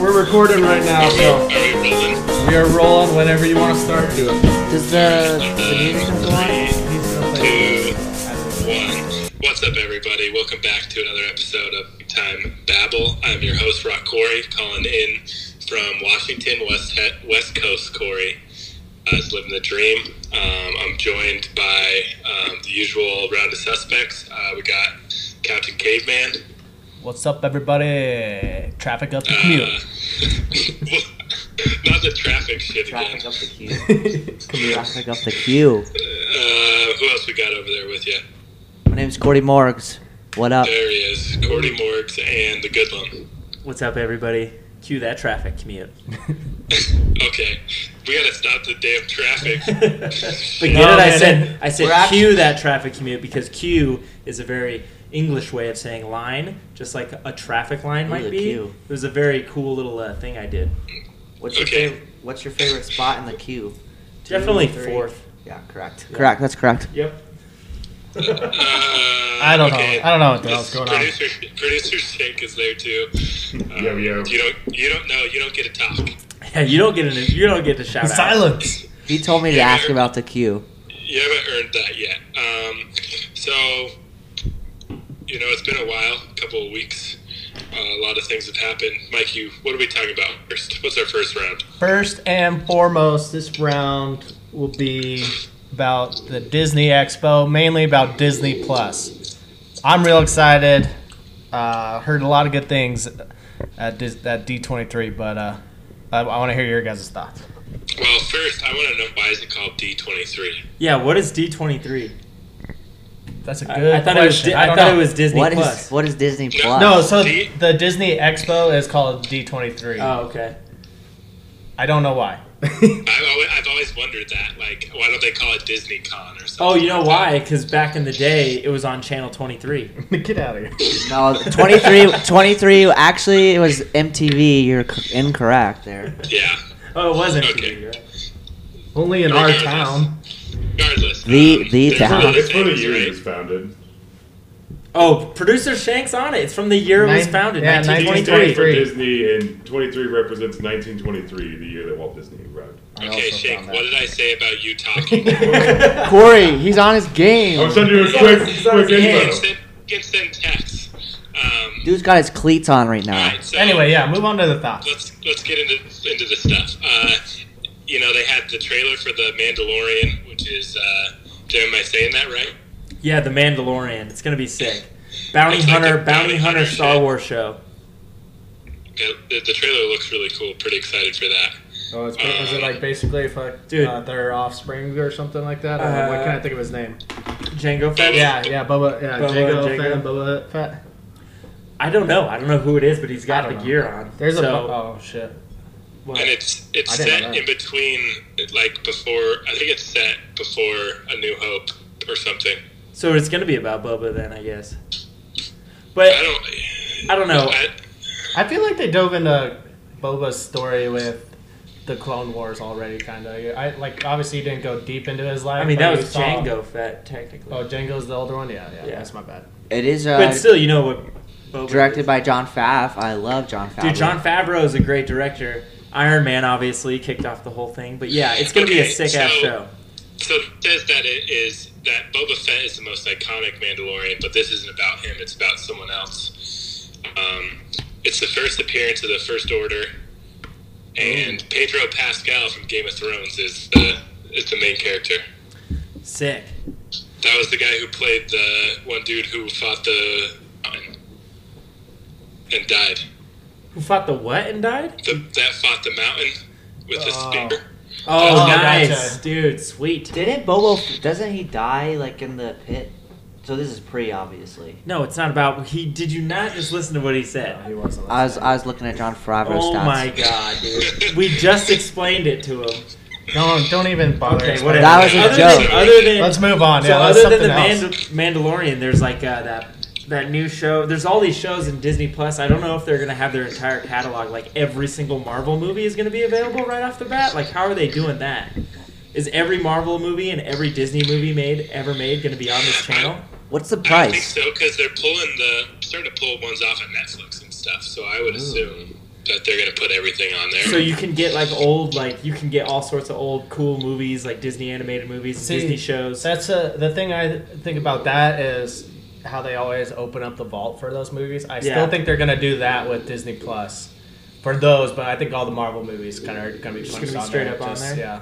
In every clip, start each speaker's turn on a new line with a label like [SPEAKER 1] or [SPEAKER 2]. [SPEAKER 1] recording right now, so we are rolling whenever you want to start doing.
[SPEAKER 2] Does the, the music not go on?
[SPEAKER 3] two, one. What's up, everybody? Welcome back to another episode of Time Babble. I'm your host, Rock Corey, calling in from Washington, West, He- West Coast Corey. Uh, is living the dream. Um, I'm joined by um, the usual round of suspects. Uh, we got Captain Caveman.
[SPEAKER 4] What's up, everybody? Traffic up the commute.
[SPEAKER 3] Uh, not the traffic shit again.
[SPEAKER 2] Traffic up the queue. Traffic up the queue.
[SPEAKER 3] Uh, who else we got over there with you?
[SPEAKER 2] My name's Cordy Morgs. What up?
[SPEAKER 3] There he is, Cordy Morgs and the Goodlum.
[SPEAKER 5] What's up, everybody? Cue that traffic commute.
[SPEAKER 3] Okay, we gotta stop the damn traffic.
[SPEAKER 5] But
[SPEAKER 4] No,
[SPEAKER 5] get it? I
[SPEAKER 4] man,
[SPEAKER 5] said I said
[SPEAKER 2] we're act-
[SPEAKER 5] cue that traffic commute because cue is a very English way of saying line, just like a traffic line might
[SPEAKER 2] Ooh,
[SPEAKER 5] be.
[SPEAKER 2] cue.
[SPEAKER 5] It was a very cool little uh, thing I did.
[SPEAKER 2] What's your
[SPEAKER 3] Okay.
[SPEAKER 2] favorite? What's your favorite spot in the queue? Two,
[SPEAKER 5] Definitely
[SPEAKER 2] three?
[SPEAKER 5] fourth.
[SPEAKER 2] Yeah, correct. Correct. That's correct.
[SPEAKER 5] Yep.
[SPEAKER 3] I
[SPEAKER 4] I don't know. I don't know what the hell's going on.
[SPEAKER 3] Uh, producer, Producer Shake is there too. Um, You don't. You don't know. You don't get to talk.
[SPEAKER 5] Yeah, you don't get an, you don't get to shout out.
[SPEAKER 4] Silence.
[SPEAKER 2] He told me to
[SPEAKER 3] Yeah.
[SPEAKER 2] ask about the queue.
[SPEAKER 3] You haven't earned that yet. Um, so, you know, it's been a while, a couple of weeks. Uh, a lot of things have happened. Mike, you, what are we talking about first? What's our first round?
[SPEAKER 4] First and foremost, this round will be about the Disney Expo, mainly about Disney Plus. I'm real excited. Uh, heard a lot of good things at, Dis- at D23, but uh, I, I want to hear your guys' thoughts.
[SPEAKER 3] Well, first, I want to know why is it called D twenty three?
[SPEAKER 5] Yeah, what is D twenty three?
[SPEAKER 4] That's a
[SPEAKER 5] I
[SPEAKER 4] good
[SPEAKER 5] I thought it was
[SPEAKER 4] question.
[SPEAKER 5] Di- I,
[SPEAKER 4] don't
[SPEAKER 5] thought
[SPEAKER 4] know.
[SPEAKER 5] it was Disney
[SPEAKER 2] What is
[SPEAKER 5] Plus.
[SPEAKER 2] what is Disney
[SPEAKER 3] No.
[SPEAKER 2] Plus?
[SPEAKER 4] No, so
[SPEAKER 3] D-
[SPEAKER 4] the Disney Expo is called D23.
[SPEAKER 5] Oh, okay.
[SPEAKER 4] I don't know why.
[SPEAKER 3] I've always, I've always wondered that. Like, why don't they call it Disney Con or something?
[SPEAKER 5] Oh, you know
[SPEAKER 3] like
[SPEAKER 5] why? Because back in the day, it was on channel twenty three.
[SPEAKER 4] Get out of here.
[SPEAKER 2] No, 23, 23 Actually, it was MTV. You're c- incorrect there.
[SPEAKER 3] that? Yeah.
[SPEAKER 5] Oh, it wasn't.
[SPEAKER 3] Okay.
[SPEAKER 4] Only in our town.
[SPEAKER 3] Regardless,
[SPEAKER 2] The-
[SPEAKER 3] um,
[SPEAKER 2] the
[SPEAKER 3] there's
[SPEAKER 2] town.
[SPEAKER 3] other
[SPEAKER 6] It's for the
[SPEAKER 3] things,
[SPEAKER 6] year
[SPEAKER 3] right?
[SPEAKER 6] it was founded.
[SPEAKER 5] Oh, producer Shanks on it. It's from the year it was
[SPEAKER 4] Nine-
[SPEAKER 5] founded,
[SPEAKER 4] yeah,
[SPEAKER 5] 1923.
[SPEAKER 6] For
[SPEAKER 4] 1923.
[SPEAKER 6] Disney, and 23 represents 1923, the year that Walt Disney arrived.
[SPEAKER 3] Okay, Shake, what did I say about you talking?
[SPEAKER 7] Corey, he's on his game.
[SPEAKER 8] Oh,
[SPEAKER 6] I
[SPEAKER 3] Oh,
[SPEAKER 6] was trying to do a quick, quick
[SPEAKER 3] Get
[SPEAKER 6] info.
[SPEAKER 3] send, get send texts. Um,
[SPEAKER 2] Dude's got his cleats on right
[SPEAKER 3] all
[SPEAKER 2] now.
[SPEAKER 3] right, so
[SPEAKER 4] Anyway, yeah, move on to the thoughts.
[SPEAKER 3] let's let's get into into the stuff. Uh, you know, they had the trailer for the Mandalorian, which is. Uh, Jim, am I saying that right?
[SPEAKER 5] Yeah, The Mandalorian. It's gonna be sick. Bounty
[SPEAKER 3] It's like
[SPEAKER 5] Hunter,
[SPEAKER 3] a
[SPEAKER 5] Bounty Hunter Star
[SPEAKER 3] shit.
[SPEAKER 5] Wars show.
[SPEAKER 3] Yeah, The, the trailer looks really cool. Pretty excited for that.
[SPEAKER 4] Oh, it's, is it like basically if like
[SPEAKER 5] Dude.
[SPEAKER 4] uh, their offspring or something like that? Uh,
[SPEAKER 5] Uh,
[SPEAKER 4] what can I think of his name?
[SPEAKER 5] Django
[SPEAKER 3] That
[SPEAKER 5] Fett.
[SPEAKER 3] is-
[SPEAKER 4] Yeah, yeah, Boba, yeah,
[SPEAKER 5] Boba,
[SPEAKER 4] Jango,
[SPEAKER 5] Jango.
[SPEAKER 4] Fett, Boba Fett.
[SPEAKER 5] I don't know. I don't know who it is, but he's
[SPEAKER 4] I
[SPEAKER 5] got the
[SPEAKER 4] don't know.
[SPEAKER 5] gear on.
[SPEAKER 4] There's a
[SPEAKER 5] so,
[SPEAKER 4] Bo- oh shit.
[SPEAKER 5] what?
[SPEAKER 3] and it's it's
[SPEAKER 4] I didn't know
[SPEAKER 3] set
[SPEAKER 4] that.
[SPEAKER 3] in between, like before. I think it's set before A New Hope or something.
[SPEAKER 5] so it's gonna be about Boba then, I guess. But
[SPEAKER 3] I don't.
[SPEAKER 5] I don't know.
[SPEAKER 3] I,
[SPEAKER 4] I feel like they dove into Boba's story with the Clone Wars already, kind of. I like obviously you didn't go deep into his life.
[SPEAKER 5] I mean,
[SPEAKER 4] but
[SPEAKER 5] that
[SPEAKER 4] you
[SPEAKER 5] was
[SPEAKER 4] saw-
[SPEAKER 5] Django Fett technically,
[SPEAKER 4] Oh, Django's the older one. Yeah, yeah,
[SPEAKER 5] Yeah.
[SPEAKER 4] that's my bad.
[SPEAKER 2] It is uh,
[SPEAKER 5] but still, you know what? Boba
[SPEAKER 2] directed
[SPEAKER 5] is.
[SPEAKER 2] by John Favreau. I love John Favreau.
[SPEAKER 5] Dude, John Favreau is a great director. Iron Man obviously kicked off the whole thing, but yeah, it's gonna be a
[SPEAKER 3] Okay,
[SPEAKER 5] sick ass
[SPEAKER 3] so-
[SPEAKER 5] show.
[SPEAKER 3] so it says that it is that Boba Fett is the most iconic Mandalorian, but this isn't about him. It's about someone else. Um, it's the first appearance of the First Order, and Pedro Pascal from Game of Thrones is the is the main character.
[SPEAKER 5] Sick.
[SPEAKER 3] That was the guy who played the one dude who fought the and died.
[SPEAKER 5] Who fought the what and died?
[SPEAKER 3] The, that fought the mountain with the
[SPEAKER 4] Oh.
[SPEAKER 3] spear.
[SPEAKER 5] Oh,
[SPEAKER 4] Oh,
[SPEAKER 5] nice,
[SPEAKER 4] gotcha.
[SPEAKER 5] dude. Sweet.
[SPEAKER 2] Didn't Bobo? Doesn't he die like in the pit? So this is pre, obviously.
[SPEAKER 5] No, it's not about. He did you not just listen to what he said?
[SPEAKER 4] He wasn't.
[SPEAKER 2] I was I was looking at John Favreau's
[SPEAKER 5] Oh
[SPEAKER 2] stats.
[SPEAKER 5] my god, dude. We just explained it to him.
[SPEAKER 4] Don't don't even bother.
[SPEAKER 5] Okay,
[SPEAKER 4] explaining.
[SPEAKER 5] whatever.
[SPEAKER 2] That was a
[SPEAKER 5] other
[SPEAKER 2] joke.
[SPEAKER 5] Than, other than
[SPEAKER 4] Let's move on.
[SPEAKER 5] so
[SPEAKER 4] yeah, that's
[SPEAKER 5] other than the
[SPEAKER 4] something else.
[SPEAKER 5] Mandal- Mandalorian, there's like uh, that that new show. There's all these shows in Disney Plus. I don't know if they're gonna have their entire catalog. Like every single Marvel movie is gonna be available right off the bat. Like how are they doing that? Is every Marvel movie and every Disney movie made ever made gonna be on this channel?
[SPEAKER 2] What's the
[SPEAKER 3] I don't think
[SPEAKER 2] price? Hmm.
[SPEAKER 3] so because they're pulling the starting to pull ones off of Netflix and stuff. So I would assume that they're going to put everything on there.
[SPEAKER 5] So you can get like old, like you can get all sorts of old cool movies, like Disney animated movies,
[SPEAKER 4] See,
[SPEAKER 5] Disney shows.
[SPEAKER 4] That's a, the thing I think about that is how they always open up the vault for those movies. I
[SPEAKER 5] Yeah.
[SPEAKER 4] still think they're gonna do that with Disney Plus for those, but I think all the Marvel movies kind of are gonna be
[SPEAKER 5] Just
[SPEAKER 4] punched
[SPEAKER 5] gonna be
[SPEAKER 4] on
[SPEAKER 5] straight
[SPEAKER 4] there,
[SPEAKER 5] up on
[SPEAKER 4] just-
[SPEAKER 5] there?
[SPEAKER 4] Yeah.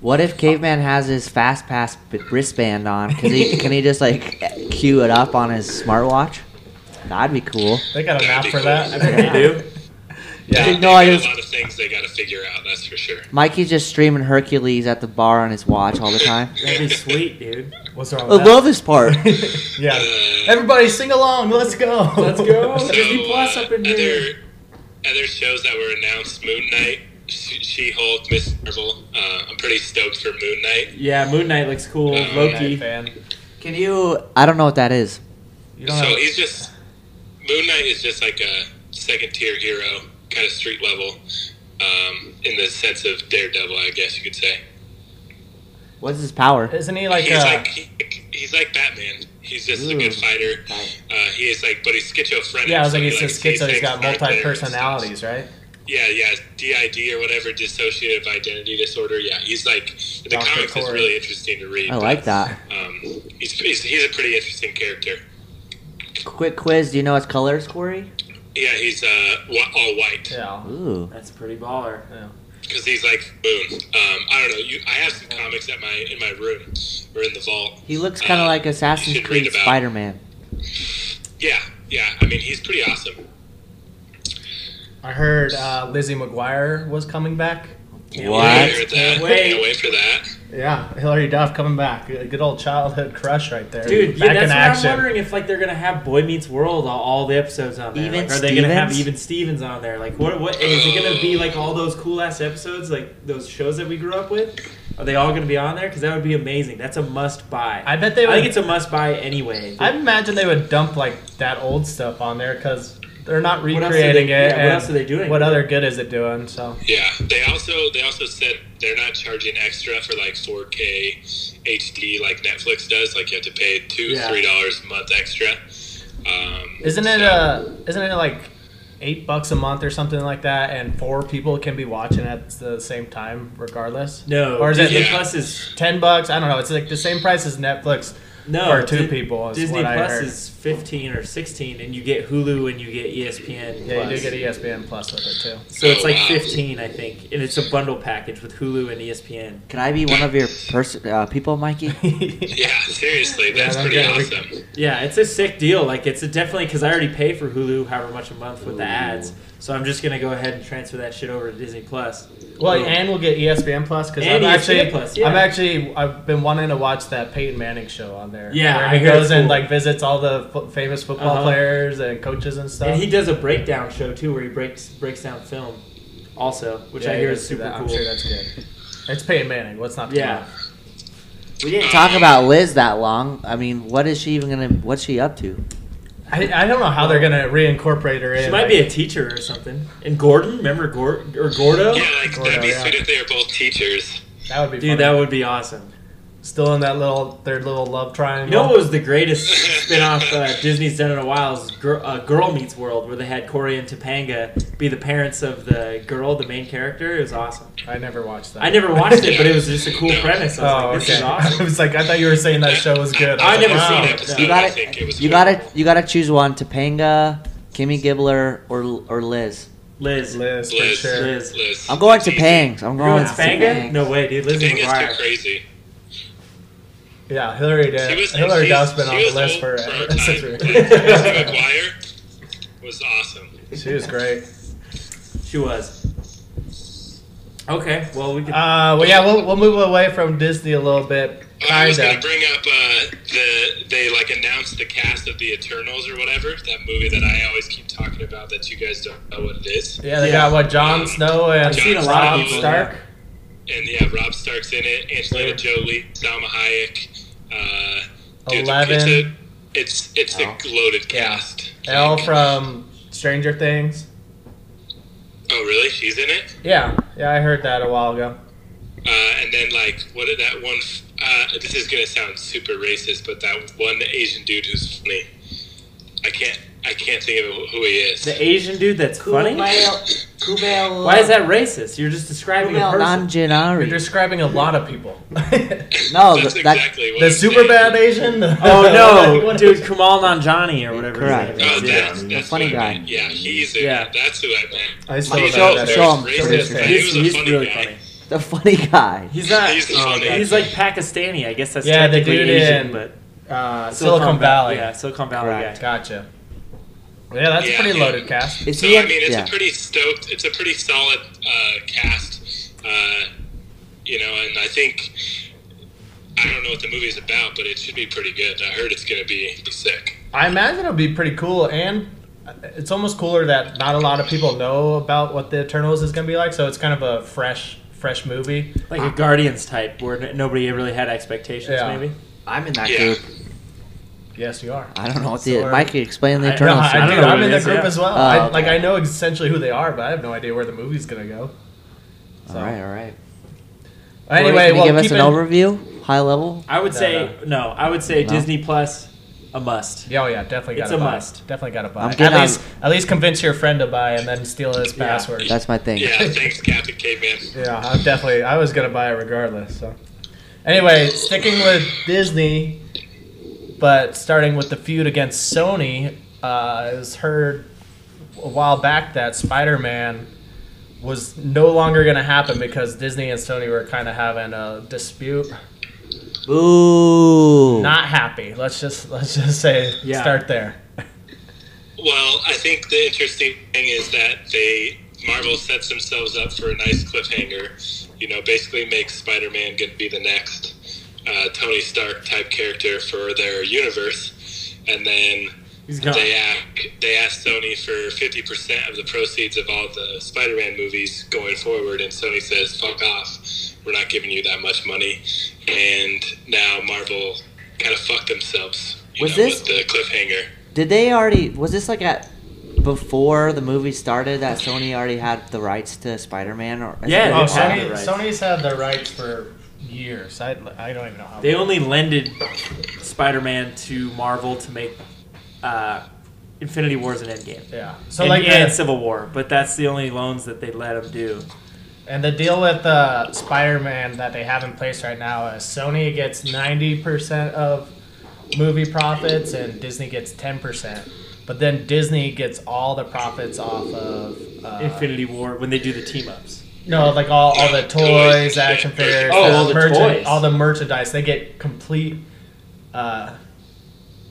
[SPEAKER 2] What if Caveman has his fast pass b- wristband on? Can he can he just like cue it up on his smartwatch? That'd be cool.
[SPEAKER 4] They got an app
[SPEAKER 3] That'd be
[SPEAKER 4] for
[SPEAKER 3] cool.
[SPEAKER 4] that.
[SPEAKER 3] I
[SPEAKER 5] bet they do.
[SPEAKER 3] They-
[SPEAKER 4] Yeah.
[SPEAKER 3] they
[SPEAKER 2] no,
[SPEAKER 3] got
[SPEAKER 2] I
[SPEAKER 3] a
[SPEAKER 2] just-
[SPEAKER 3] lot of things they got to figure out. That's for sure.
[SPEAKER 2] Mikey's just streaming Hercules at the bar on his watch all the time.
[SPEAKER 5] That'd be sweet, dude.
[SPEAKER 4] What's wrong
[SPEAKER 2] I
[SPEAKER 4] with
[SPEAKER 2] love this part.
[SPEAKER 4] that?
[SPEAKER 3] Uh,
[SPEAKER 4] Yeah. Everybody sing along. Let's go.
[SPEAKER 5] Let's go.
[SPEAKER 3] so,
[SPEAKER 5] Disney Plus
[SPEAKER 3] uh,
[SPEAKER 5] up in here.
[SPEAKER 3] other, other shows that were announced: Moon Knight, She Hulk, Miss Marvel. Uh, I'm pretty stoked for Moon Knight.
[SPEAKER 5] Yeah, Moon Knight looks cool.
[SPEAKER 3] Uh, Moon
[SPEAKER 5] Loki.
[SPEAKER 4] fan.
[SPEAKER 2] Can you? I don't know what that is.
[SPEAKER 4] You don't
[SPEAKER 3] So
[SPEAKER 4] have,
[SPEAKER 3] he's just Moon Knight is just like a second tier hero, kind of street level, um, in the sense of Daredevil, I guess you could say.
[SPEAKER 2] What's his power?
[SPEAKER 4] isn't he like uh,
[SPEAKER 3] he's
[SPEAKER 4] a?
[SPEAKER 3] like he, he's like Batman. He's just a good
[SPEAKER 2] Ooh.
[SPEAKER 3] fighter. Uh, he is like, but he's schizophrenic.
[SPEAKER 4] yeah, I was
[SPEAKER 3] so
[SPEAKER 4] like,
[SPEAKER 3] he,
[SPEAKER 4] he's a
[SPEAKER 3] sees
[SPEAKER 4] schizo. He's
[SPEAKER 3] things
[SPEAKER 4] got
[SPEAKER 3] aren't there
[SPEAKER 4] multi
[SPEAKER 3] and stuff.
[SPEAKER 4] personalities, right?
[SPEAKER 3] Yeah, yeah, DID or whatever, dissociative identity disorder. Yeah, he's like in the
[SPEAKER 4] Dr.
[SPEAKER 3] comics is
[SPEAKER 4] Corey.
[SPEAKER 3] really interesting to read.
[SPEAKER 2] I like
[SPEAKER 3] but,
[SPEAKER 2] that.
[SPEAKER 3] Um, he's, he's he's a pretty interesting character.
[SPEAKER 2] Quick quiz. Do you know his colors, Corey?
[SPEAKER 3] Yeah, he's uh wh- all white
[SPEAKER 4] Yeah.
[SPEAKER 2] Ooh.
[SPEAKER 5] That's pretty baller.
[SPEAKER 3] because he's like boom. Um, I don't know. You, I have some comics at my in my room or in the vault.
[SPEAKER 2] He looks kind of like
[SPEAKER 3] you
[SPEAKER 2] Assassin's
[SPEAKER 3] should read
[SPEAKER 2] Creed
[SPEAKER 3] about-
[SPEAKER 2] Spider-Man.
[SPEAKER 3] Yeah, yeah. I mean, he's pretty awesome.
[SPEAKER 4] I heard uh, Lizzie McGuire was coming back.
[SPEAKER 5] Can't
[SPEAKER 2] What?
[SPEAKER 3] I
[SPEAKER 5] wait.
[SPEAKER 3] heard that.
[SPEAKER 5] Can't wait.
[SPEAKER 3] Can't wait for that.
[SPEAKER 4] Yeah, Hillary Duff coming back. A good old childhood crush right there.
[SPEAKER 5] Dude,
[SPEAKER 4] back
[SPEAKER 5] yeah, that's
[SPEAKER 4] in
[SPEAKER 5] what
[SPEAKER 4] action.
[SPEAKER 5] I'm wondering if like they're gonna have Boy Meets World all, all the episodes on there.
[SPEAKER 2] Even
[SPEAKER 5] like, are they gonna have
[SPEAKER 2] Stevens?
[SPEAKER 5] even Stevens on there? Like, what? What and is it gonna be like? All those cool ass episodes, like those shows that we grew up with, are they all gonna be on there? Because that would be amazing. That's a must buy.
[SPEAKER 4] I bet they
[SPEAKER 5] I think
[SPEAKER 4] would.
[SPEAKER 5] it's a must buy anyway.
[SPEAKER 4] I imagine they would dump like that old stuff on there because they're not
[SPEAKER 5] else are
[SPEAKER 4] recreating
[SPEAKER 5] they-
[SPEAKER 4] it.
[SPEAKER 5] yeah, what
[SPEAKER 4] and
[SPEAKER 5] else are they doing?
[SPEAKER 4] What other good is it doing? So
[SPEAKER 3] Yeah, they also they also said they're not charging extra for like 4K HD like Netflix does. Like you have to pay two
[SPEAKER 5] Yeah.
[SPEAKER 3] three dollars a month extra. Um,
[SPEAKER 4] isn't it
[SPEAKER 3] so-
[SPEAKER 4] uh isn't it like eight bucks a month or something like that? And four people can be watching at the same time regardless.
[SPEAKER 5] no,
[SPEAKER 4] Or is
[SPEAKER 5] Disney
[SPEAKER 4] it
[SPEAKER 3] Yeah.
[SPEAKER 5] Plus is
[SPEAKER 4] ten bucks? I don't know. It's like the same price as Netflix.
[SPEAKER 5] no
[SPEAKER 4] Or two
[SPEAKER 5] Di-
[SPEAKER 4] people is
[SPEAKER 5] Disney
[SPEAKER 4] what I
[SPEAKER 5] Plus
[SPEAKER 4] heard.
[SPEAKER 5] is 15 or 16, and you get Hulu and you get E ESPN.
[SPEAKER 4] Yeah, you
[SPEAKER 5] Plus.
[SPEAKER 4] do get E ESPN Plus with it too.
[SPEAKER 5] so it's like
[SPEAKER 3] Oh, wow.
[SPEAKER 5] 15, I think, and it's a bundle package with Hulu and E ESPN.
[SPEAKER 2] Can I be one of your pers- uh, people, Mikey?
[SPEAKER 3] Yeah, seriously,
[SPEAKER 4] Yeah,
[SPEAKER 3] that's
[SPEAKER 4] I'm
[SPEAKER 3] pretty
[SPEAKER 4] getting-
[SPEAKER 3] awesome.
[SPEAKER 5] Yeah, it's a sick deal. Like it's a definitely because I already pay for Hulu however much a month with the ads, so I'm just gonna go ahead and transfer that shit over to Disney Plus.
[SPEAKER 4] Well,
[SPEAKER 5] Boom.
[SPEAKER 4] and we'll get E ESPN Plus because I'm
[SPEAKER 5] And E ESPN+,
[SPEAKER 4] actually,
[SPEAKER 5] yeah.
[SPEAKER 4] I'm actually, I've been wanting to watch that Peyton Manning show on there.
[SPEAKER 5] Yeah,
[SPEAKER 4] where
[SPEAKER 5] I
[SPEAKER 4] he
[SPEAKER 5] hear
[SPEAKER 4] goes
[SPEAKER 5] it's
[SPEAKER 4] and
[SPEAKER 5] cool.
[SPEAKER 4] like visits all the fo- famous football
[SPEAKER 5] Uh-huh.
[SPEAKER 4] players and coaches and stuff.
[SPEAKER 5] and he does a breakdown show too, where he breaks breaks down film, also, which
[SPEAKER 4] Yeah,
[SPEAKER 5] I
[SPEAKER 4] he
[SPEAKER 5] hear
[SPEAKER 4] does
[SPEAKER 5] is
[SPEAKER 4] do
[SPEAKER 5] super
[SPEAKER 4] that.
[SPEAKER 5] cool.
[SPEAKER 4] I'm sure that's good. It's Peyton Manning. What's not? to
[SPEAKER 5] yeah,
[SPEAKER 4] love?
[SPEAKER 5] we didn't talk.
[SPEAKER 2] Talk about Liz that long. I mean, what is she even gonna? What's she up to?
[SPEAKER 4] I, I don't know how they're gonna reincorporate her in.
[SPEAKER 5] She might be a teacher or something. And Gordon, remember Gord or Gordo?
[SPEAKER 3] Yeah, like that'd be
[SPEAKER 4] yeah.
[SPEAKER 3] sweet if they were both teachers.
[SPEAKER 4] that would be
[SPEAKER 5] Dude,
[SPEAKER 4] dude.
[SPEAKER 5] that would be awesome.
[SPEAKER 4] Still in that little their little love
[SPEAKER 5] You
[SPEAKER 4] triangle.
[SPEAKER 5] know what was the greatest spin-off uh, Disney's done in a while is Gir- uh, Girl Meets World, where they had Corey and Topanga be the parents of the girl, the main character. It was awesome.
[SPEAKER 4] I never watched that.
[SPEAKER 5] I never watched it, but it was just a cool premise. I was
[SPEAKER 4] Oh,
[SPEAKER 5] like, this
[SPEAKER 4] okay.
[SPEAKER 5] is awesome.
[SPEAKER 4] I was like, I thought you were saying that show was good.
[SPEAKER 5] I
[SPEAKER 4] was like,
[SPEAKER 5] never
[SPEAKER 4] wow.
[SPEAKER 5] seen it.
[SPEAKER 3] episode,
[SPEAKER 5] You
[SPEAKER 2] gotta-
[SPEAKER 3] I think it was
[SPEAKER 2] You gotta, you gotta choose one: Topanga, Kimmy Gibbler, or or Liz.
[SPEAKER 5] Liz.
[SPEAKER 4] Liz, for
[SPEAKER 3] Liz,
[SPEAKER 4] sure.
[SPEAKER 5] Liz.
[SPEAKER 3] Liz.
[SPEAKER 2] I'm going
[SPEAKER 3] it's easy.
[SPEAKER 2] Topangs. I'm
[SPEAKER 5] You're
[SPEAKER 2] going
[SPEAKER 5] going Topanga?
[SPEAKER 2] Topanga.
[SPEAKER 5] No way, dude. Liz
[SPEAKER 3] Topanga's too
[SPEAKER 5] McGuire.
[SPEAKER 3] crazy.
[SPEAKER 4] Yeah, Hillary did.
[SPEAKER 3] She was,
[SPEAKER 4] Hillary
[SPEAKER 3] she-
[SPEAKER 4] Duff's been on
[SPEAKER 3] she was
[SPEAKER 4] the list
[SPEAKER 3] old
[SPEAKER 4] for
[SPEAKER 3] for a time.
[SPEAKER 4] since we-
[SPEAKER 3] Lizzie McGuire was awesome.
[SPEAKER 4] She was great.
[SPEAKER 5] She was. Okay, well, we could.
[SPEAKER 4] Uh, well, yeah, we'll, we'll move away from Disney a little bit,
[SPEAKER 3] I was gonna
[SPEAKER 4] kinda.
[SPEAKER 3] bring up uh, the they like announced the cast of the Eternals or whatever that movie that I always keep talking about that you guys don't know what it is.
[SPEAKER 4] Yeah, they
[SPEAKER 5] Yeah.
[SPEAKER 4] got what Jon Snow and
[SPEAKER 3] I've seen a lot of
[SPEAKER 4] Robb
[SPEAKER 3] people,
[SPEAKER 4] Stark.
[SPEAKER 3] And yeah, Rob Stark's in it, Angelina Jolie, Salma Hayek, uh, dude, It's a,
[SPEAKER 4] Eleven.
[SPEAKER 3] it's it's a loaded cast.
[SPEAKER 4] Elle from Stranger Things.
[SPEAKER 3] Oh really? She's in it.
[SPEAKER 4] Yeah, yeah, I heard that a while ago.
[SPEAKER 3] Uh, and then like what did that one? f- Uh, this is gonna sound super racist, but that one Asian dude who's funny. I can't. I can't think of who he is.
[SPEAKER 5] The Asian dude that's funny?
[SPEAKER 8] Kumail, Kumail.
[SPEAKER 5] Why is that racist? You're just describing a
[SPEAKER 8] Kumail
[SPEAKER 5] person.
[SPEAKER 4] You're
[SPEAKER 2] Nanjinari.
[SPEAKER 4] describing a lot of people. the
[SPEAKER 2] no,
[SPEAKER 3] That's
[SPEAKER 2] th- that,
[SPEAKER 3] exactly what I'm
[SPEAKER 4] super
[SPEAKER 3] saying.
[SPEAKER 4] bad Asian. the-
[SPEAKER 5] Oh no,
[SPEAKER 4] what-
[SPEAKER 5] dude, Kumal Nanjani or whatever.
[SPEAKER 2] Correct.
[SPEAKER 5] His name
[SPEAKER 3] Oh,
[SPEAKER 5] is.
[SPEAKER 6] Yeah.
[SPEAKER 3] that's,
[SPEAKER 6] The
[SPEAKER 3] that's
[SPEAKER 2] funny
[SPEAKER 3] what I
[SPEAKER 2] guy.
[SPEAKER 3] meant. Yeah, he's it.
[SPEAKER 5] Yeah.
[SPEAKER 3] That's who I meant.
[SPEAKER 4] I still
[SPEAKER 3] He's
[SPEAKER 4] don't know
[SPEAKER 3] out
[SPEAKER 4] that
[SPEAKER 3] there
[SPEAKER 2] show him.
[SPEAKER 3] racist,
[SPEAKER 2] Show
[SPEAKER 4] him.
[SPEAKER 3] but he
[SPEAKER 5] He's,
[SPEAKER 3] was Oh, a
[SPEAKER 5] he's
[SPEAKER 3] funny
[SPEAKER 5] really
[SPEAKER 3] guy.
[SPEAKER 5] funny.
[SPEAKER 2] the funny guy.
[SPEAKER 5] He's not.
[SPEAKER 3] He's the
[SPEAKER 5] oh,
[SPEAKER 3] funny.
[SPEAKER 5] He's like Pakistani. I guess that's
[SPEAKER 4] Yeah, the
[SPEAKER 5] technically
[SPEAKER 4] dude
[SPEAKER 5] Asian,
[SPEAKER 4] in-
[SPEAKER 5] but
[SPEAKER 4] Uh,
[SPEAKER 5] Silicon
[SPEAKER 4] Silicon Valley.
[SPEAKER 5] Yeah, Silicon Valley
[SPEAKER 2] Correct.
[SPEAKER 5] guy.
[SPEAKER 4] Gotcha. Yeah, that's a
[SPEAKER 3] Yeah,
[SPEAKER 4] pretty
[SPEAKER 3] yeah.
[SPEAKER 4] loaded cast.
[SPEAKER 2] Is
[SPEAKER 3] So
[SPEAKER 2] he?
[SPEAKER 3] I
[SPEAKER 2] in-
[SPEAKER 3] mean, it's
[SPEAKER 2] yeah.
[SPEAKER 3] a pretty stoked. It's a pretty solid uh, cast, uh, you know. And I think I don't know what the movie's about, but it should be pretty good. I heard it's gonna be, be sick.
[SPEAKER 4] I imagine it'll be pretty cool, and it's almost cooler that not a lot of people know about what the Eternals is going to be like. So it's kind of a fresh, fresh movie.
[SPEAKER 5] Like a Guardians type, where n- nobody really had expectations.
[SPEAKER 4] Yeah.
[SPEAKER 5] Maybe.
[SPEAKER 2] I'm in that
[SPEAKER 3] Yeah.
[SPEAKER 2] group.
[SPEAKER 4] Yes, you are.
[SPEAKER 2] I don't know what
[SPEAKER 4] So
[SPEAKER 2] the.
[SPEAKER 4] we're-
[SPEAKER 2] Mike, explain the
[SPEAKER 5] uh, I-
[SPEAKER 4] No,
[SPEAKER 2] Eternal.
[SPEAKER 5] I
[SPEAKER 4] I,
[SPEAKER 5] don't
[SPEAKER 4] do.
[SPEAKER 5] know what
[SPEAKER 4] I'm
[SPEAKER 5] it
[SPEAKER 4] in the
[SPEAKER 5] is,
[SPEAKER 4] group
[SPEAKER 5] yeah.
[SPEAKER 4] as well.
[SPEAKER 2] Oh,
[SPEAKER 4] I,
[SPEAKER 2] okay.
[SPEAKER 4] like I know essentially who they are, but I have no idea where the movie's going to go. So.
[SPEAKER 2] all right, all right. can
[SPEAKER 4] Anyway,
[SPEAKER 2] you
[SPEAKER 4] well,
[SPEAKER 2] give us
[SPEAKER 4] keep
[SPEAKER 2] an
[SPEAKER 4] in-
[SPEAKER 2] overview, high level.
[SPEAKER 5] I would
[SPEAKER 4] No,
[SPEAKER 5] say no. I would say
[SPEAKER 2] No?
[SPEAKER 5] Disney Plus, a must.
[SPEAKER 4] Yeah, oh yeah, definitely got
[SPEAKER 5] It's
[SPEAKER 4] to
[SPEAKER 5] a
[SPEAKER 4] buy.
[SPEAKER 5] must.
[SPEAKER 4] Definitely got to
[SPEAKER 2] I'm
[SPEAKER 4] buy. At
[SPEAKER 2] getting on-
[SPEAKER 4] least, at least convince your friend to buy and then steal his
[SPEAKER 5] Yeah.
[SPEAKER 4] password. Yeah,
[SPEAKER 2] That's my thing.
[SPEAKER 3] Yeah, thanks, Captain Caveman.
[SPEAKER 4] I'm definitely. I was gonna buy it regardless. So, anyway, sticking with Disney, but starting with the feud against Sony. Uh, it was heard a while back that Spider-Man was no longer gonna happen because Disney and Sony were kind of having a dispute.
[SPEAKER 2] Ooh.
[SPEAKER 4] Not happy. Let's just let's just say
[SPEAKER 5] Yeah.
[SPEAKER 4] start there.
[SPEAKER 3] Well, I think the interesting thing is that they Marvel sets themselves up for a nice cliffhanger. You know, basically makes Spider-Man going to be the next uh, Tony Stark type character for their universe, and then
[SPEAKER 5] He's gone.
[SPEAKER 3] they ac- they asked Sony for fifty percent of the proceeds of all the Spider-Man movies going forward, and Sony says, "Fuck off, we're not giving you that much money." And now Marvel kind of fucked themselves. You
[SPEAKER 2] Was
[SPEAKER 3] know,
[SPEAKER 2] this-
[SPEAKER 3] with the cliffhanger?
[SPEAKER 2] Did they already? Was this like at before the movie started that Sony already had the rights to Spider-Man? Or
[SPEAKER 5] Yeah,
[SPEAKER 4] Oh,
[SPEAKER 5] They've had
[SPEAKER 4] Sony,
[SPEAKER 5] the rights.
[SPEAKER 4] Sony's had the rights for years. I, I don't even know how.
[SPEAKER 5] They only lended Spider-Man to Marvel to make uh, Infinity Wars and Endgame.
[SPEAKER 4] yeah. So
[SPEAKER 5] and,
[SPEAKER 4] like,
[SPEAKER 5] and
[SPEAKER 4] the,
[SPEAKER 5] Civil War, but that's the only loans that they let him do.
[SPEAKER 4] and the deal with uh, Spider-Man that they have in place right now is Sony gets ninety percent of movie profits and Disney gets ten percent. But then Disney gets all the profits off of uh,
[SPEAKER 5] Infinity War when they do the team ups.
[SPEAKER 4] No, like all, all the toys,
[SPEAKER 3] Toys.
[SPEAKER 4] action figures,
[SPEAKER 5] Oh, all
[SPEAKER 4] the
[SPEAKER 5] the
[SPEAKER 4] merchan-
[SPEAKER 5] toys.
[SPEAKER 4] all the merchandise. They get complete, uh,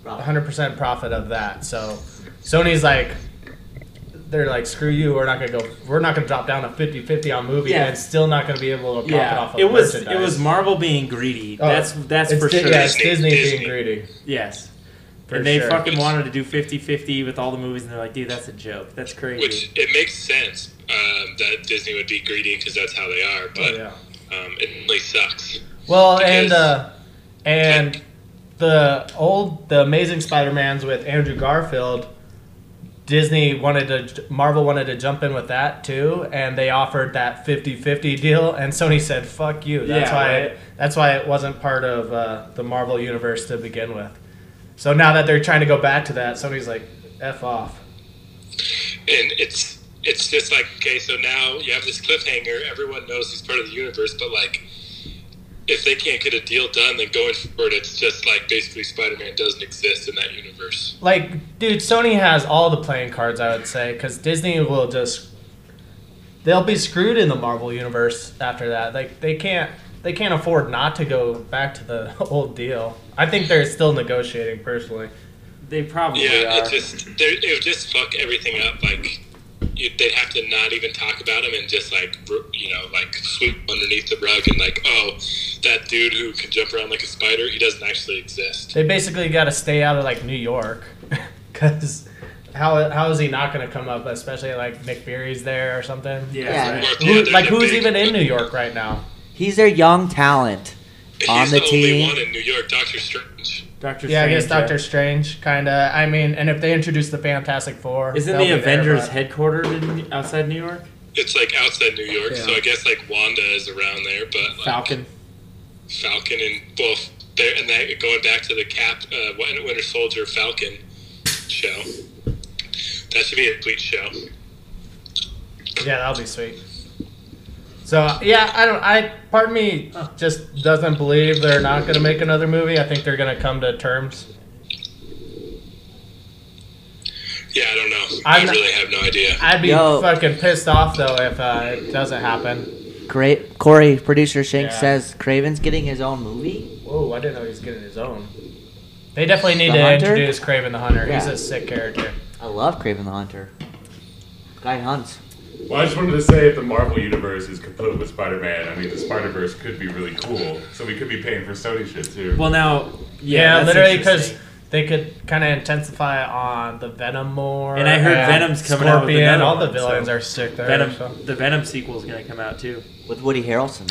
[SPEAKER 8] Profit.
[SPEAKER 4] 100% profit of that. So Sony's like, they're like, screw you. We're not gonna go. We're not gonna drop down to 50-50 on movie,
[SPEAKER 5] Yeah.
[SPEAKER 4] and still not gonna be able to profit off
[SPEAKER 5] Yeah,
[SPEAKER 4] of
[SPEAKER 5] it was it
[SPEAKER 4] merchandise.
[SPEAKER 5] was Marvel being greedy.
[SPEAKER 4] Oh,
[SPEAKER 5] that's that's
[SPEAKER 4] it's
[SPEAKER 5] for
[SPEAKER 4] Di-
[SPEAKER 5] sure.
[SPEAKER 4] Yeah, it's
[SPEAKER 3] Disney-
[SPEAKER 4] Disney, being
[SPEAKER 3] Disney.
[SPEAKER 4] greedy.
[SPEAKER 5] Yes.
[SPEAKER 4] For
[SPEAKER 5] and they
[SPEAKER 4] sure.
[SPEAKER 5] fucking wanted to do 50-50 with all the movies, and they're like, dude, that's a joke. That's crazy.
[SPEAKER 3] Which it makes sense um, that Disney would be greedy because that's how they are,
[SPEAKER 4] Oh,
[SPEAKER 3] but
[SPEAKER 4] yeah.
[SPEAKER 3] um, it really sucks.
[SPEAKER 4] Well, and
[SPEAKER 3] Because-
[SPEAKER 4] uh, and the old the Amazing Spider-Man's with Andrew Garfield, Disney wanted to Marvel wanted to jump in with that too, and they offered that 50-50 deal, and Sony said fuck you. That's
[SPEAKER 5] Yeah,
[SPEAKER 4] why
[SPEAKER 5] right.
[SPEAKER 4] that's why it wasn't part of uh, the Marvel universe to begin with. So now that they're trying to go back to that, Sony's like f off.
[SPEAKER 3] And it's it's just like okay, so now you have this cliffhanger. Everyone knows he's part of the universe, but like if they can't get a deal done, then going forward, it's just like basically Spider-Man doesn't exist in that universe.
[SPEAKER 4] like dude sony has all the playing cards i would say because disney will just they'll be screwed in the marvel universe after that like they can't they can't afford not to go back to the old deal i think they're still negotiating personally
[SPEAKER 5] they probably
[SPEAKER 3] Yeah,
[SPEAKER 5] are.
[SPEAKER 3] it just they're- it would just fuck everything up. Like you, they'd have to not even talk about him and just like r- you know like sweep underneath the rug and like oh that dude who can jump around like a spider he doesn't actually exist.
[SPEAKER 4] they basically got to stay out of like new york because how, how is he not going to come up especially like nick fury's there or something
[SPEAKER 5] yeah,
[SPEAKER 2] Yeah.
[SPEAKER 5] right.
[SPEAKER 3] Or-
[SPEAKER 4] Who-
[SPEAKER 3] yeah, there's
[SPEAKER 4] like
[SPEAKER 3] a
[SPEAKER 4] who's
[SPEAKER 3] big-
[SPEAKER 4] even in new york right now
[SPEAKER 2] He's their young talent.
[SPEAKER 3] He's
[SPEAKER 2] on the
[SPEAKER 3] the, only
[SPEAKER 2] team.
[SPEAKER 3] one in New York, Doctor Strange.
[SPEAKER 5] Doctor
[SPEAKER 4] yeah i guess
[SPEAKER 5] Strange,
[SPEAKER 4] doctor strange kind of i mean and if they introduce the fantastic four
[SPEAKER 5] Isn't
[SPEAKER 4] they'll
[SPEAKER 5] the
[SPEAKER 4] be there,
[SPEAKER 5] Avengers
[SPEAKER 4] but-
[SPEAKER 5] headquartered in, outside New York?
[SPEAKER 3] It's like outside New York, so
[SPEAKER 4] Yeah.
[SPEAKER 3] I guess like Wanda is around there, but like,
[SPEAKER 5] Falcon.
[SPEAKER 3] Falcon and both there and that going back to the Cap uh, Winter Soldier Falcon show. That should be a sweet show.
[SPEAKER 4] Yeah, that'll be sweet. So yeah, I don't. I part of me just doesn't believe they're not going to make another movie. I think they're going to come to terms.
[SPEAKER 3] Yeah, I don't know.
[SPEAKER 4] I'm
[SPEAKER 3] i
[SPEAKER 4] not-
[SPEAKER 3] really have no idea.
[SPEAKER 4] I'd be
[SPEAKER 8] Yo.
[SPEAKER 4] fucking pissed off though if uh, it doesn't happen.
[SPEAKER 8] Cra- Corey, producer Shank
[SPEAKER 4] Yeah.
[SPEAKER 8] says Craven's getting his own movie.
[SPEAKER 4] Whoa, I didn't know he was getting his own. They definitely need
[SPEAKER 8] The
[SPEAKER 4] to
[SPEAKER 8] Hunter?
[SPEAKER 4] introduce Craven the Hunter. He's
[SPEAKER 8] Yeah.
[SPEAKER 4] a sick character.
[SPEAKER 8] I love Craven the Hunter. Guy hunts.
[SPEAKER 6] Well, I just wanted to say if the Marvel universe is complete with Spider-Man, I mean the Spider-Verse could be really cool. So we could be paying for Sony shit too.
[SPEAKER 5] Well, now,
[SPEAKER 4] Yeah,
[SPEAKER 5] yeah, that's
[SPEAKER 4] literally 'cause literally because
[SPEAKER 5] interesting.
[SPEAKER 4] they could kind of intensify on the Venom more.
[SPEAKER 5] And I heard Venom's coming out with
[SPEAKER 4] Scorpion.
[SPEAKER 5] another
[SPEAKER 4] All the
[SPEAKER 5] one,
[SPEAKER 4] villains
[SPEAKER 5] so-
[SPEAKER 4] are sick there. so.
[SPEAKER 5] Venom, the Venom sequel is going to come out too.
[SPEAKER 8] With Woody Harrelson.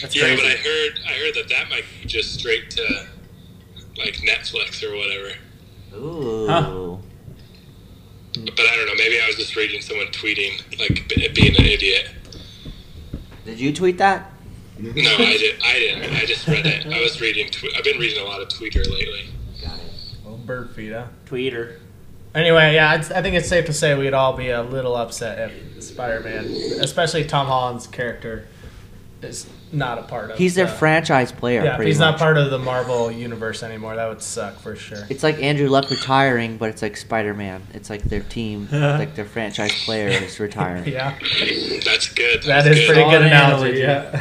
[SPEAKER 5] That's
[SPEAKER 3] yeah,
[SPEAKER 5] crazy.
[SPEAKER 3] but I heard I heard that that might be just straight to like Netflix or whatever.
[SPEAKER 8] Ooh.
[SPEAKER 5] Huh.
[SPEAKER 4] Hmm.
[SPEAKER 3] But I don't know. Maybe I was just reading someone tweeting like b- being an idiot.
[SPEAKER 8] Did you tweet that?
[SPEAKER 3] No, I did. I didn't. I just read it. I was reading. Tw- I've been reading a lot of Twitter lately.
[SPEAKER 4] Oh, bird feed, huh?
[SPEAKER 5] Tweeter.
[SPEAKER 4] Anyway, yeah, it's, I think it's safe to say we'd all be a little upset if Spider-Man, especially Tom Holland's character, is not a part of.
[SPEAKER 8] He's their
[SPEAKER 4] the-
[SPEAKER 8] franchise player.
[SPEAKER 4] Yeah, if
[SPEAKER 8] pretty
[SPEAKER 4] he's
[SPEAKER 8] much.
[SPEAKER 4] not part of the Marvel universe anymore, that would suck for sure.
[SPEAKER 8] It's like Andrew Luck retiring, but it's like Spider Man. It's like their team, like their franchise player is retiring.
[SPEAKER 4] Yeah,
[SPEAKER 3] That's good.
[SPEAKER 4] that
[SPEAKER 3] That's
[SPEAKER 4] is pretty
[SPEAKER 5] Solid
[SPEAKER 4] good analogy.
[SPEAKER 5] analogy,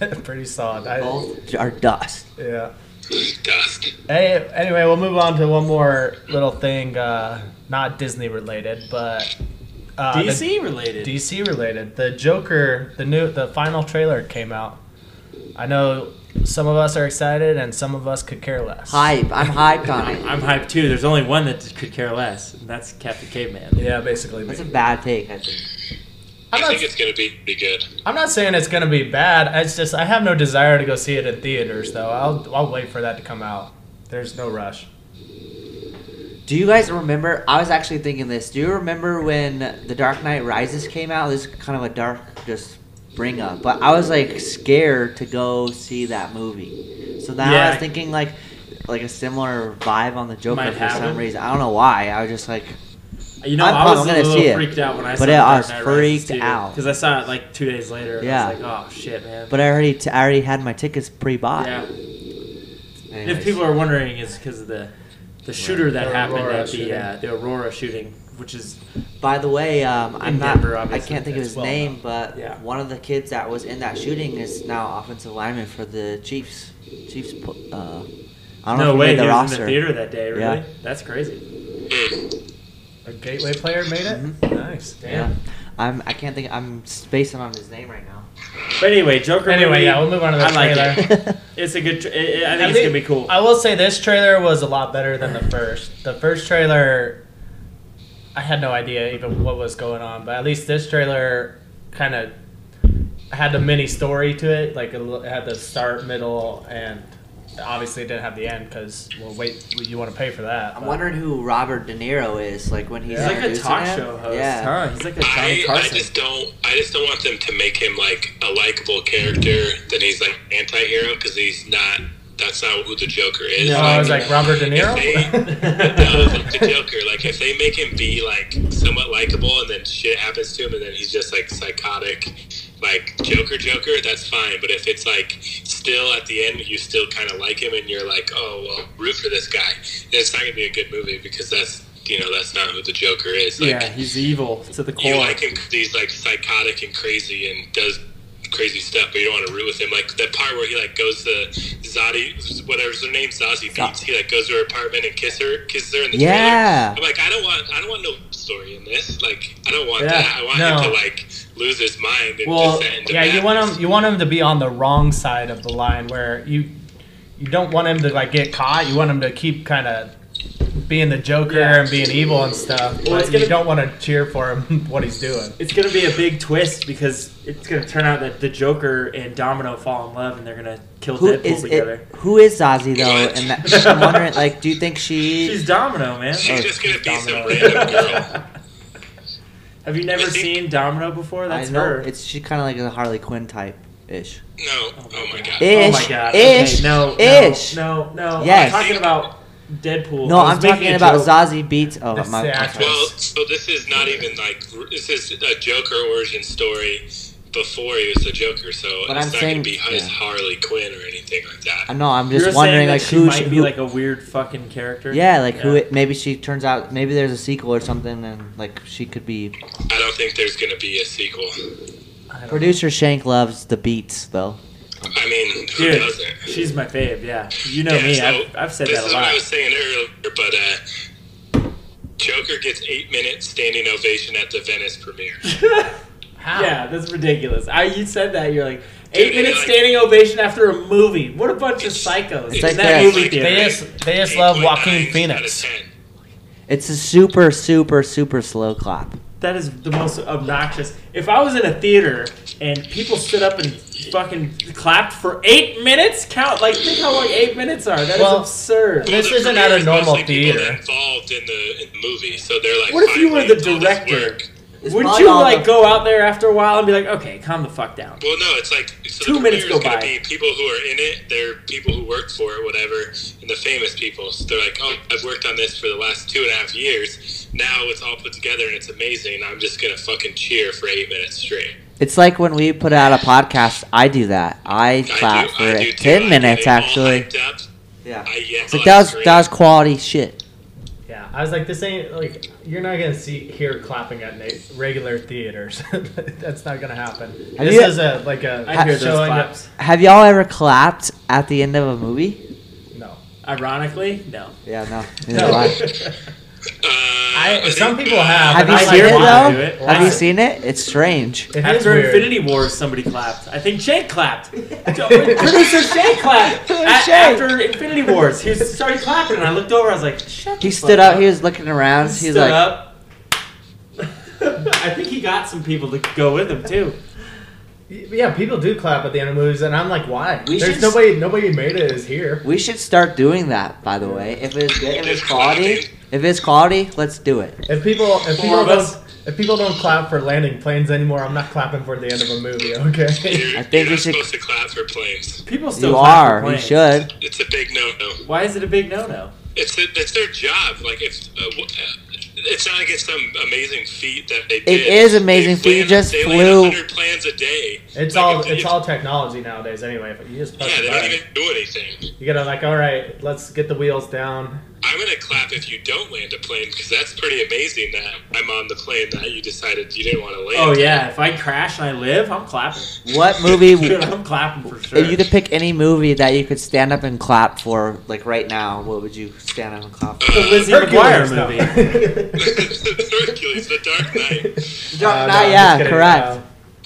[SPEAKER 4] Yeah, pretty solid. I,
[SPEAKER 8] Both are dust.
[SPEAKER 4] yeah.
[SPEAKER 3] Dust.
[SPEAKER 4] Any- Anyway, we'll move on to one more little thing, uh, not Disney related, but uh, the-
[SPEAKER 5] DC related.
[SPEAKER 4] DC related. The Joker, the new, the final trailer came out. I know some of us are excited, and some of us could care less.
[SPEAKER 8] Hype. I'm hyped on it.
[SPEAKER 5] I'm hyped too. There's only one that could care less, and that's Captain Caveman.
[SPEAKER 4] Yeah, basically.
[SPEAKER 8] That's a bad take, I think.
[SPEAKER 4] I'm
[SPEAKER 3] I
[SPEAKER 4] not,
[SPEAKER 3] think it's gonna be pretty good.
[SPEAKER 4] I'm not saying it's gonna be bad. It's just I have no desire to go see it in theaters, though. I'll I'll wait for that to come out. There's no rush.
[SPEAKER 8] Do you guys remember? I was actually thinking this. Do you remember when The Dark Knight Rises came out? This is kind of a dark, just bring up. But I was like scared to go see that movie. So now I
[SPEAKER 5] Yeah.
[SPEAKER 8] was thinking like, like a similar vibe on the Joker
[SPEAKER 5] Might
[SPEAKER 8] for some
[SPEAKER 5] happen.
[SPEAKER 8] reason. I don't know why. I was just like,
[SPEAKER 5] You know,
[SPEAKER 8] I'm
[SPEAKER 5] i was
[SPEAKER 8] probably
[SPEAKER 5] a
[SPEAKER 8] gonna
[SPEAKER 5] little
[SPEAKER 8] see it,
[SPEAKER 5] freaked out when I
[SPEAKER 8] but
[SPEAKER 5] saw
[SPEAKER 8] it-
[SPEAKER 5] it.
[SPEAKER 8] I was freaked out.
[SPEAKER 5] because I saw it like two days later. And
[SPEAKER 8] Yeah.
[SPEAKER 5] I was like, oh shit, man.
[SPEAKER 8] but I already, t- I already had my tickets pre-bought.
[SPEAKER 5] yeah. And
[SPEAKER 8] Anyways.
[SPEAKER 5] if people are wondering, it's because of the the shooter that
[SPEAKER 4] The
[SPEAKER 5] happened
[SPEAKER 4] Aurora
[SPEAKER 5] at the
[SPEAKER 4] shooting.
[SPEAKER 5] uh, the Aurora shooting, which is
[SPEAKER 8] By the way, um, I'm
[SPEAKER 5] In
[SPEAKER 8] not.
[SPEAKER 5] Denver,
[SPEAKER 8] I
[SPEAKER 5] obviously,
[SPEAKER 8] can't think of
[SPEAKER 4] it's
[SPEAKER 8] his
[SPEAKER 4] well
[SPEAKER 8] name, but
[SPEAKER 5] Yeah.
[SPEAKER 8] one of the kids that was in that shooting is now offensive lineman for the Chiefs. Chiefs. pl- Uh, I don't know
[SPEAKER 5] no
[SPEAKER 8] if he
[SPEAKER 5] way
[SPEAKER 8] made
[SPEAKER 5] he
[SPEAKER 8] the
[SPEAKER 5] was in
[SPEAKER 8] roster.
[SPEAKER 5] the theater that day. Really,
[SPEAKER 8] Yeah.
[SPEAKER 5] that's crazy.
[SPEAKER 4] A gateway player made it. Nice. Damn.
[SPEAKER 8] Mm-hmm. yeah, I'm. I can't think. I'm spacing on his name right now.
[SPEAKER 5] But anyway, Joker.
[SPEAKER 4] Anyway,
[SPEAKER 5] movie,
[SPEAKER 4] yeah, we'll move on to the
[SPEAKER 5] I like
[SPEAKER 4] trailer.
[SPEAKER 5] it. It's a good. Tra- i I- I think
[SPEAKER 4] At
[SPEAKER 5] it's gonna
[SPEAKER 4] lea-
[SPEAKER 5] be cool.
[SPEAKER 4] I will say this trailer was a lot better than the first. The first trailer, I had no idea even what was going on, but at least this trailer kind of had a mini story to it. Like it l- it had the start, middle, and obviously it didn't have the end because well, wait, you want to pay for that.
[SPEAKER 8] I'm
[SPEAKER 4] but-
[SPEAKER 8] wondering who Robert De Niro is. Like when he's
[SPEAKER 5] He's like a
[SPEAKER 8] introducing
[SPEAKER 5] talk
[SPEAKER 8] him.
[SPEAKER 5] show host.
[SPEAKER 8] Yeah.
[SPEAKER 5] Huh? He's like a Johnny
[SPEAKER 3] I, I
[SPEAKER 5] Carson.
[SPEAKER 3] just don't. I just don't want them to make him like a likable character. Then he's like anti-hero because he's not. That's not who the Joker is.
[SPEAKER 4] Oh, I was like Robert De
[SPEAKER 3] if
[SPEAKER 4] Niro.
[SPEAKER 3] they- no, like the Joker. Like if they make him be like somewhat likable, and then shit happens to him, and then he's just like psychotic, like Joker, Joker. That's fine. But if it's like still at the end, you still kind of like him, and you're like, oh well, root for this guy. then it's not gonna be a good movie because that's you know that's not who the Joker is. Like,
[SPEAKER 5] yeah, he's evil to the core.
[SPEAKER 3] you like him 'cause he's like psychotic and crazy and does crazy stuff, but you don't want to root with him. Like that part where he like goes to Zadi, whatever's her name, Zazie Beats. He like goes to her apartment and kiss her, kisses her in the trailer.
[SPEAKER 8] Yeah.
[SPEAKER 3] I'm like, I don't want, I don't want no story in this. Like, I don't want
[SPEAKER 5] Yeah,
[SPEAKER 3] that. I want
[SPEAKER 4] no.
[SPEAKER 3] him to like lose his mind and
[SPEAKER 5] Well,
[SPEAKER 3] just end
[SPEAKER 4] yeah,
[SPEAKER 3] up
[SPEAKER 4] you
[SPEAKER 3] that.
[SPEAKER 4] want him. You want him to be on the wrong side of the line where you you don't want him to like get caught. You want him to keep kind of being the Joker
[SPEAKER 5] Yeah.
[SPEAKER 4] and being evil and stuff.
[SPEAKER 5] Well,
[SPEAKER 4] but
[SPEAKER 5] it's gonna-
[SPEAKER 4] you don't want to cheer for him what he's doing.
[SPEAKER 5] it's gonna be a big twist because it's gonna turn out that the Joker and Domino fall in love and they're gonna kill
[SPEAKER 8] Who
[SPEAKER 5] Deadpool
[SPEAKER 8] is
[SPEAKER 5] together.
[SPEAKER 8] it? Who is Zazie though? And that, I'm wondering. Like, do you think she?
[SPEAKER 5] She's Domino, man.
[SPEAKER 3] She's just gonna be some
[SPEAKER 8] Domino.
[SPEAKER 4] Oh,
[SPEAKER 3] random girl.
[SPEAKER 5] Have you never
[SPEAKER 3] I think-
[SPEAKER 5] seen Domino before? That's
[SPEAKER 8] I know
[SPEAKER 5] her.
[SPEAKER 8] it's she kind of like a Harley Quinn type ish.
[SPEAKER 3] No, oh my god.
[SPEAKER 8] Ish.
[SPEAKER 5] oh my god.
[SPEAKER 8] Ish.
[SPEAKER 5] Okay, no.
[SPEAKER 8] Ish.
[SPEAKER 5] No. No. no.
[SPEAKER 8] Yes.
[SPEAKER 5] I'm talking about Deadpool.
[SPEAKER 8] No,
[SPEAKER 5] I was
[SPEAKER 8] I'm
[SPEAKER 5] making
[SPEAKER 8] talking
[SPEAKER 5] a
[SPEAKER 8] about
[SPEAKER 5] joke.
[SPEAKER 8] Zazie Beats. Oh,
[SPEAKER 4] This
[SPEAKER 8] my, my
[SPEAKER 4] actress.
[SPEAKER 8] sorry.
[SPEAKER 3] Well, so this is not even like this is a Joker origin story before he was the Joker, so
[SPEAKER 8] But
[SPEAKER 3] it's
[SPEAKER 8] I'm
[SPEAKER 3] not
[SPEAKER 8] saying-
[SPEAKER 3] gonna be his
[SPEAKER 8] yeah.
[SPEAKER 3] Harley Quinn or anything like that.
[SPEAKER 8] I know. I'm
[SPEAKER 5] You're
[SPEAKER 8] just
[SPEAKER 5] saying
[SPEAKER 8] wondering,
[SPEAKER 5] that
[SPEAKER 8] like,
[SPEAKER 5] she
[SPEAKER 8] who
[SPEAKER 5] might
[SPEAKER 8] should
[SPEAKER 5] be
[SPEAKER 8] who-
[SPEAKER 5] like a weird fucking character.
[SPEAKER 8] Yeah, like who?
[SPEAKER 5] Yeah.
[SPEAKER 8] It, maybe she turns out. Maybe there's a sequel or something, and like she could be.
[SPEAKER 3] I don't think there's gonna be a sequel.
[SPEAKER 8] Producer Shank loves the beats, though.
[SPEAKER 3] I mean, who
[SPEAKER 5] Dude,
[SPEAKER 3] doesn't?
[SPEAKER 5] she's my fave. Yeah, you know
[SPEAKER 3] Yeah,
[SPEAKER 5] me.
[SPEAKER 3] so
[SPEAKER 5] I've, I've said
[SPEAKER 3] this
[SPEAKER 5] that
[SPEAKER 3] is
[SPEAKER 5] a
[SPEAKER 3] what I
[SPEAKER 5] lot.
[SPEAKER 3] was saying earlier, but uh, Joker gets eight minute standing ovation at the Venice premiere.
[SPEAKER 5] Yeah, that's ridiculous. I you said that you're like eight
[SPEAKER 3] Dude,
[SPEAKER 5] minutes
[SPEAKER 3] like-
[SPEAKER 5] standing ovation after a movie. What a bunch of psychos
[SPEAKER 8] like
[SPEAKER 5] in
[SPEAKER 8] that.
[SPEAKER 5] that movie
[SPEAKER 4] They
[SPEAKER 5] theater.
[SPEAKER 4] just they just love
[SPEAKER 3] 8.9
[SPEAKER 4] Joaquin
[SPEAKER 3] out of
[SPEAKER 4] Phoenix.
[SPEAKER 3] 10.
[SPEAKER 8] It's a super, super, super slow clap.
[SPEAKER 5] That is the most obnoxious. If I was in a theater and people stood up and fucking clapped for eight minutes, count like think how long eight minutes are. That is
[SPEAKER 4] Well,
[SPEAKER 5] absurd.
[SPEAKER 4] This
[SPEAKER 3] the
[SPEAKER 4] isn't at
[SPEAKER 3] premiere
[SPEAKER 4] a
[SPEAKER 3] is
[SPEAKER 4] normal
[SPEAKER 3] mostly people
[SPEAKER 4] theater.
[SPEAKER 3] Involved in the, in the movie, so they're like.
[SPEAKER 5] What if you were
[SPEAKER 3] finally
[SPEAKER 5] the
[SPEAKER 3] all this
[SPEAKER 5] director?
[SPEAKER 3] work.
[SPEAKER 5] Wouldn't
[SPEAKER 8] probably
[SPEAKER 5] you
[SPEAKER 8] all
[SPEAKER 5] like
[SPEAKER 8] the-
[SPEAKER 5] go out there after a while and be like, okay, calm the fuck down?
[SPEAKER 3] Well, no, it's like so
[SPEAKER 5] Two
[SPEAKER 3] the
[SPEAKER 5] minutes
[SPEAKER 3] premiere's
[SPEAKER 5] go
[SPEAKER 3] gonna
[SPEAKER 5] by.
[SPEAKER 3] Be people who are in it, they're people who work for it, whatever, and the famous people. So they're like, oh, I've worked on this for the last two and a half years. Now it's all put together and it's amazing. I'm just gonna fucking cheer for eight minutes straight.
[SPEAKER 8] It's like when we put out a podcast. I do that. I
[SPEAKER 3] I
[SPEAKER 8] clap
[SPEAKER 3] do-
[SPEAKER 8] for
[SPEAKER 3] I do
[SPEAKER 8] it.
[SPEAKER 3] too. I
[SPEAKER 8] ten
[SPEAKER 3] get
[SPEAKER 8] minutes,
[SPEAKER 3] it all
[SPEAKER 8] actually.
[SPEAKER 3] hyped up.
[SPEAKER 8] Yeah.
[SPEAKER 3] I yell
[SPEAKER 8] It's like
[SPEAKER 3] and
[SPEAKER 8] that was
[SPEAKER 3] scream.
[SPEAKER 8] that was quality shit.
[SPEAKER 4] Yeah, I was like, this ain't like you're not gonna see here clapping at na- regular theaters. That's not gonna happen.
[SPEAKER 8] Have
[SPEAKER 4] this
[SPEAKER 8] you-
[SPEAKER 4] is a like a
[SPEAKER 5] I hear those
[SPEAKER 4] showing of-
[SPEAKER 5] claps.
[SPEAKER 8] Have y'all ever clapped at the end of a movie?
[SPEAKER 4] No,
[SPEAKER 5] Ironically, no.
[SPEAKER 8] Yeah, no.
[SPEAKER 4] No.
[SPEAKER 3] Uh,
[SPEAKER 4] I,
[SPEAKER 3] think,
[SPEAKER 4] some people
[SPEAKER 3] uh,
[SPEAKER 4] have.
[SPEAKER 8] Have
[SPEAKER 4] and
[SPEAKER 8] you
[SPEAKER 4] I
[SPEAKER 8] seen
[SPEAKER 4] like
[SPEAKER 8] it
[SPEAKER 5] wanna do
[SPEAKER 8] though?
[SPEAKER 5] it.
[SPEAKER 8] Have
[SPEAKER 5] Why?
[SPEAKER 8] you seen it? It's strange.
[SPEAKER 4] It is
[SPEAKER 5] After
[SPEAKER 4] weird.
[SPEAKER 5] Infinity War, somebody clapped. I think Shane clapped. Producer Shane clapped. A-
[SPEAKER 8] Shane.
[SPEAKER 5] After Infinity Wars, he was- started clapping, and I looked over. I was like, "Shut."
[SPEAKER 8] He
[SPEAKER 5] the fuck
[SPEAKER 8] stood up.
[SPEAKER 5] up.
[SPEAKER 8] He was looking around.
[SPEAKER 5] He
[SPEAKER 8] He's
[SPEAKER 5] stood
[SPEAKER 8] like,
[SPEAKER 5] up. I think he got some people to go with him too.
[SPEAKER 4] Yeah, people do clap at the end of movies, and I'm like, why?
[SPEAKER 8] We
[SPEAKER 4] There's
[SPEAKER 8] should-
[SPEAKER 4] nobody. Nobody made it is here.
[SPEAKER 8] "We should start doing that." By the way, if it's good, if it's quality, if it's quality, let's do it.
[SPEAKER 4] If people, if
[SPEAKER 5] Four
[SPEAKER 4] people
[SPEAKER 5] of
[SPEAKER 4] don't,
[SPEAKER 5] us.
[SPEAKER 4] if people don't clap for landing planes anymore, I'm not clapping for the end of a movie. Okay.
[SPEAKER 3] You're,
[SPEAKER 8] I think
[SPEAKER 3] you're
[SPEAKER 8] we
[SPEAKER 3] not
[SPEAKER 8] should-
[SPEAKER 3] supposed to clap for planes.
[SPEAKER 5] People still.
[SPEAKER 8] You
[SPEAKER 5] clap for
[SPEAKER 8] are. You
[SPEAKER 5] planes.
[SPEAKER 8] should.
[SPEAKER 3] It's a big no-no.
[SPEAKER 5] Why is it a big no-no?
[SPEAKER 3] It's the, it's their job. Like if uh, w- uh, it's not like it's some amazing feat that they did.
[SPEAKER 8] It is amazing
[SPEAKER 3] They
[SPEAKER 8] feat. You
[SPEAKER 3] plan-
[SPEAKER 8] just
[SPEAKER 3] they
[SPEAKER 8] flew-
[SPEAKER 3] Hundred plans a day.
[SPEAKER 4] It's
[SPEAKER 3] Like,
[SPEAKER 4] all
[SPEAKER 3] if they
[SPEAKER 4] it's
[SPEAKER 3] just-
[SPEAKER 4] all technology nowadays anyway. If you just press
[SPEAKER 3] Yeah,
[SPEAKER 4] the
[SPEAKER 3] they don't
[SPEAKER 4] button,
[SPEAKER 3] even do anything.
[SPEAKER 4] you gotta like, all right, let's get the wheels down.
[SPEAKER 3] I'm gonna clap if you don't land a plane because that's pretty amazing that I'm on the plane that you decided you didn't want to land.
[SPEAKER 5] Oh yeah, if I crash and I live, I'm clapping.
[SPEAKER 8] What movie?
[SPEAKER 5] Dude, I'm clapping for sure.
[SPEAKER 8] If you could pick any movie that you could stand up and clap for, like right now, what would you stand up and clap for?
[SPEAKER 5] the
[SPEAKER 4] Oh,
[SPEAKER 3] Uh,
[SPEAKER 5] Lizzie McGuire
[SPEAKER 4] movie.
[SPEAKER 5] movie.
[SPEAKER 3] Hercules, The Dark Knight,
[SPEAKER 4] Uh,
[SPEAKER 8] Dark Knight, yeah, correct.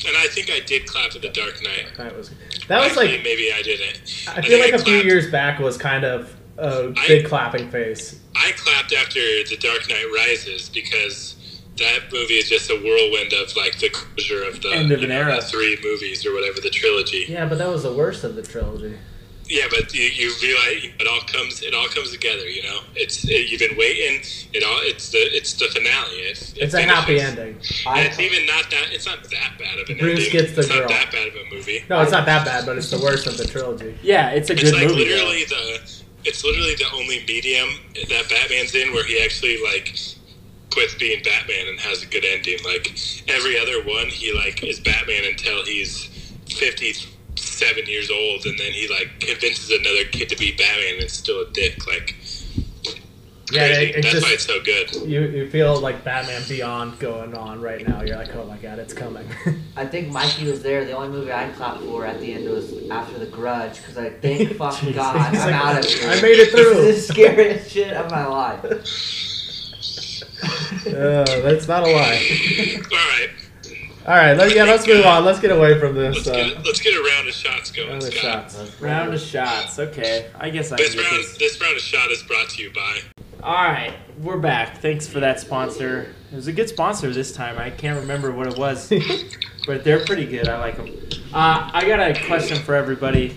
[SPEAKER 3] and I think I did clap at The Dark Knight.
[SPEAKER 4] that was that was
[SPEAKER 3] Actually,
[SPEAKER 4] like
[SPEAKER 3] maybe I didn't.
[SPEAKER 4] I feel
[SPEAKER 3] think
[SPEAKER 4] like a few
[SPEAKER 3] clapped-
[SPEAKER 4] years back was kind of a
[SPEAKER 3] I-
[SPEAKER 4] big clapping phase.
[SPEAKER 3] I clapped after The Dark Knight Rises because that movie is just a whirlwind of like the closure of the
[SPEAKER 5] End of an
[SPEAKER 3] you know,
[SPEAKER 5] era.
[SPEAKER 3] the three movies or whatever the trilogy.
[SPEAKER 4] Yeah, but that was the worst of the trilogy.
[SPEAKER 3] Yeah, but you, you realize it all comes it all comes together. You know, it's it, you've been waiting. It all it's the it's the finale. It's
[SPEAKER 4] It's a happy ending.
[SPEAKER 3] And it's even not that it's not that bad of an
[SPEAKER 4] Bruce
[SPEAKER 3] ending.
[SPEAKER 4] gets the
[SPEAKER 3] it's
[SPEAKER 4] girl.
[SPEAKER 3] not that bad of a movie.
[SPEAKER 4] No, it's not that bad, but it's the worst of the trilogy.
[SPEAKER 5] Yeah, it's a
[SPEAKER 3] It's
[SPEAKER 5] good
[SPEAKER 3] like
[SPEAKER 5] movie. though.
[SPEAKER 3] literally the it's literally the only medium that Batman's in where he actually like quits being Batman and has a good ending. Like every other one, he like is Batman until he's fifty seven years old, and then he like convinces another kid to be Batman and it's still a dick. Like
[SPEAKER 4] Yeah, it-
[SPEAKER 3] crazy.
[SPEAKER 4] it
[SPEAKER 3] that's
[SPEAKER 4] just-
[SPEAKER 3] why it's so good.
[SPEAKER 4] You you feel like Batman Beyond going on right now. You're like, oh my god, it's coming.
[SPEAKER 8] I think Mikey was there. The only movie I clapped for at the end was After the Grudge because I thank fucking God I'm
[SPEAKER 4] He's like,
[SPEAKER 8] out of here.
[SPEAKER 4] I made it
[SPEAKER 8] This
[SPEAKER 4] through.
[SPEAKER 8] is the scariest shit of my life.
[SPEAKER 4] Uh, that's not a lie.
[SPEAKER 3] All right,
[SPEAKER 4] All right, let, yeah, let's move on. Let's get away from this.
[SPEAKER 3] let's
[SPEAKER 4] Uh,
[SPEAKER 3] get let's get a round of shots going,
[SPEAKER 4] other
[SPEAKER 3] Scott.
[SPEAKER 4] shots.
[SPEAKER 5] Round of shots. Okay, I guess I can
[SPEAKER 3] This
[SPEAKER 5] get
[SPEAKER 3] round,
[SPEAKER 5] this.
[SPEAKER 3] this round of shot is brought to you by.
[SPEAKER 5] All right, we're back. Thanks for that sponsor. It was a good sponsor this time. I can't remember what it was, but they're pretty good. I like them. Uh, I got a question for everybody.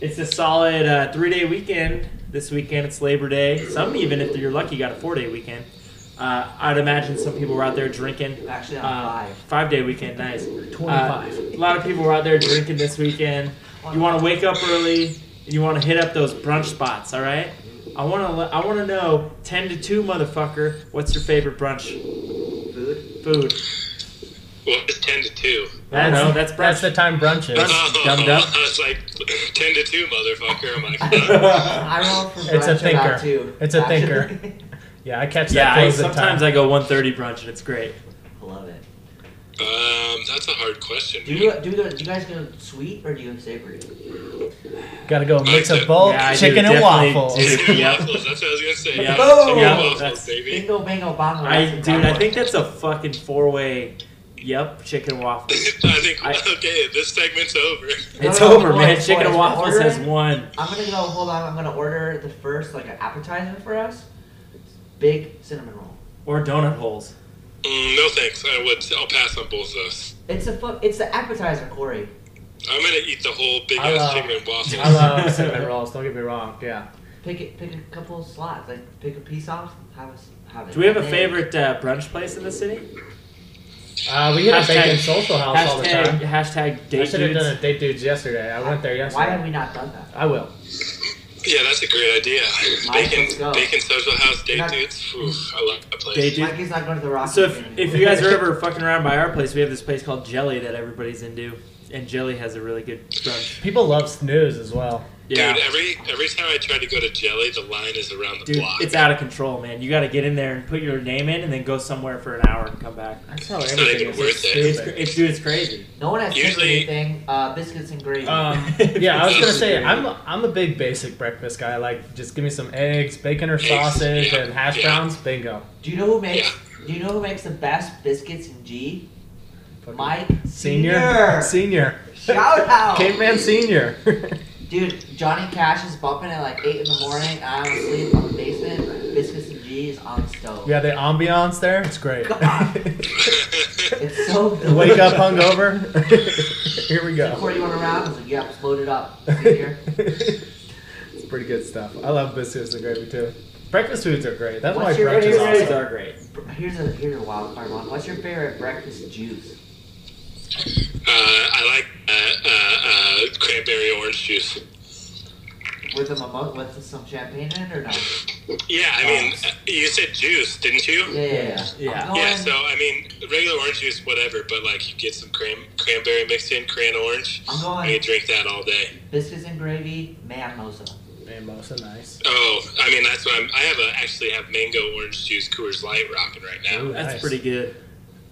[SPEAKER 5] It's a solid uh, three-day weekend. This weekend it's Labor Day. Some even, if you're lucky, got a four-day weekend. Uh, I'd imagine some people were out there drinking.
[SPEAKER 8] Actually, I'm
[SPEAKER 5] Uh,
[SPEAKER 8] five.
[SPEAKER 5] five day weekend, nice.
[SPEAKER 4] 25.
[SPEAKER 5] Uh, a lot of people were out there drinking this weekend. You want to wake up early, You want to hit up those brunch spots, all right? I want to. I want to know ten to two, motherfucker. What's your favorite brunch
[SPEAKER 9] Food?
[SPEAKER 5] food?
[SPEAKER 3] Well, it's 10 to 2.
[SPEAKER 5] I know. That's
[SPEAKER 4] That's
[SPEAKER 5] brunch.
[SPEAKER 4] the time brunch is.
[SPEAKER 3] Oh,
[SPEAKER 5] dumb duck.
[SPEAKER 3] I was like, 10 to 2, motherfucker. I'm like, fuck.
[SPEAKER 9] I roll for
[SPEAKER 4] It's a
[SPEAKER 9] brunch about
[SPEAKER 4] thinker.
[SPEAKER 9] two.
[SPEAKER 4] It's a
[SPEAKER 9] Actually.
[SPEAKER 4] thinker. Yeah, I catch that
[SPEAKER 5] yeah. I,
[SPEAKER 4] close at
[SPEAKER 5] sometimes
[SPEAKER 4] time.
[SPEAKER 5] I go 1:30 brunch and it's great.
[SPEAKER 9] I love it.
[SPEAKER 3] um, that's a hard question.
[SPEAKER 8] Do
[SPEAKER 3] man.
[SPEAKER 8] you, do, you, do you guys go sweet or do you go savory?
[SPEAKER 4] Gotta go mix of
[SPEAKER 3] Yeah,
[SPEAKER 4] both
[SPEAKER 5] I do,
[SPEAKER 4] chicken and
[SPEAKER 5] definitely
[SPEAKER 4] waffles.
[SPEAKER 5] do.
[SPEAKER 3] Chicken and
[SPEAKER 5] Yep.
[SPEAKER 3] waffles. That's what I was gonna say.
[SPEAKER 5] Yep.
[SPEAKER 3] Yeah, chicken
[SPEAKER 5] Yep.
[SPEAKER 3] and waffles,
[SPEAKER 5] That's-
[SPEAKER 3] baby.
[SPEAKER 8] Bingo, bango, bongo.
[SPEAKER 5] I
[SPEAKER 8] Oh, that's
[SPEAKER 5] dude, I
[SPEAKER 8] exactly
[SPEAKER 5] think that's a fucking four way. Yep, chicken waffle.
[SPEAKER 3] I think
[SPEAKER 5] I-
[SPEAKER 3] okay, this segment's over.
[SPEAKER 8] No,
[SPEAKER 5] It's
[SPEAKER 8] no,
[SPEAKER 5] over,
[SPEAKER 8] boys,
[SPEAKER 5] man. Chicken and
[SPEAKER 8] boys,
[SPEAKER 5] waffle
[SPEAKER 8] order
[SPEAKER 5] says
[SPEAKER 8] it.
[SPEAKER 5] one.
[SPEAKER 8] I'm gonna go. Hold on. I'm gonna order the first like an appetizer for us. Big cinnamon roll.
[SPEAKER 5] Or donut holes.
[SPEAKER 3] Mm, no thanks. I would. I'll pass on both of those.
[SPEAKER 8] It's a fu- It's the appetizer, Corey.
[SPEAKER 3] I'm gonna eat the whole big
[SPEAKER 4] I
[SPEAKER 3] ass
[SPEAKER 4] love-
[SPEAKER 3] chicken and waffles.
[SPEAKER 4] I love cinnamon rolls. Don't get me wrong. Yeah.
[SPEAKER 8] Pick it. Pick a couple slots. Like pick a piece off. Have us. Have it.
[SPEAKER 5] Do we have a
[SPEAKER 8] And then-
[SPEAKER 5] favorite uh, brunch place in the city?
[SPEAKER 4] Uh, we had a
[SPEAKER 5] Hashtag-
[SPEAKER 4] bacon social house all the
[SPEAKER 5] Hashtag
[SPEAKER 4] time.
[SPEAKER 5] hashtag
[SPEAKER 4] I
[SPEAKER 5] date
[SPEAKER 4] should have
[SPEAKER 5] dudes.
[SPEAKER 4] done a date dudes yesterday. I went there
[SPEAKER 8] Why have
[SPEAKER 4] yesterday.
[SPEAKER 8] we not done that?
[SPEAKER 4] I will.
[SPEAKER 3] yeah, that's a great idea.
[SPEAKER 8] Mike, let's
[SPEAKER 3] Bacon,
[SPEAKER 8] go.
[SPEAKER 3] bacon social house date
[SPEAKER 8] Not-
[SPEAKER 3] dudes. Phew, I love that place.
[SPEAKER 5] Date dude.
[SPEAKER 8] Mikey's not going to the rock.
[SPEAKER 5] So if, if you guys are ever fucking around by our place, we have this place called Jelly that everybody's into, and Jelly has a really good brunch.
[SPEAKER 4] People love snooze as well.
[SPEAKER 5] Yeah,
[SPEAKER 3] Dude, every every time I try to go to Jelly, the line is around the
[SPEAKER 5] dude,
[SPEAKER 3] block.
[SPEAKER 5] it's out of control, man. You got to get in there and put your name in, and then go somewhere for an hour and come back.
[SPEAKER 4] That's how
[SPEAKER 3] not
[SPEAKER 4] everything
[SPEAKER 3] even
[SPEAKER 4] is.
[SPEAKER 3] worth
[SPEAKER 4] It's
[SPEAKER 3] it.
[SPEAKER 5] It's,
[SPEAKER 4] stupid.
[SPEAKER 5] cr- it's dude, it's crazy.
[SPEAKER 8] no one has said
[SPEAKER 3] Usually-
[SPEAKER 8] anything. Uh, biscuits and gravy.
[SPEAKER 4] Um, yeah, I was gonna say I'm I'm a big basic breakfast guy. Like, just give me some eggs, bacon or sausage,
[SPEAKER 3] yeah,
[SPEAKER 4] and hash
[SPEAKER 3] yeah.
[SPEAKER 4] browns. Bingo.
[SPEAKER 8] do you know who makes? Do you know who makes the best biscuits in G?
[SPEAKER 4] Fucking
[SPEAKER 8] Mike
[SPEAKER 4] Senior. Senior.
[SPEAKER 8] Shout out.
[SPEAKER 4] Caveman senior.
[SPEAKER 8] Dude, Johnny Cash is bumping at like 8 in the morning. I'm asleep on the basement. Biscuits and G is on the stove.
[SPEAKER 4] yeah, the ambiance there. It's great.
[SPEAKER 8] God. It's so
[SPEAKER 4] Wake up hungover. Here we go.
[SPEAKER 8] Before you went around, I was like, yeah, just load it up. Senior.
[SPEAKER 4] it's pretty good stuff. I love biscuits and gravy too. Breakfast foods are great. That's why
[SPEAKER 8] What's your
[SPEAKER 4] brunch is
[SPEAKER 8] favorite-
[SPEAKER 4] awesome.
[SPEAKER 5] are great.
[SPEAKER 8] Here's a here's a wild card one. What's your favorite breakfast juice?
[SPEAKER 3] uh, I like uh, uh, uh, cranberry orange juice.
[SPEAKER 8] With a mimo- with some champagne in it or no?
[SPEAKER 3] Yeah, I mean, uh, you said juice, didn't you?
[SPEAKER 8] Yeah, yeah, yeah.
[SPEAKER 5] Yeah.
[SPEAKER 8] I'm going,
[SPEAKER 3] Yeah, so I mean, regular orange juice, whatever, but like you get some cran- cranberry mixed in, cran orange.
[SPEAKER 8] I'm
[SPEAKER 3] I
[SPEAKER 8] going
[SPEAKER 3] could drink that all day.
[SPEAKER 8] biscuits and gravy, mimosa.
[SPEAKER 4] Man, most are nice.
[SPEAKER 3] Oh, I mean, that's what I'm. I have a, actually have mango orange juice Coors Light rocking right now.
[SPEAKER 4] Ooh,
[SPEAKER 5] That's
[SPEAKER 4] nice.
[SPEAKER 5] pretty good.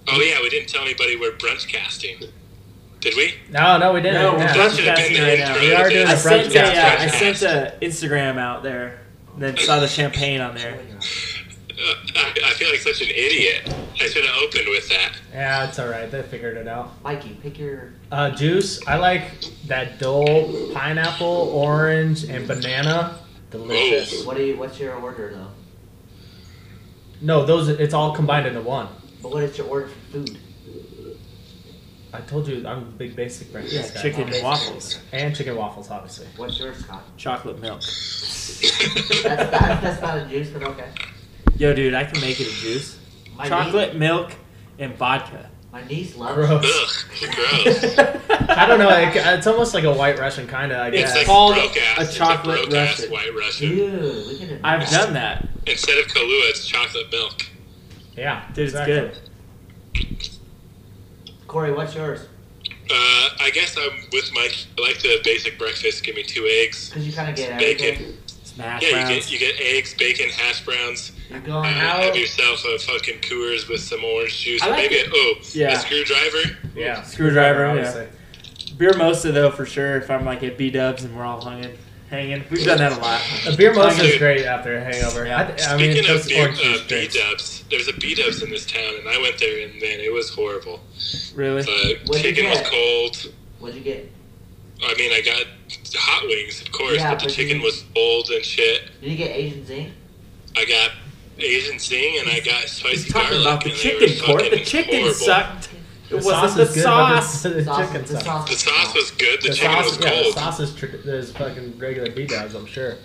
[SPEAKER 3] Oh yeah, we didn't tell anybody we're brunch casting, did we?
[SPEAKER 4] No, no, we didn't.
[SPEAKER 5] No, we're
[SPEAKER 4] Yeah.
[SPEAKER 5] brunch-
[SPEAKER 3] That should have been
[SPEAKER 5] casting
[SPEAKER 3] the
[SPEAKER 5] right
[SPEAKER 3] intro.
[SPEAKER 5] now.
[SPEAKER 4] We are doing
[SPEAKER 5] I
[SPEAKER 4] a brunch
[SPEAKER 5] sent a, uh, I
[SPEAKER 3] brunch
[SPEAKER 5] sent
[SPEAKER 3] cast.
[SPEAKER 5] a Instagram out there, and then saw the champagne on there.
[SPEAKER 3] Uh, I, I feel like such an idiot. I should have opened with that.
[SPEAKER 4] Yeah, it's all right. They figured it out.
[SPEAKER 8] Mikey, pick your
[SPEAKER 4] Uh, juice. I like that dull pineapple, orange, and banana. Delicious.
[SPEAKER 8] what do you what's your order though?
[SPEAKER 4] No, those. It's all combined into one.
[SPEAKER 8] But what is your order for food?
[SPEAKER 4] I told you I'm a big basic breakfast
[SPEAKER 5] Yeah,
[SPEAKER 4] guy.
[SPEAKER 5] chicken and waffles,
[SPEAKER 4] and chicken waffles, obviously.
[SPEAKER 8] What's yours, Scott?
[SPEAKER 5] chocolate milk.
[SPEAKER 8] That's not, that's not a juice, but okay.
[SPEAKER 5] Yo, dude, I can make it a juice.
[SPEAKER 8] My
[SPEAKER 5] Chocolate milk and vodka.
[SPEAKER 8] Niece, my niece loves.
[SPEAKER 4] Gross.
[SPEAKER 3] Ugh, gross.
[SPEAKER 4] I don't know. Like, it's almost like a white Russian kind of. I
[SPEAKER 5] It's
[SPEAKER 4] guess.
[SPEAKER 3] It's like
[SPEAKER 5] called
[SPEAKER 3] broke ass,
[SPEAKER 5] a
[SPEAKER 3] it's
[SPEAKER 5] chocolate
[SPEAKER 3] broke ass
[SPEAKER 5] Russian.
[SPEAKER 3] white Russian.
[SPEAKER 8] Dude, we can.
[SPEAKER 5] I've done that.
[SPEAKER 3] Instead of Kahlua, it's chocolate milk.
[SPEAKER 4] yeah,
[SPEAKER 5] Dude, it's
[SPEAKER 4] exactly.
[SPEAKER 5] good.
[SPEAKER 8] Corey, what's yours?
[SPEAKER 3] Uh, I guess I'm with Mike. I like the basic breakfast. Give me two eggs.
[SPEAKER 8] Because you kind of get everything.
[SPEAKER 3] Bacon.
[SPEAKER 5] Smash
[SPEAKER 3] Yeah, you
[SPEAKER 5] rounds.
[SPEAKER 3] get you get eggs, bacon, hash browns.
[SPEAKER 8] You're
[SPEAKER 3] Uh,
[SPEAKER 8] going out.
[SPEAKER 3] have yourself a fucking Coors with some orange juice.
[SPEAKER 5] I like
[SPEAKER 3] Maybe
[SPEAKER 5] it.
[SPEAKER 3] a, oh,
[SPEAKER 5] Yeah.
[SPEAKER 3] a screwdriver.
[SPEAKER 4] Yeah.
[SPEAKER 5] Screwdriver,
[SPEAKER 4] obviously.
[SPEAKER 5] Beer mosa though for sure. If I'm like at B Dubs and we're all hanging, hanging, we've done that a lot.
[SPEAKER 4] A beer mosa is
[SPEAKER 3] Dude.
[SPEAKER 4] great after a hangover. I, th- I mean,
[SPEAKER 3] Speaking
[SPEAKER 4] it's
[SPEAKER 3] of beer,
[SPEAKER 4] orange juice
[SPEAKER 3] uh, B
[SPEAKER 4] drinks.
[SPEAKER 3] Dubs, there's a B Dubs in this town, and I went there, and man, it was horrible.
[SPEAKER 5] Really?
[SPEAKER 3] The
[SPEAKER 8] What'd you
[SPEAKER 3] chicken was
[SPEAKER 8] get?
[SPEAKER 3] cold.
[SPEAKER 8] What'd you get?
[SPEAKER 3] I mean, I got hot wings, of course,
[SPEAKER 8] Yeah,
[SPEAKER 3] but the
[SPEAKER 8] but
[SPEAKER 3] chicken
[SPEAKER 8] you-
[SPEAKER 3] was old and shit.
[SPEAKER 8] Did you get Asian zing?
[SPEAKER 3] I got Asian zing, and I got spicy
[SPEAKER 5] He's talking
[SPEAKER 3] garlic.
[SPEAKER 5] about the
[SPEAKER 3] and they were
[SPEAKER 5] chicken court. The
[SPEAKER 3] fucking
[SPEAKER 5] chicken
[SPEAKER 3] horrible.
[SPEAKER 5] sucked. It
[SPEAKER 4] sauce is
[SPEAKER 5] wasn't the
[SPEAKER 4] good, but
[SPEAKER 5] sauce.
[SPEAKER 4] The, the
[SPEAKER 8] Sauce-
[SPEAKER 4] chicken
[SPEAKER 8] the
[SPEAKER 4] sucks.
[SPEAKER 8] sauce
[SPEAKER 3] The
[SPEAKER 8] is
[SPEAKER 3] sauce
[SPEAKER 8] good.
[SPEAKER 3] was good. The,
[SPEAKER 4] the
[SPEAKER 3] chicken
[SPEAKER 4] sauce,
[SPEAKER 3] was
[SPEAKER 4] yeah, the
[SPEAKER 3] cold.
[SPEAKER 4] sauce is, tr- is fucking regular B dubs, I'm sure.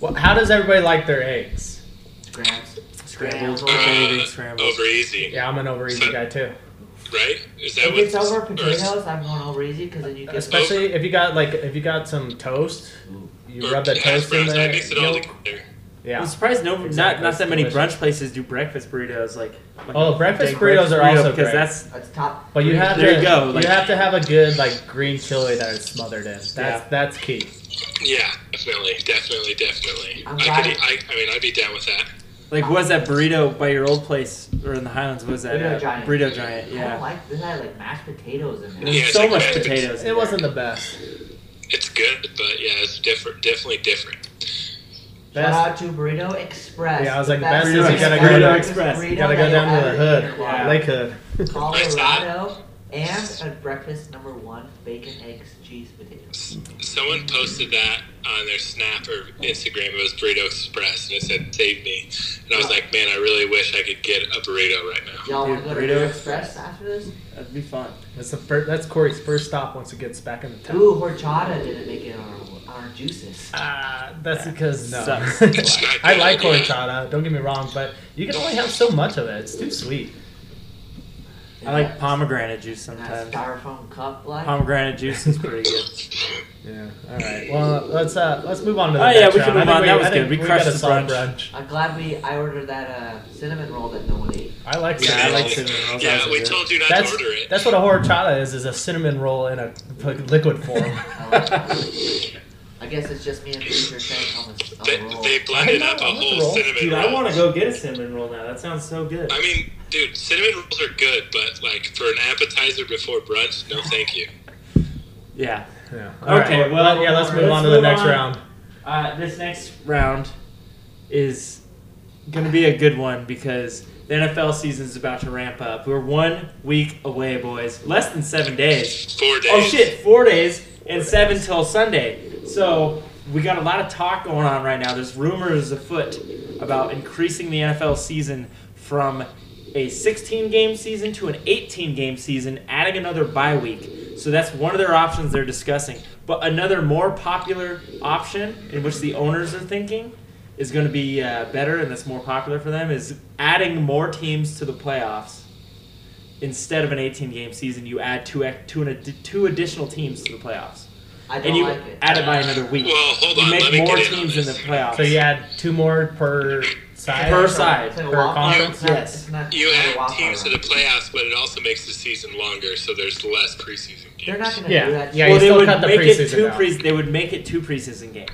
[SPEAKER 4] Well, how does everybody like their eggs?
[SPEAKER 8] Grams.
[SPEAKER 5] Scrambled,
[SPEAKER 8] Scrambled.
[SPEAKER 5] anything
[SPEAKER 3] Uh,
[SPEAKER 5] scrambled.
[SPEAKER 3] over easy.
[SPEAKER 4] Yeah, I'm an over easy guy too.
[SPEAKER 3] right? Is that
[SPEAKER 8] If it's
[SPEAKER 3] what?
[SPEAKER 8] over
[SPEAKER 3] or-
[SPEAKER 8] potatoes, I'm going over easy because then you get.
[SPEAKER 4] Especially if you got like if you got some toast, you
[SPEAKER 3] or
[SPEAKER 4] rub that
[SPEAKER 3] hash
[SPEAKER 4] toast in
[SPEAKER 3] browns,
[SPEAKER 4] there.
[SPEAKER 3] I mix it all
[SPEAKER 4] yolk.
[SPEAKER 3] together.
[SPEAKER 5] I'm
[SPEAKER 4] Yeah.
[SPEAKER 5] surprised no,
[SPEAKER 4] Exactly,
[SPEAKER 5] not not
[SPEAKER 4] it's
[SPEAKER 5] that many
[SPEAKER 4] delicious.
[SPEAKER 5] brunch places do breakfast burritos like. like
[SPEAKER 4] Oh,
[SPEAKER 5] a
[SPEAKER 4] breakfast
[SPEAKER 5] big
[SPEAKER 4] burritos are
[SPEAKER 5] burrito,
[SPEAKER 4] also
[SPEAKER 5] because
[SPEAKER 4] great.
[SPEAKER 5] that's
[SPEAKER 8] That's top.
[SPEAKER 4] But you have
[SPEAKER 5] There
[SPEAKER 4] to
[SPEAKER 5] you go,
[SPEAKER 4] you
[SPEAKER 5] like-
[SPEAKER 4] have to have a good like green chili that is smothered in. That's
[SPEAKER 5] Yeah.
[SPEAKER 4] that's key.
[SPEAKER 3] Yeah, definitely, definitely, definitely.
[SPEAKER 8] I'm
[SPEAKER 3] I
[SPEAKER 8] glad-
[SPEAKER 3] could. eat- I, I mean, I'd be down with that.
[SPEAKER 5] like what was that burrito by your old place or in the Highlands? What was that
[SPEAKER 8] Burrito
[SPEAKER 5] uh,
[SPEAKER 8] Giant.
[SPEAKER 5] burrito giant?
[SPEAKER 8] I don't
[SPEAKER 5] Yeah,
[SPEAKER 8] like this. I like mashed potatoes in there.
[SPEAKER 5] there's
[SPEAKER 3] Yeah, it's
[SPEAKER 5] so
[SPEAKER 3] like
[SPEAKER 5] much
[SPEAKER 3] mashed potatoes.
[SPEAKER 5] potatoes. in
[SPEAKER 4] It
[SPEAKER 5] there.
[SPEAKER 4] wasn't the best.
[SPEAKER 3] It's good, but yeah, it's different. Definitely different.
[SPEAKER 8] Shout
[SPEAKER 4] Best-
[SPEAKER 8] out to Burrito Express.
[SPEAKER 4] Yeah, I was like,
[SPEAKER 8] the
[SPEAKER 4] best
[SPEAKER 5] is you gotta go to-
[SPEAKER 4] You gotta go down to the hood,
[SPEAKER 5] Yeah.
[SPEAKER 4] lake hood.
[SPEAKER 8] Colorado and a breakfast number one: bacon, eggs, cheese, potatoes.
[SPEAKER 3] Someone posted that on their Snap or Instagram. It was Burrito Express, and it said "Save me," and I was like, "Man, I really wish I could get a burrito right now."
[SPEAKER 8] Y'all want to
[SPEAKER 5] Dude,
[SPEAKER 8] go to
[SPEAKER 5] Burrito
[SPEAKER 8] Burrito Express after this?
[SPEAKER 5] That'd be fun.
[SPEAKER 4] That's the first, that's Corey's first stop once he gets back in the town.
[SPEAKER 8] Ooh, horchata didn't make it on our, our juices.
[SPEAKER 4] Ah, that's because no.
[SPEAKER 5] Sucks.
[SPEAKER 3] It's not
[SPEAKER 4] I
[SPEAKER 3] good,
[SPEAKER 4] like
[SPEAKER 3] yeah.
[SPEAKER 4] horchata. Don't get me wrong, but you can only have so much of it. It's too sweet.
[SPEAKER 5] I like pomegranate juice
[SPEAKER 8] That
[SPEAKER 5] sometimes.
[SPEAKER 8] styrofoam cup, like.
[SPEAKER 5] Pomegranate juice is pretty good.
[SPEAKER 4] Yeah. All right. Well, let's uh let's move on to the
[SPEAKER 5] Oh,
[SPEAKER 4] next
[SPEAKER 5] yeah, we
[SPEAKER 4] round.
[SPEAKER 5] can move
[SPEAKER 4] I think
[SPEAKER 5] on. That
[SPEAKER 4] I
[SPEAKER 5] was
[SPEAKER 4] think
[SPEAKER 5] good. We
[SPEAKER 4] got
[SPEAKER 5] crushed
[SPEAKER 4] a
[SPEAKER 5] the
[SPEAKER 4] solid
[SPEAKER 5] brunch.
[SPEAKER 8] I'm glad we. I ordered that uh, cinnamon roll that no one ate.
[SPEAKER 4] I like
[SPEAKER 5] Yeah, I
[SPEAKER 4] cinnamon
[SPEAKER 5] like
[SPEAKER 4] rolls.
[SPEAKER 5] cinnamon rolls.
[SPEAKER 3] Yeah,
[SPEAKER 5] Those are
[SPEAKER 3] we
[SPEAKER 5] good.
[SPEAKER 3] told you not
[SPEAKER 4] That's
[SPEAKER 3] to order it.
[SPEAKER 4] that's what a horchata is is a cinnamon roll in a like, liquid form.
[SPEAKER 8] I like that. I guess it's just me and Peter saying on the
[SPEAKER 3] They,
[SPEAKER 8] on the roll.
[SPEAKER 3] they blended
[SPEAKER 4] I know,
[SPEAKER 3] up a
[SPEAKER 4] I want the
[SPEAKER 3] whole
[SPEAKER 4] roll.
[SPEAKER 3] cinnamon
[SPEAKER 5] Dude,
[SPEAKER 3] roll.
[SPEAKER 5] I want to go get a cinnamon roll now. That sounds so good.
[SPEAKER 3] I mean, dude, cinnamon rolls are good, but like for an appetizer before brunch, no, thank you.
[SPEAKER 5] Yeah.
[SPEAKER 4] Yeah. All
[SPEAKER 5] Okay,
[SPEAKER 4] right.
[SPEAKER 5] well,
[SPEAKER 4] yeah, let's move
[SPEAKER 5] let's
[SPEAKER 4] on to the
[SPEAKER 5] move
[SPEAKER 4] next
[SPEAKER 5] on.
[SPEAKER 4] round.
[SPEAKER 5] Uh, this next round is going to be a good one because the NFL season is about to ramp up. We're one week away, boys. Less than seven days.
[SPEAKER 3] Four days.
[SPEAKER 5] Oh, shit. Four days and seven till Sunday. So we got a lot of talk going on right now. There's rumors afoot about increasing the NFL season from a 16 game season to an 18 game season, adding another bye week. So that's one of their options they're discussing. But another more popular option in which the owners are thinking is going to be uh, better and that's more popular for them is adding more teams to the playoffs. Instead of an 18 game season, you add two, ac- two, and ad- two additional teams to the playoffs.
[SPEAKER 8] I don't
[SPEAKER 5] And you
[SPEAKER 8] like it.
[SPEAKER 5] add it by another week.
[SPEAKER 3] Well, hold
[SPEAKER 5] You
[SPEAKER 3] on. Let me
[SPEAKER 5] make more
[SPEAKER 3] get in on
[SPEAKER 5] teams in the
[SPEAKER 3] this.
[SPEAKER 5] playoffs.
[SPEAKER 4] So you add two more per side.
[SPEAKER 5] Per
[SPEAKER 4] or-
[SPEAKER 5] side.
[SPEAKER 8] It's like a
[SPEAKER 4] Per
[SPEAKER 8] waffle.
[SPEAKER 4] conference?
[SPEAKER 8] It's not-
[SPEAKER 5] Yes.
[SPEAKER 8] it's not-
[SPEAKER 3] You
[SPEAKER 8] it's not a
[SPEAKER 3] add
[SPEAKER 8] waffle
[SPEAKER 3] teams to
[SPEAKER 8] run.
[SPEAKER 3] the playoffs, but it also makes the season longer, so there's less preseason games.
[SPEAKER 8] They're not gonna do
[SPEAKER 4] Yeah.
[SPEAKER 8] that.
[SPEAKER 4] Yeah.
[SPEAKER 5] well,
[SPEAKER 4] you
[SPEAKER 5] they
[SPEAKER 4] still
[SPEAKER 5] would
[SPEAKER 4] cut the
[SPEAKER 5] make it
[SPEAKER 4] preseason
[SPEAKER 5] two
[SPEAKER 4] out.
[SPEAKER 5] pre- They would make it two preseason games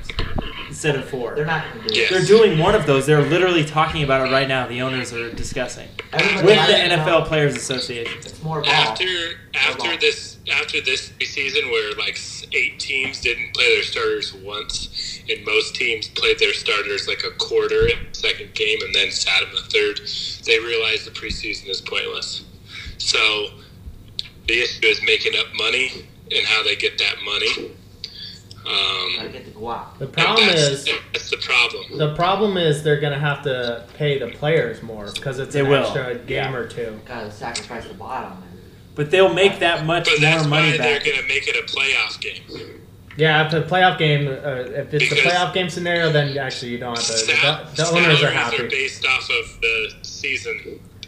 [SPEAKER 5] instead of four.
[SPEAKER 8] They're not gonna do
[SPEAKER 3] Yeah.
[SPEAKER 8] it.
[SPEAKER 5] They're doing one of those. They're literally talking about it right now. The owners are discussing
[SPEAKER 8] Everybody
[SPEAKER 5] with
[SPEAKER 8] likes
[SPEAKER 5] the
[SPEAKER 8] it, though.
[SPEAKER 5] NFL Players Association.
[SPEAKER 8] It's more ball.
[SPEAKER 3] After after
[SPEAKER 8] Football.
[SPEAKER 3] this after this season where like s- eight teams didn't play their starters once, and most teams played their starters like a quarter in the second game and then sat in the third, they realized the preseason is pointless. So the issue is making up money and how they get that money.
[SPEAKER 8] Gotta
[SPEAKER 3] Um,
[SPEAKER 8] get the guac.
[SPEAKER 4] The
[SPEAKER 3] and
[SPEAKER 4] problem
[SPEAKER 3] that's,
[SPEAKER 4] is
[SPEAKER 3] that's the problem.
[SPEAKER 4] the problem is they're gonna have to pay the players more because it's
[SPEAKER 5] They
[SPEAKER 4] an
[SPEAKER 5] will.
[SPEAKER 4] extra game
[SPEAKER 5] Yeah.
[SPEAKER 4] or two.
[SPEAKER 8] Gotta sacrifice the bottom.
[SPEAKER 5] But they'll make that much
[SPEAKER 3] But that's
[SPEAKER 5] more
[SPEAKER 3] why
[SPEAKER 5] money back.
[SPEAKER 3] they're going to make it a playoff game.
[SPEAKER 4] Yeah, if the playoff game, uh, if it's the
[SPEAKER 3] Because-
[SPEAKER 4] playoff game scenario, then actually you don't have to. The,
[SPEAKER 3] Sal-
[SPEAKER 4] the owners are
[SPEAKER 3] salaries
[SPEAKER 4] happy.
[SPEAKER 3] based off of the season,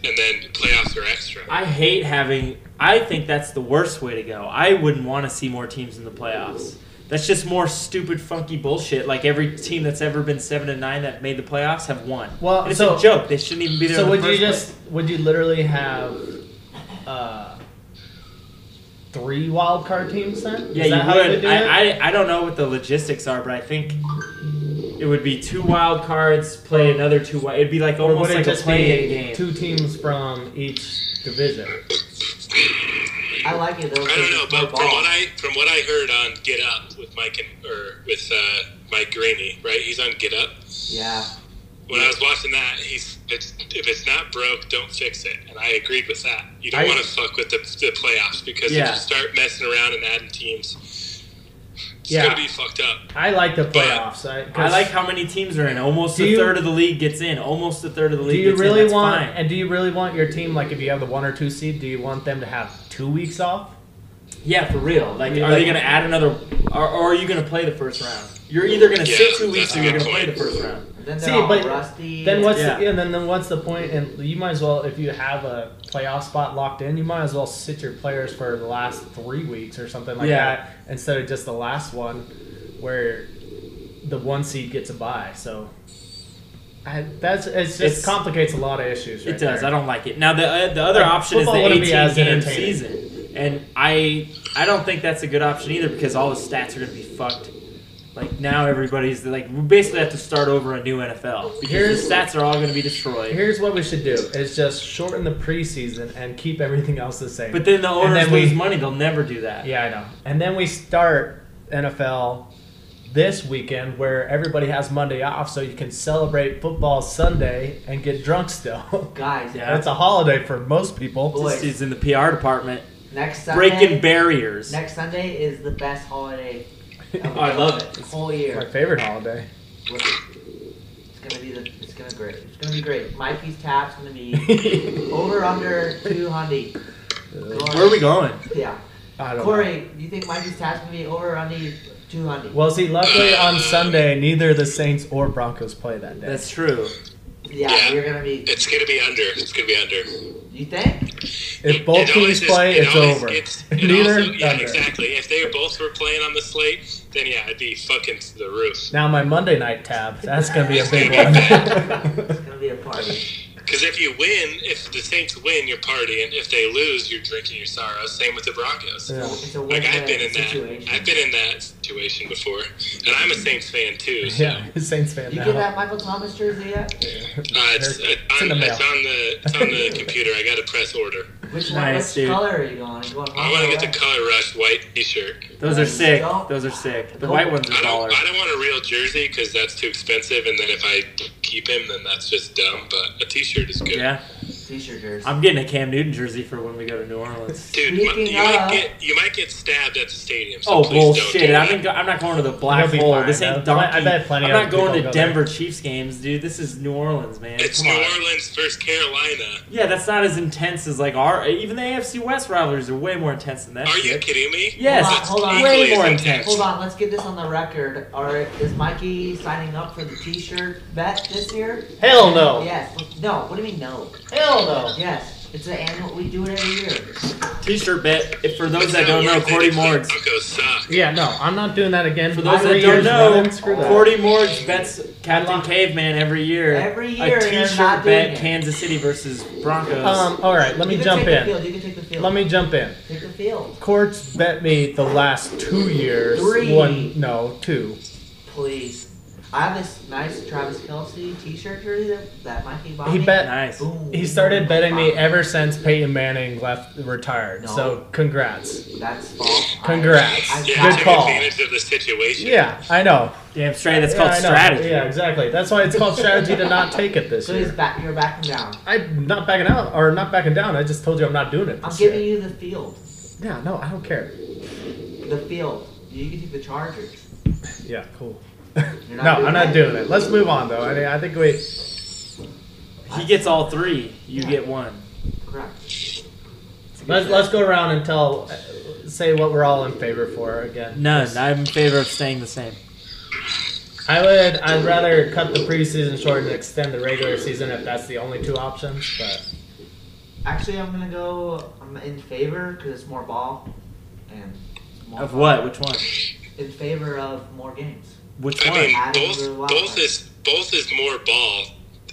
[SPEAKER 3] and then playoffs are extra.
[SPEAKER 5] I hate having. I think that's the worst way to go. I wouldn't want to see more teams in the playoffs. That's just more stupid, funky bullshit. Like every team that's ever been seven and nine that made the playoffs have won.
[SPEAKER 4] Well,
[SPEAKER 5] And it's
[SPEAKER 4] so-
[SPEAKER 5] a joke. They shouldn't even be there.
[SPEAKER 4] So
[SPEAKER 5] in the
[SPEAKER 4] would you
[SPEAKER 5] first
[SPEAKER 4] just would you literally have uh, three wild card teams then?
[SPEAKER 5] Yeah,
[SPEAKER 4] Is that
[SPEAKER 5] you
[SPEAKER 4] how
[SPEAKER 5] would.
[SPEAKER 4] you would do it?
[SPEAKER 5] I, I I don't know what the logistics are, but I think it would be two wild cards, play another two. Wi- It'd be like
[SPEAKER 4] or would
[SPEAKER 5] almost
[SPEAKER 4] it
[SPEAKER 5] like a
[SPEAKER 4] just
[SPEAKER 5] play-in
[SPEAKER 4] be
[SPEAKER 5] game.
[SPEAKER 4] two teams from each division?
[SPEAKER 8] I like it though.
[SPEAKER 3] I don't know, but from what I from what I heard on Get Up with Mike and or with uh, Mike Greeny, right? He's on Get Up.
[SPEAKER 8] yeah.
[SPEAKER 3] When I was watching that, he's it's, if it's not broke, don't fix it, and I agreed with that. You
[SPEAKER 5] I-
[SPEAKER 3] don't want to fuck with the, the playoffs because if
[SPEAKER 5] Yeah.
[SPEAKER 3] you start messing around and adding teams, it's
[SPEAKER 4] Yeah.
[SPEAKER 3] gonna be fucked up.
[SPEAKER 4] I like the playoffs. I, 'cause
[SPEAKER 5] I like how many teams are in. Almost
[SPEAKER 4] Do
[SPEAKER 5] a
[SPEAKER 4] you-
[SPEAKER 5] third of the league gets in. Almost a third of the
[SPEAKER 4] Do
[SPEAKER 5] league.
[SPEAKER 4] you
[SPEAKER 5] gets
[SPEAKER 4] really
[SPEAKER 5] in. That's
[SPEAKER 4] want?
[SPEAKER 5] Fine.
[SPEAKER 4] And do you really want your team like if you have the one or two seed? Do you want them to have two weeks off?
[SPEAKER 5] Yeah, for real. Like,
[SPEAKER 4] mean,
[SPEAKER 5] are
[SPEAKER 4] like-
[SPEAKER 5] they going to add another? Or, or are you going to play the first round? You're either going to
[SPEAKER 3] Yeah,
[SPEAKER 5] sit two weeks
[SPEAKER 3] that's
[SPEAKER 5] or
[SPEAKER 3] a
[SPEAKER 5] you're
[SPEAKER 3] good
[SPEAKER 5] going to play the
[SPEAKER 3] point.
[SPEAKER 5] first round.
[SPEAKER 8] And then
[SPEAKER 4] See,
[SPEAKER 8] they're all
[SPEAKER 4] but
[SPEAKER 8] rusty.
[SPEAKER 4] Then what's
[SPEAKER 5] Yeah.
[SPEAKER 4] the, and then, then what's the point? And you might as well, if you have a playoff spot locked in, you might as well sit your players for the last three weeks or something like
[SPEAKER 5] Yeah.
[SPEAKER 4] that instead of just the last one, where the one seed gets a bye. So I, that's it's just
[SPEAKER 5] It's-
[SPEAKER 4] complicates a lot of issues. Right
[SPEAKER 5] It does.
[SPEAKER 4] there.
[SPEAKER 5] I don't like it. Now the uh, the other
[SPEAKER 4] Like,
[SPEAKER 5] option is the
[SPEAKER 4] football wouldn't be
[SPEAKER 5] 18
[SPEAKER 4] as
[SPEAKER 5] game
[SPEAKER 4] entertaining.
[SPEAKER 5] season, and I I don't think that's a good option either because all the stats are going to be fucked. Like now everybody's like we basically have to start over a new NFL because
[SPEAKER 4] Here's-
[SPEAKER 5] the stats are all going to be destroyed.
[SPEAKER 4] Here's what we should do: is just shorten the preseason and keep everything else the same.
[SPEAKER 5] But then the
[SPEAKER 4] And
[SPEAKER 5] owners
[SPEAKER 4] then
[SPEAKER 5] lose
[SPEAKER 4] we-
[SPEAKER 5] money. They'll never do that.
[SPEAKER 4] Yeah, I know. And then we start NFL this weekend where everybody has Monday off so you can celebrate football Sunday and get drunk still.
[SPEAKER 8] Guys,
[SPEAKER 5] Yeah.
[SPEAKER 4] That's a holiday for most
[SPEAKER 3] Oh,
[SPEAKER 4] people.
[SPEAKER 8] boys,
[SPEAKER 5] This is in the PR department
[SPEAKER 8] next Sunday.
[SPEAKER 5] breaking barriers.
[SPEAKER 8] Next Sunday is the best holiday.
[SPEAKER 5] Oh, I love it.
[SPEAKER 8] Whole
[SPEAKER 4] My
[SPEAKER 8] year.
[SPEAKER 4] favorite holiday.
[SPEAKER 8] It's gonna be the. It's gonna great. It's gonna be great. Mikey's tap's gonna be over under two hundred.
[SPEAKER 5] Where are we going?
[SPEAKER 8] Yeah.
[SPEAKER 4] I don't know.
[SPEAKER 8] Corey, do you think Mikey's tap's gonna be over under two hundred?
[SPEAKER 4] Well, see, luckily on Sunday, neither the Saints or Broncos play that day.
[SPEAKER 5] That's true.
[SPEAKER 8] Yeah,
[SPEAKER 3] Yeah.
[SPEAKER 8] you're gonna be.
[SPEAKER 3] It's gonna be under. It's gonna be under.
[SPEAKER 8] You think?
[SPEAKER 4] if both
[SPEAKER 3] It always
[SPEAKER 4] teams
[SPEAKER 3] is-
[SPEAKER 4] play,
[SPEAKER 3] it
[SPEAKER 4] it's
[SPEAKER 3] always
[SPEAKER 4] over.
[SPEAKER 3] gets- it
[SPEAKER 4] neither
[SPEAKER 3] also- yeah,
[SPEAKER 4] under.
[SPEAKER 3] exactly. If they both were playing on the slate, then yeah, it'd be fucking to the roof.
[SPEAKER 4] Now my Monday night tab, that's gonna be a big
[SPEAKER 8] It's
[SPEAKER 4] one.
[SPEAKER 8] gonna be a party.
[SPEAKER 3] Because if you win, if the Saints win, you're partying. If they lose, you're drinking your sorrows. Same with the Broncos.
[SPEAKER 4] Yeah.
[SPEAKER 8] It's a win-win
[SPEAKER 3] Like I've been in
[SPEAKER 8] situation.
[SPEAKER 3] that. I've been in that situation before, and I'm a Saints fan too. So.
[SPEAKER 4] Yeah, Saints fan
[SPEAKER 8] you
[SPEAKER 4] now.
[SPEAKER 8] get that Michael Thomas jersey yet?
[SPEAKER 3] Uh, it's,
[SPEAKER 4] It's
[SPEAKER 3] on,
[SPEAKER 4] in the mail.
[SPEAKER 3] it's on the it's on the computer. I got to press order.
[SPEAKER 8] Which
[SPEAKER 5] Nice,
[SPEAKER 8] which
[SPEAKER 5] dude.
[SPEAKER 8] color are you going? You going
[SPEAKER 3] I want to get the color rush white T-shirt.
[SPEAKER 5] Those are sick.
[SPEAKER 8] Don't-
[SPEAKER 5] Those are sick. The white ones
[SPEAKER 3] I
[SPEAKER 5] are dollar.
[SPEAKER 3] don't I don't want a real jersey because that's too expensive. And then if I keep him, then that's just dumb. But a T-shirt is good.
[SPEAKER 5] Yeah,
[SPEAKER 8] t-shirt jersey.
[SPEAKER 5] I'm getting a Cam Newton jersey for when we go to New Orleans.
[SPEAKER 3] Dude, you
[SPEAKER 8] Speaking
[SPEAKER 3] might
[SPEAKER 8] of-
[SPEAKER 3] get you might get stabbed at the stadium. So
[SPEAKER 5] Oh
[SPEAKER 3] please Don't
[SPEAKER 5] bullshit!
[SPEAKER 3] do
[SPEAKER 5] I'm,
[SPEAKER 3] that.
[SPEAKER 5] in, I'm not going to the black
[SPEAKER 4] You'll be
[SPEAKER 5] hole.
[SPEAKER 4] fine,
[SPEAKER 5] this ain't
[SPEAKER 4] though. I- I
[SPEAKER 5] donkey.
[SPEAKER 4] bet plenty
[SPEAKER 5] I'm
[SPEAKER 4] of
[SPEAKER 5] not going
[SPEAKER 4] people
[SPEAKER 5] to
[SPEAKER 4] go there.
[SPEAKER 5] Denver Chiefs games, dude. This is New Orleans, man.
[SPEAKER 3] It's
[SPEAKER 5] Come
[SPEAKER 3] New
[SPEAKER 5] on.
[SPEAKER 3] Orleans versus Carolina.
[SPEAKER 5] Yeah, that's not as intense as like our. Even the AFC West rivalries are way more intense than that.
[SPEAKER 3] Are you
[SPEAKER 5] shit.
[SPEAKER 3] kidding me?
[SPEAKER 5] Yes,
[SPEAKER 8] Hold on, hold on.
[SPEAKER 3] Equally
[SPEAKER 5] way more
[SPEAKER 3] as
[SPEAKER 5] intense.
[SPEAKER 8] Hold on, let's get this on the record. Are is Mikey signing up for the T-shirt bet this year?
[SPEAKER 4] Hell no.
[SPEAKER 8] Yes. No. What do you mean no?
[SPEAKER 4] Hell no.
[SPEAKER 8] Yes. It's an annual. We do it every year.
[SPEAKER 5] T-shirt bet. If, for
[SPEAKER 3] It's
[SPEAKER 5] those that
[SPEAKER 3] not
[SPEAKER 5] don't know,
[SPEAKER 3] worth it
[SPEAKER 5] Cordy
[SPEAKER 3] if the
[SPEAKER 5] Morgs.
[SPEAKER 3] Broncos suck.
[SPEAKER 4] Yeah, no, I'm not doing that again.
[SPEAKER 5] For those
[SPEAKER 4] Three
[SPEAKER 5] that don't
[SPEAKER 4] years running, screw
[SPEAKER 5] know,
[SPEAKER 4] that.
[SPEAKER 5] Cordy Morgs bets Captain Caveman every year.
[SPEAKER 8] Every year,
[SPEAKER 5] a
[SPEAKER 8] and they're
[SPEAKER 5] T-shirt
[SPEAKER 8] not doing
[SPEAKER 5] bet
[SPEAKER 8] it.
[SPEAKER 5] Kansas City versus Broncos.
[SPEAKER 4] Um, all right, let me
[SPEAKER 8] you can
[SPEAKER 4] jump
[SPEAKER 8] take The
[SPEAKER 4] in.
[SPEAKER 8] field. You can take the field.
[SPEAKER 4] Let me jump in.
[SPEAKER 8] take the field,
[SPEAKER 4] Courts bet me the last two years.
[SPEAKER 8] Three.
[SPEAKER 4] One, no, two.
[SPEAKER 8] please. I have this nice Travis Kelsey T-shirt jersey that, that Mikey bought
[SPEAKER 4] He
[SPEAKER 8] me.
[SPEAKER 4] bet.
[SPEAKER 5] nice.
[SPEAKER 8] Boom.
[SPEAKER 4] He started betting me
[SPEAKER 8] Wow.
[SPEAKER 4] ever since Peyton Manning left retired.
[SPEAKER 8] No.
[SPEAKER 4] So congrats.
[SPEAKER 8] That's false. I-
[SPEAKER 4] Congrats.
[SPEAKER 8] I-
[SPEAKER 3] Yeah,
[SPEAKER 4] Good
[SPEAKER 3] take
[SPEAKER 4] call.
[SPEAKER 3] advantage of the situation.
[SPEAKER 4] Yeah, I know.
[SPEAKER 5] Damn straight. That's
[SPEAKER 4] Yeah,
[SPEAKER 5] called
[SPEAKER 4] I know.
[SPEAKER 5] strategy.
[SPEAKER 4] Yeah, exactly. That's why it's called strategy to not take it this
[SPEAKER 8] So he's
[SPEAKER 4] year.
[SPEAKER 8] back. You're backing down.
[SPEAKER 4] I'm not backing out or not backing down. I just told you I'm not doing it
[SPEAKER 8] I'm
[SPEAKER 4] this
[SPEAKER 8] giving
[SPEAKER 4] year.
[SPEAKER 8] you the field.
[SPEAKER 4] Yeah, no, I don't care.
[SPEAKER 8] The field. You can take the Chargers.
[SPEAKER 4] Yeah, cool.
[SPEAKER 8] You're not
[SPEAKER 4] No,
[SPEAKER 8] doing
[SPEAKER 4] I'm not
[SPEAKER 8] that.
[SPEAKER 4] doing it. Let's move on though. I mean, I think we.
[SPEAKER 5] He gets all three. You
[SPEAKER 8] Yeah.
[SPEAKER 5] get one.
[SPEAKER 8] Correct.
[SPEAKER 4] Let's, let's go around and tell, say what we're all in favor for again.
[SPEAKER 5] None. I'm in favor of staying the same.
[SPEAKER 4] I would, I'd rather cut the preseason short and extend the regular season if that's the only two options. But
[SPEAKER 8] Actually, I'm gonna go. I'm in favor because it's more ball, and it's more
[SPEAKER 5] Of
[SPEAKER 8] ball.
[SPEAKER 5] what? Which one?
[SPEAKER 8] In favor of more games.
[SPEAKER 5] Which
[SPEAKER 3] I
[SPEAKER 5] one?
[SPEAKER 3] mean,
[SPEAKER 8] Adding to the
[SPEAKER 3] both
[SPEAKER 8] wild
[SPEAKER 3] both
[SPEAKER 8] card.
[SPEAKER 3] is both is more ball,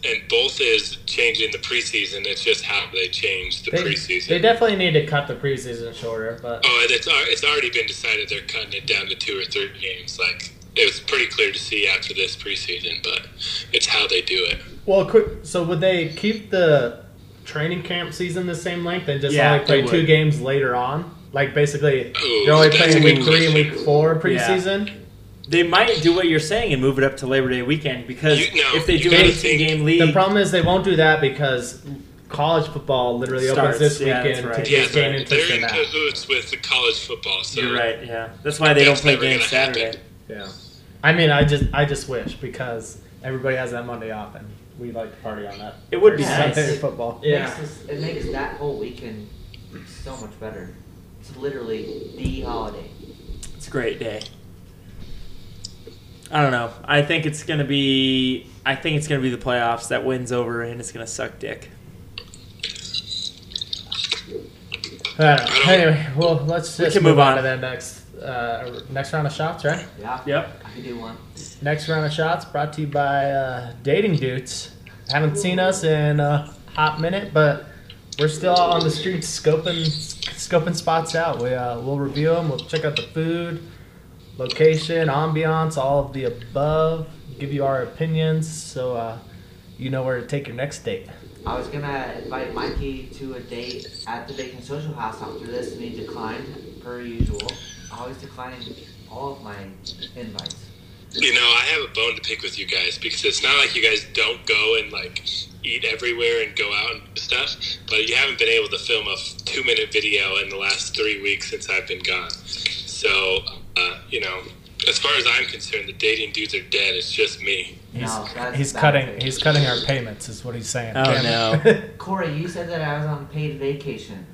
[SPEAKER 3] and both is changing the preseason. It's just how they change the
[SPEAKER 4] they,
[SPEAKER 3] preseason.
[SPEAKER 4] they definitely need to cut the preseason shorter. But
[SPEAKER 3] Oh, it's al- it's already been decided they're cutting it down to two or three games. Like it was pretty clear to see after this preseason, but it's how they do it.
[SPEAKER 4] well, quick. So would they keep the training camp season the same length and just
[SPEAKER 5] Yeah,
[SPEAKER 4] only play
[SPEAKER 5] they
[SPEAKER 4] two
[SPEAKER 5] would.
[SPEAKER 4] games later on? Like basically,
[SPEAKER 3] Ooh,
[SPEAKER 4] you're only
[SPEAKER 3] that's
[SPEAKER 4] playing
[SPEAKER 3] a good
[SPEAKER 4] week three and week
[SPEAKER 3] question.
[SPEAKER 4] four
[SPEAKER 5] Yeah.
[SPEAKER 4] preseason.
[SPEAKER 5] They might do what you're saying and move it up to Labor Day weekend because
[SPEAKER 3] You- no,
[SPEAKER 5] if they
[SPEAKER 3] you
[SPEAKER 5] do an
[SPEAKER 3] gotta
[SPEAKER 5] 18 game league,
[SPEAKER 4] The problem is they won't do that because college football literally
[SPEAKER 5] Starts,
[SPEAKER 4] opens this
[SPEAKER 5] yeah, that's
[SPEAKER 4] weekend
[SPEAKER 5] right.
[SPEAKER 4] to
[SPEAKER 3] Yeah,
[SPEAKER 4] gain
[SPEAKER 3] they're,
[SPEAKER 4] interest
[SPEAKER 3] they're
[SPEAKER 4] in
[SPEAKER 3] in
[SPEAKER 4] that.
[SPEAKER 3] cahoots with the college football. So
[SPEAKER 5] you're right. Yeah, that's why they don't
[SPEAKER 3] That's
[SPEAKER 5] play
[SPEAKER 3] never
[SPEAKER 5] games
[SPEAKER 3] gonna happen.
[SPEAKER 5] Saturday.
[SPEAKER 4] Yeah, I mean, I just I just wish because everybody has that Monday off and we like to party on that
[SPEAKER 5] It would be
[SPEAKER 8] Yeah,
[SPEAKER 5] nice.
[SPEAKER 4] Sunday
[SPEAKER 8] it's-
[SPEAKER 4] football.
[SPEAKER 5] Yeah.
[SPEAKER 8] Makes this, it makes that whole weekend so much better. It's literally the holiday.
[SPEAKER 5] It's a great day. I don't know. I think it's gonna be. I think it's gonna be the playoffs that wins over, and it's gonna suck dick.
[SPEAKER 4] I don't know. Anyway, well, let's just
[SPEAKER 5] can
[SPEAKER 4] move
[SPEAKER 5] move
[SPEAKER 4] on
[SPEAKER 5] on.
[SPEAKER 4] to the next uh, next round of shots, right?
[SPEAKER 8] Yeah.
[SPEAKER 5] Yep.
[SPEAKER 8] I can do one.
[SPEAKER 4] Next round of shots brought to you by uh, Dating Dudes. Haven't seen us in a hot minute, but we're still out on the streets scoping scoping spots out. We uh, we'll review them. We'll check out the food, location, ambiance, all of the above. Give you our opinions, so uh, you know where to take your next date.
[SPEAKER 8] I was gonna invite Mikey to a date at the Bacon Social House after this, and he declined per usual. I always decline all of my invites.
[SPEAKER 3] You know, I have a bone to pick with you guys because it's not like you guys don't go and like eat everywhere and go out and stuff, but you haven't been able to film a two minute video in the last three weeks since I've been gone. So, uh, you know, as far as I'm concerned, the dating dudes are dead. It's just me.
[SPEAKER 4] He's,
[SPEAKER 8] No, that's
[SPEAKER 4] he's
[SPEAKER 8] bad
[SPEAKER 4] cutting
[SPEAKER 8] faith.
[SPEAKER 4] he's cutting our payments is what he's saying.
[SPEAKER 5] Oh,
[SPEAKER 4] Damn it.
[SPEAKER 8] Corey, you said that I was on paid vacation.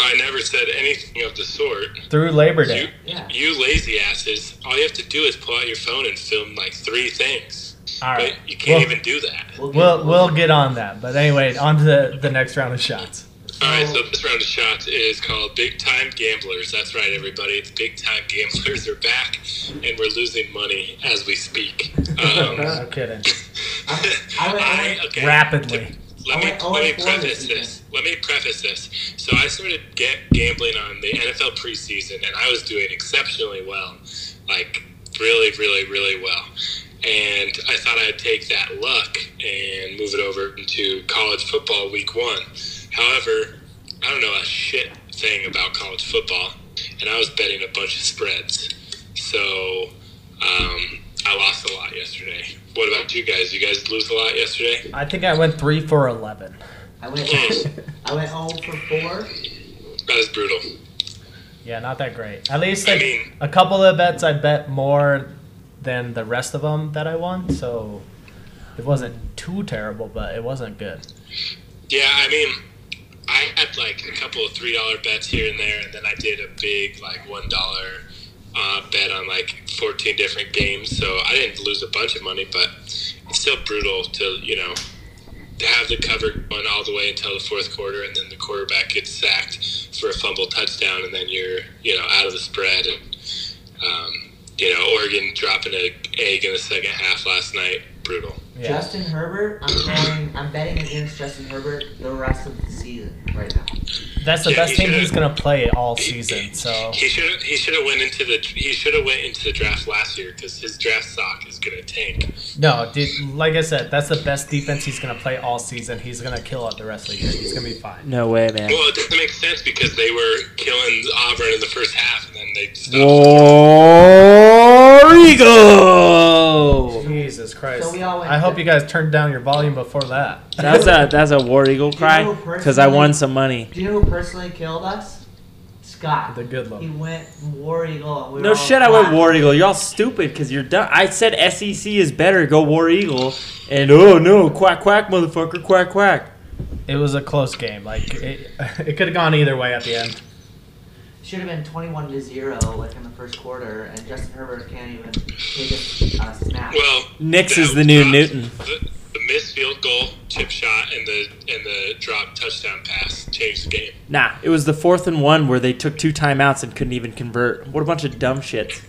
[SPEAKER 3] I never said anything of the sort.
[SPEAKER 4] Through Labor Day.
[SPEAKER 3] You,
[SPEAKER 8] Yeah.
[SPEAKER 3] you lazy asses, all you have to do is pull out your phone and film like three things.
[SPEAKER 4] All right.
[SPEAKER 3] But you can't
[SPEAKER 4] Well-
[SPEAKER 3] even do that.
[SPEAKER 8] We'll get-
[SPEAKER 4] We'll we'll get on that. But anyway, on to the, the next round of shots.
[SPEAKER 3] All right, so this round of shots is called Big Time Gamblers. That's right, everybody. It's Big Time Gamblers are back, and we're losing money as we speak. Um,
[SPEAKER 4] No kidding.
[SPEAKER 8] I, I went, I went,
[SPEAKER 3] okay,
[SPEAKER 4] Rapidly.
[SPEAKER 3] Let
[SPEAKER 8] I
[SPEAKER 3] me, let
[SPEAKER 8] went
[SPEAKER 3] me
[SPEAKER 8] 0 and 4
[SPEAKER 3] preface
[SPEAKER 8] this
[SPEAKER 3] this. Let me preface this. So I started get gambling on the NFL preseason, and I was doing exceptionally well, like really, really, really well. And I thought I'd take that luck and move it over into college football week one. However, I don't know a shit thing about college football, and I was betting a bunch of spreads. So um, I lost a lot yesterday. What about you guys? You guys lose a lot yesterday?
[SPEAKER 4] I think I went three for eleven.
[SPEAKER 8] I went, I went home for four.
[SPEAKER 3] That was brutal.
[SPEAKER 4] Yeah, not that great. At least
[SPEAKER 3] I
[SPEAKER 4] like
[SPEAKER 3] mean-
[SPEAKER 4] a couple of bets, I bet more than the rest of them that I won. So it wasn't too terrible, but it wasn't good.
[SPEAKER 3] Yeah, I mean, I had like a couple of three dollar bets here and there, and then I did a big like one dollar uh, bet on like fourteen different games. So I didn't lose a bunch of money, but it's still brutal to you know to have the cover going all the way until the fourth quarter, and then the quarterback gets sacked for a fumble touchdown, and then you're you know out of the spread, and um, you know Oregon dropping an egg in the second half last night. Brutal.
[SPEAKER 4] Yeah.
[SPEAKER 8] Justin Herbert, I'm going, I'm betting against Justin Herbert the rest of the season right now.
[SPEAKER 4] That's the
[SPEAKER 3] Yeah,
[SPEAKER 4] best
[SPEAKER 3] he
[SPEAKER 4] team
[SPEAKER 3] should've-
[SPEAKER 4] he's gonna play all season. So
[SPEAKER 3] He should he should have went into the he should have went into the draft last year because his draft stock is gonna tank.
[SPEAKER 4] no, dude. Like I said, that's the best defense he's gonna play all season. He's gonna kill it the rest of the year. He's gonna be fine.
[SPEAKER 5] No way, man.
[SPEAKER 3] Well, it doesn't make sense because they were killing Auburn in the first half and then they stopped.
[SPEAKER 5] War Eagle.
[SPEAKER 4] Jesus Christ!
[SPEAKER 8] So we all went
[SPEAKER 4] I hope
[SPEAKER 8] to-
[SPEAKER 4] you guys turned down your volume before that.
[SPEAKER 5] That's a that's a War Eagle cry
[SPEAKER 8] know,
[SPEAKER 5] because I
[SPEAKER 8] personally-
[SPEAKER 5] won some money.
[SPEAKER 8] Do you know who personally killed us? Scott.
[SPEAKER 4] The good luck.
[SPEAKER 8] He went War Eagle. and we
[SPEAKER 5] No
[SPEAKER 8] were all
[SPEAKER 5] shit, I went
[SPEAKER 8] black.
[SPEAKER 5] War Eagle. Y'all stupid because you're done. I said SEC is better. Go War Eagle. And oh no, quack quack, motherfucker, quack quack.
[SPEAKER 4] It was a close game. Like it, it could have gone either way at the end.
[SPEAKER 8] Should have been 21 to 0 like in the first quarter, and Justin Herbert can't even take a, a snap.
[SPEAKER 3] Well,
[SPEAKER 5] Nix
[SPEAKER 3] that
[SPEAKER 5] is the new
[SPEAKER 3] was-
[SPEAKER 5] Newton.
[SPEAKER 3] The, the missed field goal, chip shot, and the and the drop touchdown pass changed the game.
[SPEAKER 5] Nah, it was the fourth and one where they took two timeouts and couldn't even convert. What a bunch of dumb shit.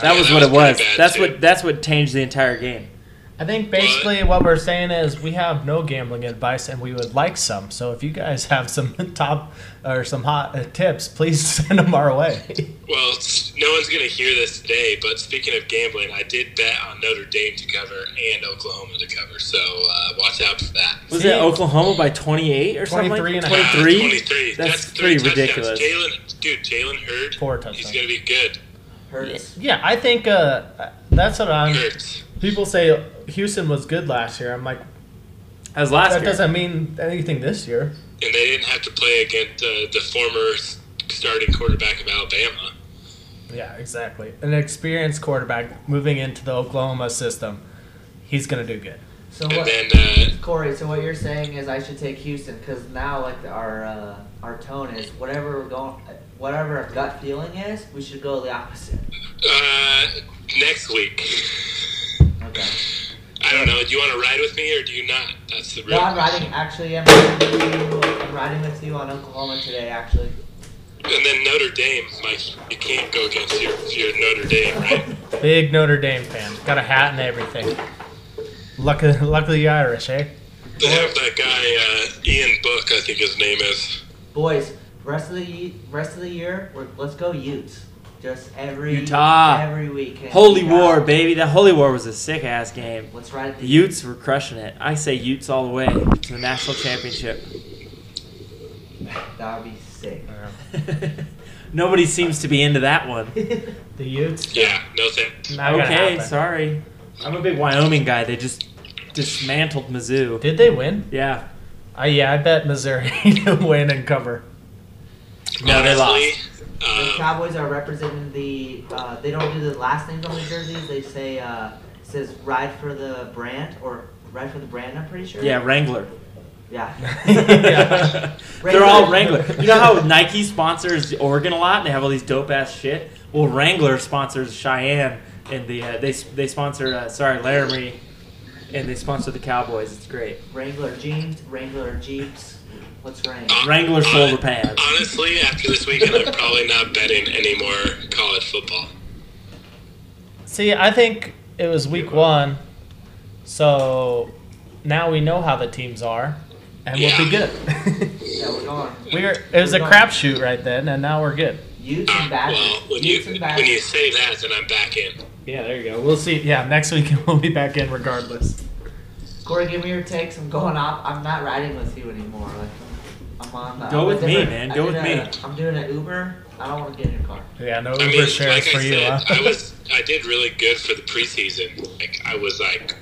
[SPEAKER 5] That
[SPEAKER 3] Yeah,
[SPEAKER 5] was
[SPEAKER 3] that
[SPEAKER 5] what
[SPEAKER 3] was
[SPEAKER 5] it was.
[SPEAKER 3] pretty bad,
[SPEAKER 5] That's
[SPEAKER 3] too.
[SPEAKER 5] what that's what changed the entire game.
[SPEAKER 4] I think basically what we're saying is we have no gambling advice, and we would like some. So if you guys have some top or some hot uh, tips, please send them our way.
[SPEAKER 3] Well, s- no one's gonna hear this today, but speaking of gambling, I did bet on Notre Dame to cover and Oklahoma to cover, so uh, watch out for that.
[SPEAKER 5] Was
[SPEAKER 4] See?
[SPEAKER 5] it Oklahoma by 28 or something?
[SPEAKER 4] 23
[SPEAKER 5] like
[SPEAKER 4] and a
[SPEAKER 5] that?
[SPEAKER 4] half.
[SPEAKER 3] Uh,
[SPEAKER 5] 23?
[SPEAKER 3] 23.
[SPEAKER 5] That's
[SPEAKER 3] That's three
[SPEAKER 5] pretty
[SPEAKER 3] touchdowns.
[SPEAKER 5] ridiculous.
[SPEAKER 3] Jalen, dude, Jalen Hurd.
[SPEAKER 4] Four
[SPEAKER 3] He's
[SPEAKER 4] touchdowns.
[SPEAKER 3] gonna be good.
[SPEAKER 8] Hurts.
[SPEAKER 4] Yeah, I think uh, that's what I'm.
[SPEAKER 3] Hurts.
[SPEAKER 4] People say Houston was good last year. I'm like,
[SPEAKER 5] That was last
[SPEAKER 4] that
[SPEAKER 5] year.
[SPEAKER 4] doesn't mean anything this year.
[SPEAKER 3] and they didn't have to play against uh, the former s- starting quarterback of Alabama.
[SPEAKER 4] Yeah, exactly. An experienced quarterback moving into the Oklahoma system, he's gonna do good.
[SPEAKER 8] So
[SPEAKER 3] And
[SPEAKER 8] what?
[SPEAKER 3] then uh,
[SPEAKER 8] Corey, so what you're saying is I should take Houston because now like our uh, our tone is whatever we're going, whatever our gut feeling is, we should go the opposite.
[SPEAKER 3] Uh, next week.
[SPEAKER 8] Okay.
[SPEAKER 3] I don't know. Do you want to ride with me or do you not? That's the real.
[SPEAKER 8] No, I'm riding. Actually, I'm riding with you. I'm riding with you on Oklahoma today. Actually.
[SPEAKER 3] And then Notre Dame, Mike. You can't go against your your Notre Dame, right?
[SPEAKER 4] Big Notre Dame fan. Got a hat and everything. Lucky, luckily Irish, eh?
[SPEAKER 3] They have that guy uh, Ian Book, I think his name is.
[SPEAKER 8] Boys, rest of the ye- rest of the year, we're, let's go Utes. Just every
[SPEAKER 5] Utah.
[SPEAKER 8] every weekend.
[SPEAKER 5] Holy
[SPEAKER 8] Utah.
[SPEAKER 5] War, baby. That Holy War was a sick ass game.
[SPEAKER 8] Let's ride
[SPEAKER 5] The
[SPEAKER 8] the
[SPEAKER 5] Utes were crushing it. I say Utes all the way to the national championship.
[SPEAKER 8] That would be sick.
[SPEAKER 5] Nobody seems to be into that one.
[SPEAKER 4] The Utes.
[SPEAKER 3] Yeah, no thanks.
[SPEAKER 4] Not gonna
[SPEAKER 5] Okay,
[SPEAKER 4] happen.
[SPEAKER 5] sorry. I'm a big Wyoming guy. They just dismantled Mizzou.
[SPEAKER 4] Did they win?
[SPEAKER 5] Yeah.
[SPEAKER 4] Uh, yeah, I bet Missouri to win and cover.
[SPEAKER 5] No, they lost.
[SPEAKER 8] The
[SPEAKER 3] Um,
[SPEAKER 8] Cowboys are representing the. Uh, they don't do the last names on the jerseys. They say uh, it says ride for the brand or ride for the brand. I'm pretty sure.
[SPEAKER 5] Yeah, Wrangler.
[SPEAKER 8] Yeah.
[SPEAKER 5] They're all Wrangler. You know how Nike sponsors Oregon a lot? And they have all these dope ass shit. Well, Wrangler sponsors Cheyenne, and the uh, they they sponsor uh, sorry Laramie, and they sponsor the Cowboys. It's great.
[SPEAKER 8] Wrangler jeans, Wrangler jeeps. What's Wrang?
[SPEAKER 3] uh,
[SPEAKER 5] Wrangler shoulder pads.
[SPEAKER 3] honestly, after this weekend, I'm probably not betting any more college football.
[SPEAKER 4] See, I think it was week one, so now we know how the teams are, and we'll be good.
[SPEAKER 8] Yeah, we're going.
[SPEAKER 4] we were, it was a crapshoot right then, and now we're good.
[SPEAKER 8] Utes
[SPEAKER 3] Well,
[SPEAKER 8] and Badgers.
[SPEAKER 3] when you
[SPEAKER 8] Utes and
[SPEAKER 3] when you
[SPEAKER 8] Badgers.
[SPEAKER 3] say that, then I'm back in.
[SPEAKER 4] Yeah, there you go. We'll see. Yeah, next week we'll be back in regardless.
[SPEAKER 8] Corey, give me your takes. I'm going off. I'm not riding with you anymore. Like, I'm on. The,
[SPEAKER 5] Go
[SPEAKER 8] I'm a
[SPEAKER 5] with me,
[SPEAKER 8] different-
[SPEAKER 5] man.
[SPEAKER 8] I
[SPEAKER 5] Go
[SPEAKER 8] did
[SPEAKER 5] with
[SPEAKER 8] a-
[SPEAKER 5] me.
[SPEAKER 8] I'm doing an Uber. I don't want to get in your car.
[SPEAKER 4] Yeah, no
[SPEAKER 3] I
[SPEAKER 4] Uber
[SPEAKER 3] mean,
[SPEAKER 4] shares
[SPEAKER 3] like
[SPEAKER 4] for
[SPEAKER 3] I
[SPEAKER 4] you,
[SPEAKER 3] said,
[SPEAKER 4] huh?
[SPEAKER 3] I was I did really good for the preseason. Like I was like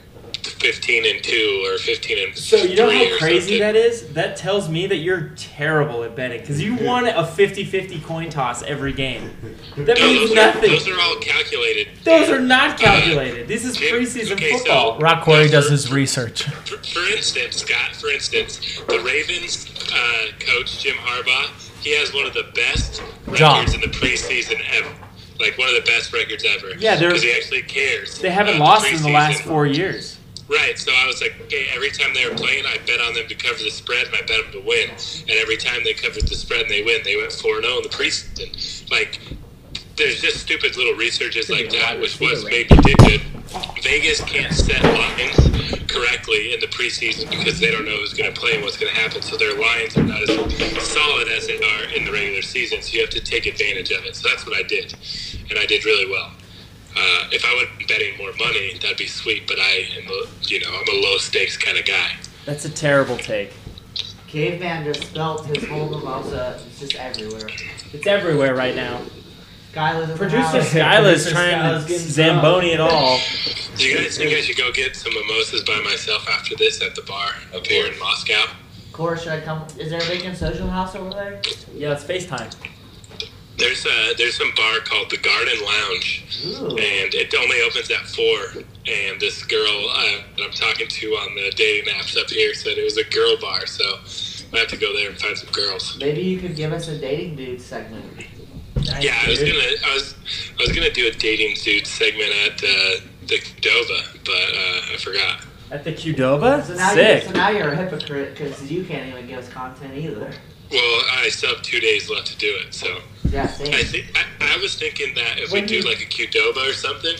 [SPEAKER 3] 15 and two or 15 and
[SPEAKER 5] So you know
[SPEAKER 3] three
[SPEAKER 5] how
[SPEAKER 3] or
[SPEAKER 5] crazy
[SPEAKER 3] something.
[SPEAKER 5] that is? That tells me that you're terrible at betting because you won a 50-50 coin toss every game. That
[SPEAKER 3] No,
[SPEAKER 5] means
[SPEAKER 3] those, Are,
[SPEAKER 5] nothing.
[SPEAKER 3] those are all calculated.
[SPEAKER 5] Those are not calculated. This is
[SPEAKER 3] Jim,
[SPEAKER 5] preseason
[SPEAKER 3] okay, so-
[SPEAKER 5] football.
[SPEAKER 4] Rock Quarry does his research.
[SPEAKER 3] For, for instance, Scott. For instance, the Ravens uh, coach Jim Harbaugh. He has one of the best
[SPEAKER 4] John.
[SPEAKER 3] records in the preseason ever. Like one of the best records ever.
[SPEAKER 5] Yeah, they're-
[SPEAKER 3] because he actually cares.
[SPEAKER 5] They haven't
[SPEAKER 3] about
[SPEAKER 5] lost in the last
[SPEAKER 3] preseason.
[SPEAKER 5] four years.
[SPEAKER 3] Right, so I was like, okay, every time they were playing, I bet on them to cover the spread and I bet them to win. And every time they covered the spread and they win, they went 4 0 in the preseason. Like, there's just stupid little researches like that, which was maybe did good. Vegas can't set lines correctly in the preseason because they don't know who's going to play and what's going to happen. So their lines are not as solid as they are in the regular season. So you have to take advantage of it. So that's what I did. And I did really well. Uh, if I would be betting more money, that'd be sweet. But I am, a, you know, I'm a low stakes kind of guy.
[SPEAKER 5] That's a terrible take.
[SPEAKER 8] Caveman just spelt his whole mimosa. It's just everywhere.
[SPEAKER 5] It's everywhere right now.
[SPEAKER 8] Guy lives in
[SPEAKER 5] Producer
[SPEAKER 8] the house.
[SPEAKER 5] Skyla's trying to zamboni it all.
[SPEAKER 3] You guys think I should go get some mimosas by myself after this at the bar up here in Moscow?
[SPEAKER 8] Corey, should I come? Is there a vacant social house over there?
[SPEAKER 5] Yeah, it's FaceTime.
[SPEAKER 3] There's a there's some bar called the Garden Lounge.
[SPEAKER 8] Ooh.
[SPEAKER 3] and it only opens at four. And this girl uh, that I'm talking to on the dating apps up here said it was a girl bar, so I have to go there and find some girls.
[SPEAKER 8] Maybe you could give us a dating dude segment.
[SPEAKER 3] yeah, I was gonna, I was, I was gonna do a dating dude segment at uh, the Dova, but uh, I forgot.
[SPEAKER 5] At the Qdoba?
[SPEAKER 8] So now, You,
[SPEAKER 5] Sick.
[SPEAKER 8] so now you're a hypocrite because you can't even give us content either.
[SPEAKER 3] Well, I still have two days left to do it, so
[SPEAKER 8] Yeah,
[SPEAKER 3] I
[SPEAKER 8] same.
[SPEAKER 3] think I, I was thinking that if
[SPEAKER 5] When
[SPEAKER 3] we do
[SPEAKER 5] you-
[SPEAKER 3] like a Qdoba or something,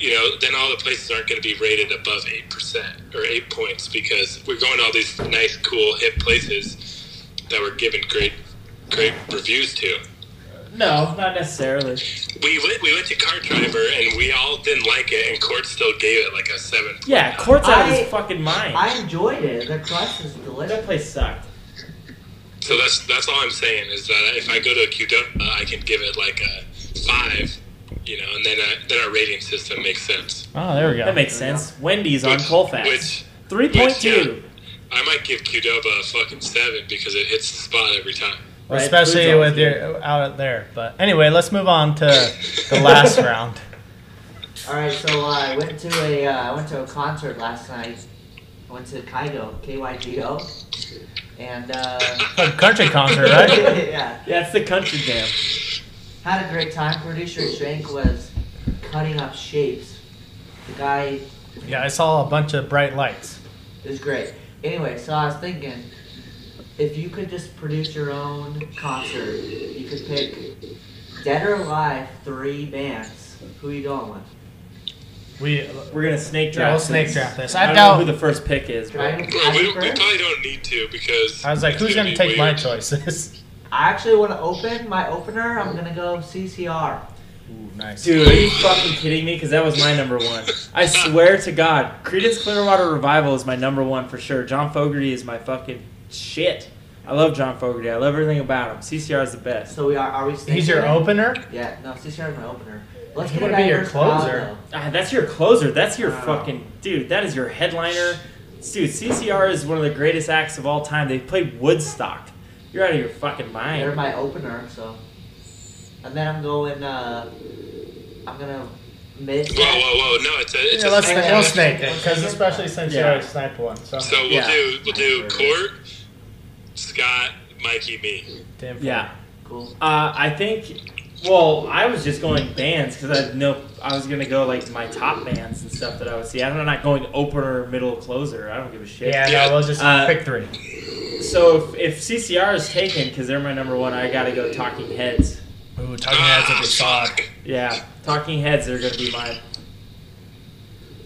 [SPEAKER 3] you know, then all the places aren't going to be rated above eight percent or eight points because we're going to all these nice, cool, hip places that we're giving great, great reviews to.
[SPEAKER 5] No, not necessarily.
[SPEAKER 3] We went, we went to Car Driver and we all didn't like it, and Court still gave it like a seven.
[SPEAKER 5] Yeah, Court's out of
[SPEAKER 8] I-
[SPEAKER 5] his fucking mind.
[SPEAKER 8] I enjoyed it. The crust is
[SPEAKER 5] that
[SPEAKER 8] delicious.
[SPEAKER 5] place sucked.
[SPEAKER 3] So that's that's all I'm saying is that if I go to a Qdoba, I can give it like a five, you know, and then uh then our rating system makes sense.
[SPEAKER 4] Oh, there we go.
[SPEAKER 5] That makes sense. Wendy's on
[SPEAKER 3] Which-
[SPEAKER 5] Oh, Colfax.
[SPEAKER 3] which
[SPEAKER 5] 3.2.
[SPEAKER 3] I might give Qdoba a fucking seven because it hits the spot every time.
[SPEAKER 5] Right, food's
[SPEAKER 4] Especially
[SPEAKER 5] always
[SPEAKER 4] with your out there. But anyway, let's move on to the last round.
[SPEAKER 8] All right, so uh, I went to a uh, I went to a concert last night. I went to Kygo, K-Y-G-O, and uh,
[SPEAKER 4] A country concert, right?
[SPEAKER 8] yeah,
[SPEAKER 5] Yeah, it's the country jam.
[SPEAKER 8] had a great time. Producer Shank was cutting up shapes. The guy
[SPEAKER 4] Yeah, I saw a bunch of bright lights.
[SPEAKER 8] is great. Anyway, so I was thinking, if you could just produce your own concert, you could pick Dead or Alive three bands. Who you going with?
[SPEAKER 4] We
[SPEAKER 5] We're gonna snake
[SPEAKER 4] Yeah,
[SPEAKER 5] draft.
[SPEAKER 4] we'll snake
[SPEAKER 5] this.
[SPEAKER 4] draft this.
[SPEAKER 5] I,
[SPEAKER 4] I
[SPEAKER 5] don't
[SPEAKER 4] doubt-
[SPEAKER 5] know who the first pick is.
[SPEAKER 8] Can I
[SPEAKER 5] But
[SPEAKER 8] even
[SPEAKER 3] Well, we,
[SPEAKER 8] ask
[SPEAKER 3] we
[SPEAKER 8] first?
[SPEAKER 3] probably don't need to because
[SPEAKER 4] I was like,
[SPEAKER 3] it's
[SPEAKER 4] who's gonna
[SPEAKER 3] be
[SPEAKER 4] take my
[SPEAKER 3] weird.
[SPEAKER 4] choices?
[SPEAKER 8] I actually want to open my opener. I'm gonna go CCR.
[SPEAKER 4] Ooh, nice.
[SPEAKER 5] Dude, are you fucking kidding me? Because that was my number one. I swear to God, Creedence Clearwater Revival is my number one for sure. John Fogerty is my fucking shit. I love John Fogerty. I love everything about him. CCR is the best.
[SPEAKER 8] So we are. Are we?
[SPEAKER 4] He's
[SPEAKER 8] sticking
[SPEAKER 4] your
[SPEAKER 8] it?
[SPEAKER 4] opener.
[SPEAKER 8] Yeah. No, CCR is my opener. Let's
[SPEAKER 4] You
[SPEAKER 8] get a
[SPEAKER 4] wanna be your
[SPEAKER 8] diverse crowd,
[SPEAKER 4] closer.
[SPEAKER 8] though.
[SPEAKER 5] Ah, that's your closer. That's your
[SPEAKER 8] Wow.
[SPEAKER 5] fucking dude. That is your headliner. Dude, CCR is one of the greatest acts of all time. They played Woodstock. You're out of your fucking
[SPEAKER 8] They're
[SPEAKER 5] mind.
[SPEAKER 8] my opener, so. And then I'm going. Uh, I'm gonna mid.
[SPEAKER 3] Whoa, whoa, whoa! No, it's a it's
[SPEAKER 4] Yeah,
[SPEAKER 3] a
[SPEAKER 4] let's
[SPEAKER 8] snake.
[SPEAKER 4] we'll snake it because especially since you
[SPEAKER 5] Yeah.
[SPEAKER 4] already sniped one. So,
[SPEAKER 3] So we'll
[SPEAKER 5] Yeah.
[SPEAKER 3] do we'll do Court, Scott, Mikey, me.
[SPEAKER 4] Damn
[SPEAKER 5] Yeah.
[SPEAKER 8] Cool.
[SPEAKER 5] Uh, I think. Well, I was just going bands because I know I was gonna go like my top bands and stuff that I would see. I'm not going opener, middle, closer. I don't give a shit.
[SPEAKER 4] Yeah,
[SPEAKER 3] Yeah.
[SPEAKER 4] no, we'll just
[SPEAKER 5] Uh,
[SPEAKER 4] pick three.
[SPEAKER 5] So if, if CCR is taken because they're my number one, I gotta go Talking Heads.
[SPEAKER 4] Ooh, Talking Heads would be
[SPEAKER 3] Ah, fuck.
[SPEAKER 4] solid.
[SPEAKER 5] Yeah, Talking Heads are gonna be mine.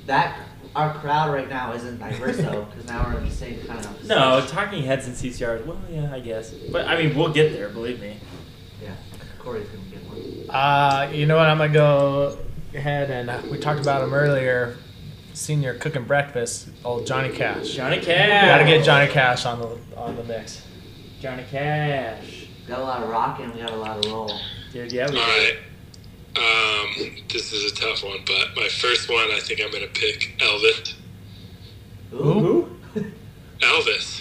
[SPEAKER 8] That our crowd right now isn't diverse though, because now we're in the same kind of.
[SPEAKER 5] No, Talking Heads and CCR. Well, yeah, I guess. But I mean, we'll get there. Believe me.
[SPEAKER 8] Yeah. Corey's gonna get one.
[SPEAKER 4] Uh, you know what? I'm gonna go ahead and uh, we talked about him earlier. Senior cooking breakfast. Old Johnny Cash.
[SPEAKER 5] Johnny Cash.
[SPEAKER 4] Gotta get Johnny Cash on the on the mix.
[SPEAKER 5] Johnny Cash.
[SPEAKER 8] We got a lot of rock and we got a lot of roll.
[SPEAKER 5] Dude, yeah, we
[SPEAKER 3] All right. Um, this is a tough one, but my first one, I think I'm gonna pick Elvis.
[SPEAKER 8] Ooh.
[SPEAKER 3] Elvis.
[SPEAKER 4] Elvis.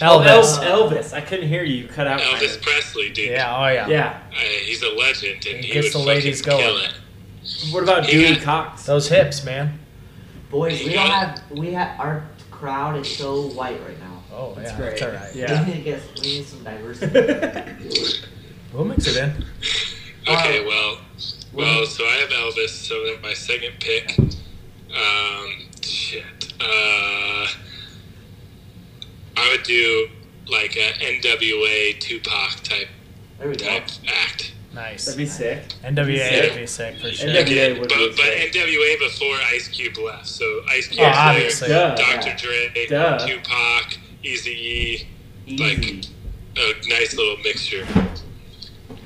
[SPEAKER 5] Oh, Elvis. I couldn't hear you. You cut out. kind
[SPEAKER 3] Elvis
[SPEAKER 5] of.
[SPEAKER 3] Presley, dude.
[SPEAKER 4] Yeah. Oh yeah.
[SPEAKER 5] Yeah.
[SPEAKER 3] Uh, he's a legend, and he
[SPEAKER 4] Gets
[SPEAKER 3] would
[SPEAKER 4] the ladies
[SPEAKER 3] fucking
[SPEAKER 4] going. Um,
[SPEAKER 3] kill it.
[SPEAKER 5] What about
[SPEAKER 3] He
[SPEAKER 5] Dewey
[SPEAKER 3] got-
[SPEAKER 5] Cox?
[SPEAKER 4] Those hips, man.
[SPEAKER 8] Boys, we don't have. We have our crowd is so white right now.
[SPEAKER 4] Oh
[SPEAKER 5] That's
[SPEAKER 4] yeah.
[SPEAKER 5] great.
[SPEAKER 4] That's all right.
[SPEAKER 5] Yeah.
[SPEAKER 8] We need to get. We need some diversity.
[SPEAKER 4] We'll mix it in.
[SPEAKER 3] Okay, well, well, so I have Elvis. So then my second pick, um, shit, uh, I would do like a NWA Tupac type
[SPEAKER 8] there we go.
[SPEAKER 3] type act.
[SPEAKER 4] Nice.
[SPEAKER 5] That'd be sick.
[SPEAKER 4] NWA would be sick for sure.
[SPEAKER 5] NWA
[SPEAKER 3] Yeah,
[SPEAKER 5] would
[SPEAKER 3] but,
[SPEAKER 5] be
[SPEAKER 3] but
[SPEAKER 5] sick.
[SPEAKER 3] NWA before Ice Cube left. So Ice Cube,
[SPEAKER 4] Oh,
[SPEAKER 3] there,
[SPEAKER 4] obviously.
[SPEAKER 5] Duh.
[SPEAKER 3] Dr. Dre,
[SPEAKER 5] Duh.
[SPEAKER 3] Tupac, Easy E,
[SPEAKER 8] Easy.
[SPEAKER 3] a nice little mixture.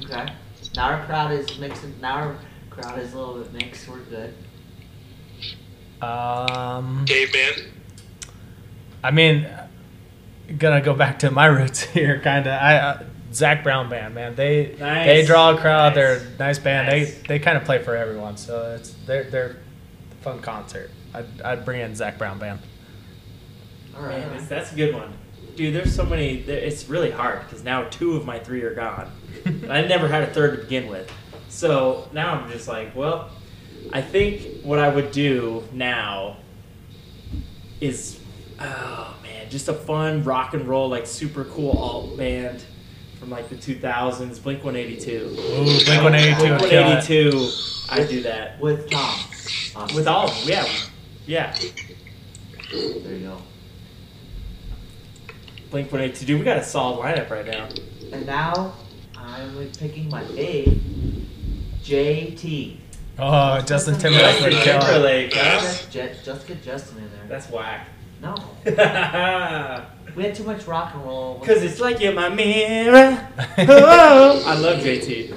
[SPEAKER 8] Okay. Now our crowd is mixing. Now our crowd is a little bit mixed. We're good.
[SPEAKER 4] Um,
[SPEAKER 3] Caveman.
[SPEAKER 4] I mean, gonna go back to my roots here, kind of. I uh, Zach Brown band, man. They
[SPEAKER 5] Nice.
[SPEAKER 4] they draw a crowd.
[SPEAKER 5] Nice.
[SPEAKER 4] They're a nice band.
[SPEAKER 5] Nice.
[SPEAKER 4] They they kind of play for everyone, so it's they're they're a fun concert. I'd, I'd bring in Zach Brown band.
[SPEAKER 8] All right.
[SPEAKER 5] Man, that's- that's a good one. Dude, there's so many. there- It's really hard because now two of my three are gone. and I never had a third to begin with. So now I'm just like, well, I think what I would do now is, oh man, just a fun rock and roll, like super cool alt band from like the 2000s, Blink 182.
[SPEAKER 4] Ooh, Blink One Eighty Two.
[SPEAKER 5] Blink 182, I do that.
[SPEAKER 8] With Tom. Awesome.
[SPEAKER 5] With all of them, yeah. Yeah.
[SPEAKER 8] There you go.
[SPEAKER 5] Blink 182. Dude, we got a solid lineup right now.
[SPEAKER 8] And now I'm picking my fave, JT.
[SPEAKER 4] Oh, Justin Timberlake would kill
[SPEAKER 5] Justin
[SPEAKER 4] it.
[SPEAKER 5] Timberlake. uh, huh?
[SPEAKER 8] Just, get- just get Justin in there.
[SPEAKER 5] That's whack.
[SPEAKER 8] No,
[SPEAKER 5] Because
[SPEAKER 8] we had too much rock and roll.
[SPEAKER 5] it's like you're my mirror. Oh. I love JT.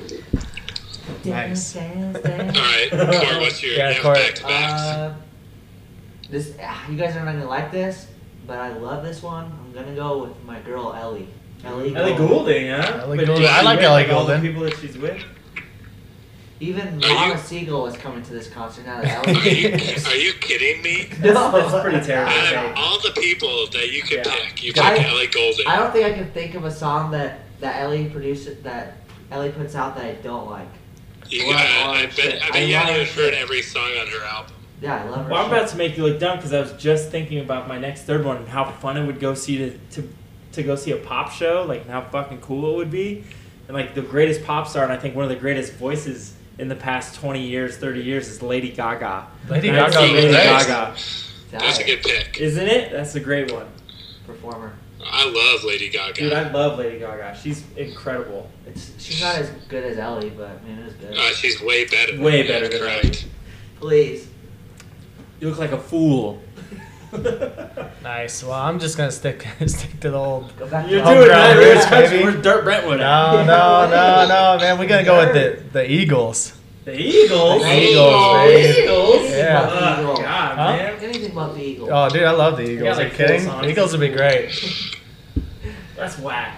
[SPEAKER 4] Nice.
[SPEAKER 8] Dance, dance,
[SPEAKER 3] All right, Court, what's your
[SPEAKER 4] Yeah,
[SPEAKER 3] you have
[SPEAKER 4] Court.
[SPEAKER 3] back-to-backs?
[SPEAKER 8] Uh, this ah, you guys are not gonna like this, but I love this one. I'm gonna go with my girl Ellie. Ellie.
[SPEAKER 5] Ellie
[SPEAKER 8] Gold.
[SPEAKER 5] Goulding, huh?
[SPEAKER 4] Ellie
[SPEAKER 5] But
[SPEAKER 4] Goulding.
[SPEAKER 5] did she
[SPEAKER 4] I like
[SPEAKER 5] win,
[SPEAKER 4] Ellie
[SPEAKER 5] All the
[SPEAKER 4] Goulding.
[SPEAKER 5] people that she's with.
[SPEAKER 8] Even
[SPEAKER 3] Are you-
[SPEAKER 8] Mama Siegel is coming to this concert now that
[SPEAKER 3] Are you,
[SPEAKER 8] Ellie.
[SPEAKER 3] are you kidding me?
[SPEAKER 8] no,
[SPEAKER 5] That's pretty terrible.
[SPEAKER 3] Out of all the people that you could
[SPEAKER 5] Yeah.
[SPEAKER 3] pick, you pick
[SPEAKER 8] I-
[SPEAKER 3] Ellie Goulding.
[SPEAKER 8] I don't think I can think of a song that that Ellie produces that Ellie puts out that I don't like.
[SPEAKER 3] You,
[SPEAKER 8] Well,
[SPEAKER 3] I, I
[SPEAKER 8] oh,
[SPEAKER 3] bet,
[SPEAKER 8] shit.
[SPEAKER 3] I
[SPEAKER 8] I
[SPEAKER 3] bet you haven't
[SPEAKER 8] lied.
[SPEAKER 3] even heard every song on her album.
[SPEAKER 8] Yeah, I love her.
[SPEAKER 5] Well, I'm
[SPEAKER 8] shit.
[SPEAKER 5] about to make you look dumb because I was just thinking about my next third one and how fun it would go see to, to to go see a pop show, like and how fucking cool it would be, and like the greatest pop star and I think one of the greatest voices in the past 20 years, 30 years is Lady Gaga.
[SPEAKER 4] Lady
[SPEAKER 5] And I
[SPEAKER 4] Gaga,
[SPEAKER 5] think Lady
[SPEAKER 6] nice.
[SPEAKER 5] Gaga,
[SPEAKER 3] That's a
[SPEAKER 8] Diet
[SPEAKER 3] good pick.
[SPEAKER 5] isn't it? That's a great one,
[SPEAKER 8] performer.
[SPEAKER 3] I love Lady Gaga.
[SPEAKER 5] dude. I love Lady Gaga. She's incredible.
[SPEAKER 8] It's she's not as good as Ellie, but man, it was good.
[SPEAKER 3] Uh, she's way better. than
[SPEAKER 5] Way
[SPEAKER 3] that,
[SPEAKER 5] better than
[SPEAKER 3] correct.
[SPEAKER 5] Ellie.
[SPEAKER 8] Please.
[SPEAKER 5] You look like a fool.
[SPEAKER 4] Nice. Well, I'm just gonna stick stick to the old.
[SPEAKER 8] Go back
[SPEAKER 5] You're
[SPEAKER 8] to
[SPEAKER 5] doing
[SPEAKER 4] Homegrown
[SPEAKER 5] that.
[SPEAKER 4] roots,
[SPEAKER 5] We're, touching-
[SPEAKER 4] baby.
[SPEAKER 5] we're Dirt Brentwood.
[SPEAKER 4] No, no, no, no, man. We're gonna go with the the Eagles.
[SPEAKER 5] The Eagles. Oh,
[SPEAKER 8] The
[SPEAKER 4] Eagles, baby.
[SPEAKER 5] Eagles.
[SPEAKER 4] Yeah.
[SPEAKER 5] Oh, God,
[SPEAKER 4] Huh?
[SPEAKER 5] man.
[SPEAKER 8] Anything but the Eagle.
[SPEAKER 4] Oh, dude, I love the Eagles. Are
[SPEAKER 5] like,
[SPEAKER 4] you
[SPEAKER 5] four
[SPEAKER 4] kidding?
[SPEAKER 5] songs.
[SPEAKER 4] Eagles would be great.
[SPEAKER 5] That's whack.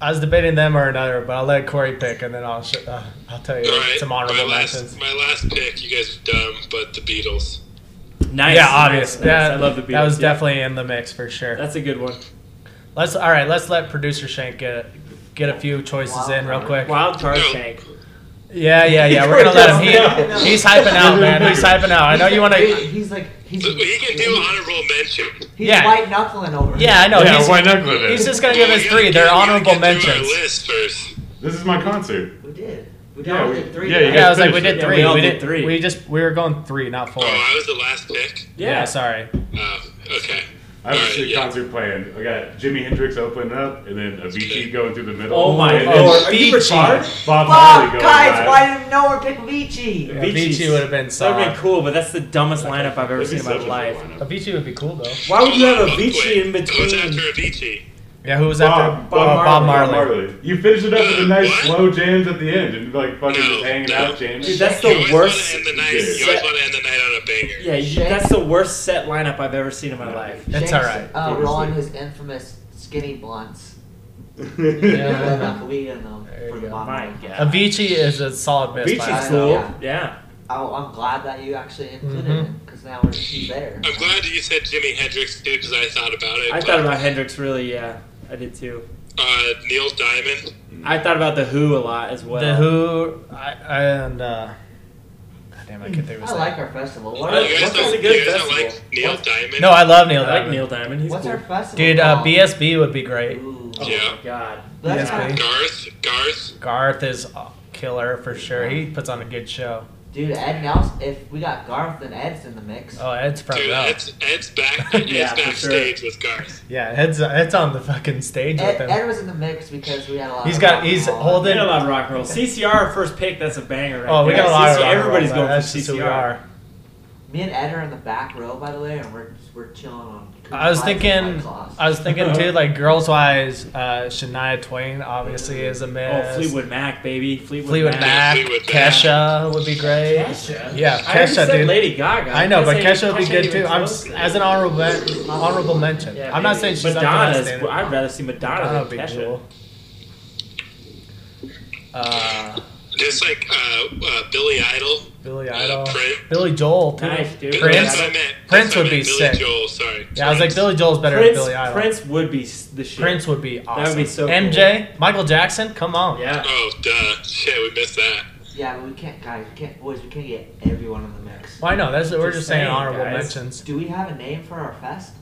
[SPEAKER 4] I was debating them or another, but I'll let Corey pick, and then I'll sh- uh, I'll tell you
[SPEAKER 3] All right,
[SPEAKER 4] some
[SPEAKER 3] my
[SPEAKER 4] honorable
[SPEAKER 3] last,
[SPEAKER 4] mentions.
[SPEAKER 3] my last pick. You guys are dumb, but the Beatles.
[SPEAKER 5] Nice.
[SPEAKER 4] yeah, obvious.
[SPEAKER 5] Nice,
[SPEAKER 4] Yeah,
[SPEAKER 5] nice. I love the Beatles.
[SPEAKER 4] That was
[SPEAKER 5] yeah.
[SPEAKER 4] definitely in the mix for sure.
[SPEAKER 5] That's a good one.
[SPEAKER 4] Let's all right. Let's let producer Shank get get a few choices
[SPEAKER 8] Wow.
[SPEAKER 4] in real quick.
[SPEAKER 5] Wild card
[SPEAKER 3] No.
[SPEAKER 5] shank.
[SPEAKER 4] Yeah, yeah, yeah. We're gonna let him. He, he's hyping out, man. He's hyping out. I know you want
[SPEAKER 8] He-
[SPEAKER 4] to.
[SPEAKER 8] He's like he's
[SPEAKER 3] But He can do honorable mention.
[SPEAKER 8] he's
[SPEAKER 4] yeah.
[SPEAKER 8] white knuckling over. it.
[SPEAKER 4] Yeah, I know.
[SPEAKER 6] yeah,
[SPEAKER 4] he's,
[SPEAKER 6] why not with it?
[SPEAKER 4] he's just gonna give us three. They're honorable mentions.
[SPEAKER 3] Our list first.
[SPEAKER 6] This is my concert.
[SPEAKER 8] We did. We
[SPEAKER 6] Yeah,
[SPEAKER 8] all
[SPEAKER 6] we-
[SPEAKER 8] did three.
[SPEAKER 6] yeah, you
[SPEAKER 8] right?
[SPEAKER 4] Yeah, I was like, we
[SPEAKER 6] finish
[SPEAKER 4] did
[SPEAKER 5] it.
[SPEAKER 4] three.
[SPEAKER 5] Yeah, we all
[SPEAKER 4] we
[SPEAKER 5] did
[SPEAKER 4] did
[SPEAKER 5] three.
[SPEAKER 4] three. We just we were going three, not four.
[SPEAKER 3] Oh, I was the last pick.
[SPEAKER 4] Yeah, sorry.
[SPEAKER 3] Oh, okay.
[SPEAKER 6] I have
[SPEAKER 3] All right,
[SPEAKER 6] a shit
[SPEAKER 3] yeah.
[SPEAKER 6] concert planned. I got Jimi Hendrix opening up, and then Avicii going through the middle.
[SPEAKER 5] Oh my
[SPEAKER 6] and then
[SPEAKER 5] lord. Are you
[SPEAKER 4] Avicii.
[SPEAKER 5] retarded?
[SPEAKER 6] Bob Marley
[SPEAKER 8] Fuck,
[SPEAKER 6] going
[SPEAKER 8] guys,
[SPEAKER 6] live.
[SPEAKER 8] why didn't no one pick Vici?
[SPEAKER 4] Yeah, Avicii would have been
[SPEAKER 5] That would have been
[SPEAKER 4] solid.
[SPEAKER 5] cool, but that's the dumbest lineup I've ever
[SPEAKER 6] That'd be
[SPEAKER 5] seen in my
[SPEAKER 6] such a cool
[SPEAKER 5] life.
[SPEAKER 6] lineup.
[SPEAKER 4] Avicii would be cool though.
[SPEAKER 5] Why would you have
[SPEAKER 3] Oh, wait,
[SPEAKER 5] Avicii in
[SPEAKER 3] Who's
[SPEAKER 5] between?
[SPEAKER 3] after Avicii?
[SPEAKER 4] Yeah, who was
[SPEAKER 6] Bob,
[SPEAKER 4] after
[SPEAKER 6] Bob,
[SPEAKER 4] Bob
[SPEAKER 6] Marley.
[SPEAKER 4] Marley?
[SPEAKER 6] You finish it up with a nice
[SPEAKER 3] What?
[SPEAKER 6] slow jams at the end, and like fucking
[SPEAKER 3] No,
[SPEAKER 6] just hanging
[SPEAKER 3] no.
[SPEAKER 6] out jamming.
[SPEAKER 5] Dude, that's
[SPEAKER 3] you
[SPEAKER 5] the
[SPEAKER 3] always
[SPEAKER 5] worst.
[SPEAKER 3] Want to end the night. You always want to end the night on a banger.
[SPEAKER 5] Yeah, you, that's the worst set lineup I've ever seen in my life.
[SPEAKER 4] It's
[SPEAKER 8] Shank's,
[SPEAKER 4] all right.
[SPEAKER 8] Uh,
[SPEAKER 6] Go to
[SPEAKER 8] rolling
[SPEAKER 6] sleep.
[SPEAKER 8] his infamous skinny blunts.
[SPEAKER 4] Yeah.
[SPEAKER 8] They're not vegan, though,
[SPEAKER 4] There you
[SPEAKER 8] for the
[SPEAKER 4] go.
[SPEAKER 8] bottom
[SPEAKER 5] My
[SPEAKER 8] line.
[SPEAKER 5] God.
[SPEAKER 4] Avicii is a solid miss. by
[SPEAKER 5] Avicii's
[SPEAKER 4] us.
[SPEAKER 8] I
[SPEAKER 5] cool.
[SPEAKER 8] know,
[SPEAKER 5] Yeah.
[SPEAKER 8] Oh, I'm glad that you actually included
[SPEAKER 4] Mhm.
[SPEAKER 8] him because now we're he's there.
[SPEAKER 3] I'm glad you said Jimi Hendrix too, because I thought about it.
[SPEAKER 5] I
[SPEAKER 3] but,
[SPEAKER 5] thought about Hendrix really, yeah. I did too.
[SPEAKER 3] uh, Neil Diamond.
[SPEAKER 5] I thought about The Who a lot as well.
[SPEAKER 4] The Who I, I- and uh, God damn, I can't think of his
[SPEAKER 8] I
[SPEAKER 4] name.
[SPEAKER 8] like our festival. What
[SPEAKER 5] Uh,
[SPEAKER 3] you guys
[SPEAKER 5] what's
[SPEAKER 3] don't,
[SPEAKER 5] a good
[SPEAKER 3] you guys don't
[SPEAKER 5] festival?
[SPEAKER 3] like Neil Diamond?
[SPEAKER 4] No, I love Neil.
[SPEAKER 5] I like
[SPEAKER 4] Diamond.
[SPEAKER 5] Neil Diamond. He's
[SPEAKER 8] what's
[SPEAKER 5] cool.
[SPEAKER 8] our festival?
[SPEAKER 4] Dude, uh,
[SPEAKER 8] called?
[SPEAKER 4] BSB would be great.
[SPEAKER 8] Ooh.
[SPEAKER 5] Oh
[SPEAKER 3] Yeah.
[SPEAKER 5] my god.
[SPEAKER 8] Let's
[SPEAKER 4] BSB.
[SPEAKER 8] not-
[SPEAKER 3] Garth. Garth.
[SPEAKER 4] Garth is a killer for sure. He puts on a good show.
[SPEAKER 8] Dude, Ed Nelson. If we got Garth and Ed's in the mix,
[SPEAKER 4] Oh, Ed's front
[SPEAKER 3] Dude,
[SPEAKER 4] row.
[SPEAKER 3] Ed's, Ed's back. Ed's
[SPEAKER 5] Yeah, for sure.
[SPEAKER 3] backstage with Garth.
[SPEAKER 4] Yeah, Ed's Ed's on the fucking stage
[SPEAKER 8] Ed,
[SPEAKER 4] with
[SPEAKER 8] Ed
[SPEAKER 4] him.
[SPEAKER 8] was in the mix because we had a lot.
[SPEAKER 4] He's
[SPEAKER 8] of
[SPEAKER 4] got-
[SPEAKER 8] rock
[SPEAKER 4] he's
[SPEAKER 8] and roll.
[SPEAKER 4] holding-
[SPEAKER 5] We got a lot of rock and roll. CCR, our first pick, that's a banger. Right
[SPEAKER 4] Oh, we
[SPEAKER 5] there.
[SPEAKER 4] got a lot of
[SPEAKER 5] CCR,
[SPEAKER 4] rock and roll,
[SPEAKER 5] Everybody's
[SPEAKER 4] man.
[SPEAKER 5] going
[SPEAKER 4] That's
[SPEAKER 5] for
[SPEAKER 4] just who we
[SPEAKER 5] CCR.
[SPEAKER 4] are.
[SPEAKER 8] Me and Ed are in the back row, by the way, and we're we're chilling on.
[SPEAKER 4] I was
[SPEAKER 8] White
[SPEAKER 4] thinking,
[SPEAKER 8] Claws.
[SPEAKER 4] I was thinking too, like girls wise, uh, Shania Twain obviously is a miss.
[SPEAKER 5] Oh, Fleetwood Mac, baby. Fleetwood,
[SPEAKER 4] Fleetwood Mac,
[SPEAKER 3] Fleetwood Mac.
[SPEAKER 4] Kesha would be great.
[SPEAKER 5] Kesha.
[SPEAKER 4] Yeah,
[SPEAKER 5] I already
[SPEAKER 4] Kesha,
[SPEAKER 5] said
[SPEAKER 4] dude.
[SPEAKER 5] Lady Gaga.
[SPEAKER 4] I know, but
[SPEAKER 5] ain't-
[SPEAKER 4] Kesha would be
[SPEAKER 5] ain't
[SPEAKER 4] good
[SPEAKER 5] even
[SPEAKER 4] too. I'm
[SPEAKER 5] close.
[SPEAKER 4] as an honorable men- honorable mention.
[SPEAKER 5] Yeah,
[SPEAKER 4] I'm not
[SPEAKER 5] maybe.
[SPEAKER 4] saying she's
[SPEAKER 5] Madonna's.
[SPEAKER 4] Madonna's.
[SPEAKER 5] I'd rather see Madonna
[SPEAKER 4] That
[SPEAKER 5] than
[SPEAKER 4] would be
[SPEAKER 5] Kesha.
[SPEAKER 4] cool. Uh,
[SPEAKER 3] Just like uh, uh, Billy Idol.
[SPEAKER 4] Billy
[SPEAKER 3] Uh,
[SPEAKER 4] Idol,
[SPEAKER 3] Prince.
[SPEAKER 4] Billy Joel too.
[SPEAKER 5] Nice, dude.
[SPEAKER 4] Prince.
[SPEAKER 3] That's what I meant.
[SPEAKER 4] Prince
[SPEAKER 3] That's what
[SPEAKER 4] would
[SPEAKER 3] I
[SPEAKER 4] be
[SPEAKER 3] meant. Billy
[SPEAKER 4] sick.
[SPEAKER 3] Joel, sorry.
[SPEAKER 4] Yeah, I was like Billy Joel's better
[SPEAKER 5] Prince,
[SPEAKER 4] than Billy Idol. Prince,
[SPEAKER 5] Prince would be s- the shit.
[SPEAKER 4] would be awesome.
[SPEAKER 5] be so cool.
[SPEAKER 4] MJ, Michael Jackson, come on.
[SPEAKER 5] Yeah.
[SPEAKER 3] Oh, duh. Shit, we missed that.
[SPEAKER 8] yeah, but we can't, guys. We can't, boys. We can't get everyone in the mix.
[SPEAKER 4] Why no? That's we're
[SPEAKER 5] Just
[SPEAKER 4] just saying
[SPEAKER 5] saying,
[SPEAKER 4] honorable
[SPEAKER 5] guys.
[SPEAKER 4] mentions.
[SPEAKER 8] Do we have a name for our fest?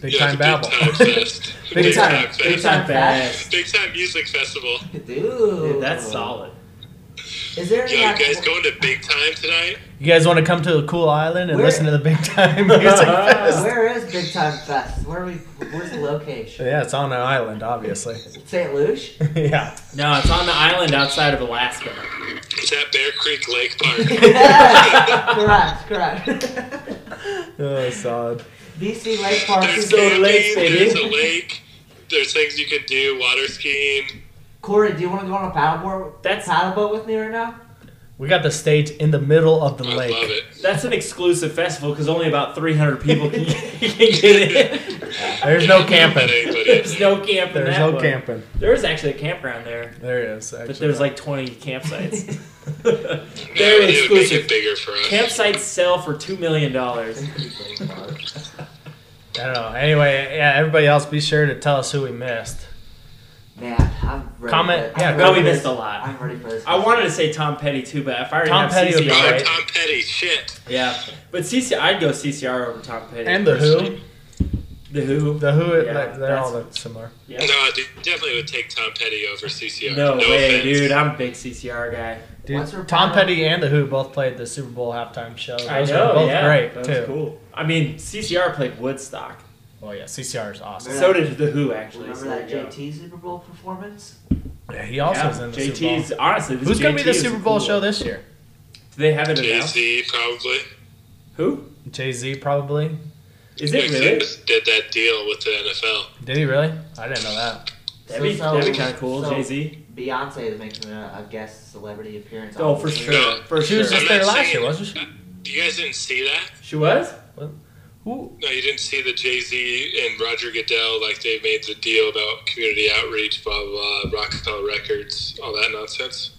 [SPEAKER 4] Big
[SPEAKER 3] Yeah,
[SPEAKER 4] time
[SPEAKER 3] it's a
[SPEAKER 4] babble.
[SPEAKER 3] Big time fest.
[SPEAKER 4] Big
[SPEAKER 3] big
[SPEAKER 4] time-
[SPEAKER 3] time
[SPEAKER 5] Big
[SPEAKER 3] fest.
[SPEAKER 5] time fast.
[SPEAKER 3] Big time music festival.
[SPEAKER 8] Dude,
[SPEAKER 5] Dude, that's solid.
[SPEAKER 8] Is there?
[SPEAKER 3] Yo,
[SPEAKER 8] any
[SPEAKER 3] you
[SPEAKER 8] act-
[SPEAKER 3] guys going to big time tonight?
[SPEAKER 4] you guys want to come to a cool island and
[SPEAKER 8] Where-
[SPEAKER 4] listen to the Big Time Music Fest?
[SPEAKER 8] Where is Big Time Fest? Where are we? Where's the location?
[SPEAKER 4] Yeah, it's on an island, obviously.
[SPEAKER 8] St. Lucia.
[SPEAKER 4] yeah.
[SPEAKER 5] No, it's on the island outside of Alaska.
[SPEAKER 3] It's at Bear Creek Lake Park.
[SPEAKER 8] correct, correct.
[SPEAKER 4] Oh, solid.
[SPEAKER 8] BC Lake Park
[SPEAKER 3] There's
[SPEAKER 8] is
[SPEAKER 5] so
[SPEAKER 3] camping,
[SPEAKER 5] late, baby.
[SPEAKER 3] there's a lake, there's things you can do, water skiing.
[SPEAKER 8] Corey, do you want to go on a paddleboard?
[SPEAKER 5] That's-
[SPEAKER 8] paddle boat with me right now.
[SPEAKER 4] We got the stage in the middle of the
[SPEAKER 3] I
[SPEAKER 4] lake.
[SPEAKER 3] love it.
[SPEAKER 5] That's an exclusive festival because only about 300 people can, can get in.
[SPEAKER 4] There's no
[SPEAKER 3] But
[SPEAKER 4] camping.
[SPEAKER 3] anybody
[SPEAKER 5] There's no camp. in
[SPEAKER 4] There's
[SPEAKER 5] that
[SPEAKER 4] no
[SPEAKER 5] one.
[SPEAKER 4] camping.
[SPEAKER 5] There is actually a campground there.
[SPEAKER 4] There it is. Actually.
[SPEAKER 5] But there's like 20 campsites.
[SPEAKER 3] Yeah,
[SPEAKER 5] Very
[SPEAKER 3] it would make it
[SPEAKER 5] exclusive.
[SPEAKER 3] bigger for us.
[SPEAKER 5] Campsites sell for $2 million.
[SPEAKER 4] I don't know. Anyway, yeah. Everybody else, be sure to tell us who we missed.
[SPEAKER 8] Man, I'm ready.
[SPEAKER 4] Comment-
[SPEAKER 8] For,
[SPEAKER 4] yeah,
[SPEAKER 8] I'm
[SPEAKER 4] go-
[SPEAKER 8] ready
[SPEAKER 5] We
[SPEAKER 8] for
[SPEAKER 5] missed
[SPEAKER 8] this.
[SPEAKER 5] a lot.
[SPEAKER 8] I'm ready for this.
[SPEAKER 5] I wanted to say Tom Petty too, but if I already
[SPEAKER 4] Tom
[SPEAKER 5] have
[SPEAKER 4] Petty would be
[SPEAKER 5] CCR,
[SPEAKER 3] Oh,
[SPEAKER 4] Right.
[SPEAKER 3] Tom Petty, shit.
[SPEAKER 5] yeah, but CCR, I'd go CCR over Tom Petty.
[SPEAKER 4] And the Who,
[SPEAKER 5] personally. The Who.
[SPEAKER 4] the Who,
[SPEAKER 5] Yeah,
[SPEAKER 4] like, they're
[SPEAKER 5] that's-
[SPEAKER 4] all look similar.
[SPEAKER 5] Yeah.
[SPEAKER 3] No, I de- definitely would take Tom Petty over CCR.
[SPEAKER 5] No, way,
[SPEAKER 3] offense.
[SPEAKER 5] dude. I'm a big CCR guy.
[SPEAKER 4] Dude,
[SPEAKER 8] What's her
[SPEAKER 4] Tom
[SPEAKER 8] final-
[SPEAKER 4] Petty and the Who both played the Super Bowl halftime show. Those
[SPEAKER 5] I
[SPEAKER 4] were
[SPEAKER 5] know.
[SPEAKER 4] both
[SPEAKER 5] yeah,
[SPEAKER 4] great
[SPEAKER 5] that
[SPEAKER 4] too.
[SPEAKER 5] was cool. I mean, CCR played Woodstock.
[SPEAKER 4] Oh yeah, CCR is awesome.
[SPEAKER 8] Yeah.
[SPEAKER 5] So did the Who actually.
[SPEAKER 8] Remember
[SPEAKER 5] so
[SPEAKER 8] that
[SPEAKER 5] there you go.
[SPEAKER 8] JT Super Bowl performance?
[SPEAKER 4] Yeah, he also is in the
[SPEAKER 5] JT's
[SPEAKER 4] Super Bowl.
[SPEAKER 5] honestly. This
[SPEAKER 4] Who's gonna be
[SPEAKER 5] JT
[SPEAKER 4] the
[SPEAKER 5] is
[SPEAKER 4] Super Bowl
[SPEAKER 5] cool.
[SPEAKER 4] show this year?
[SPEAKER 5] Do they have it
[SPEAKER 3] Jay
[SPEAKER 5] announced?
[SPEAKER 3] Z probably.
[SPEAKER 5] Who
[SPEAKER 4] Jay Z probably.
[SPEAKER 5] is it?
[SPEAKER 3] Nick
[SPEAKER 5] Really?
[SPEAKER 3] Saban did that deal with the NFL.
[SPEAKER 4] Did he really? I didn't know that.
[SPEAKER 5] That'd be,
[SPEAKER 8] So-
[SPEAKER 5] that'd be kind of cool.
[SPEAKER 8] so-
[SPEAKER 5] Jay Z.
[SPEAKER 8] Beyonce is making a, a guest celebrity appearance.
[SPEAKER 5] Oh,
[SPEAKER 8] on
[SPEAKER 5] for
[SPEAKER 8] this
[SPEAKER 5] sure.
[SPEAKER 3] No.
[SPEAKER 5] For
[SPEAKER 4] She
[SPEAKER 5] sure.
[SPEAKER 4] was just
[SPEAKER 3] I'm
[SPEAKER 4] there
[SPEAKER 3] not
[SPEAKER 4] last
[SPEAKER 3] saying-
[SPEAKER 4] year, wasn't she?
[SPEAKER 3] You guys didn't see that?
[SPEAKER 5] she was.
[SPEAKER 4] Who?
[SPEAKER 3] No, you didn't see the Jay Z and Roger Goodell like they made the deal about community outreach, blah blah, blah Rockefeller Records, all that nonsense.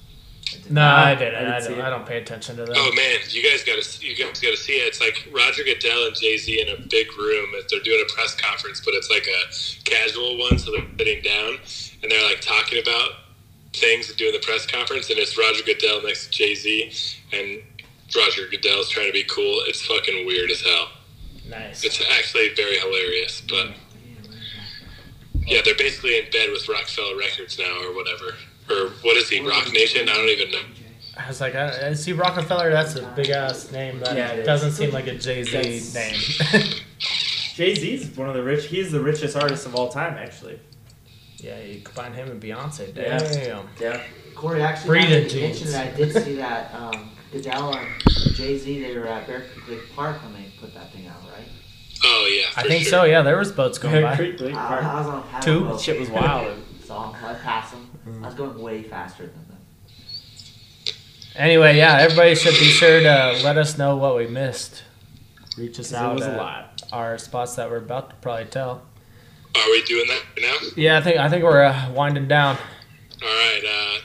[SPEAKER 8] year.
[SPEAKER 4] No, I didn't.
[SPEAKER 5] I
[SPEAKER 4] I,
[SPEAKER 5] didn't see
[SPEAKER 4] don't,
[SPEAKER 5] it.
[SPEAKER 4] I don't pay attention to that.
[SPEAKER 3] Oh man, you guys gotta you guys gotta see it. It's like Roger Goodell and Jay Z in a big room. They're doing a press conference, but it's like a casual one, so they're sitting down and they're like talking about things and doing the press conference. And it's Roger Goodell next to Jay Z, and Roger Goodell's trying to be cool. It's fucking weird as hell.
[SPEAKER 4] nice.
[SPEAKER 3] It's actually very hilarious, but yeah, they're basically in bed with Rockefeller Records now, or whatever, or what is he, Rock Nation? I don't even know.
[SPEAKER 4] I was like, I, I see Rockefeller. That's a big ass name. That
[SPEAKER 5] Yeah, it is.
[SPEAKER 4] doesn't seem like a Jay
[SPEAKER 5] That's-
[SPEAKER 4] Z name.
[SPEAKER 5] Jay Z's one of the rich. He's the richest artist of all time, actually.
[SPEAKER 4] yeah, you combine him and Beyonce.
[SPEAKER 5] Yeah.
[SPEAKER 4] Damn.
[SPEAKER 5] Yeah.
[SPEAKER 8] Corey, actually,
[SPEAKER 4] Breathing
[SPEAKER 8] now that you
[SPEAKER 4] jeans.
[SPEAKER 8] mentioned that I did see that um, Goodell and Jay Z they were at Bear Creek Park when they put that thing out, right?
[SPEAKER 3] Oh yeah,
[SPEAKER 4] I
[SPEAKER 3] for
[SPEAKER 4] think
[SPEAKER 3] sure.
[SPEAKER 4] so. Yeah, there was boats going
[SPEAKER 5] Bear
[SPEAKER 4] by.
[SPEAKER 5] Creek Lake
[SPEAKER 8] I, I
[SPEAKER 5] Park.
[SPEAKER 8] was on a paddle
[SPEAKER 4] Two?
[SPEAKER 8] boat,
[SPEAKER 5] Shit was wild.
[SPEAKER 8] so I passed them. I was going way faster than them.
[SPEAKER 4] Anyway, yeah, everybody should be sure to let us know what we missed. Reach us
[SPEAKER 5] That
[SPEAKER 4] out.
[SPEAKER 5] was a
[SPEAKER 4] at
[SPEAKER 5] lot.
[SPEAKER 4] Our spots that we're about to probably tell.
[SPEAKER 3] Are we doing that now?
[SPEAKER 4] Yeah, I think I think we're uh, winding down.
[SPEAKER 3] All right. Uh,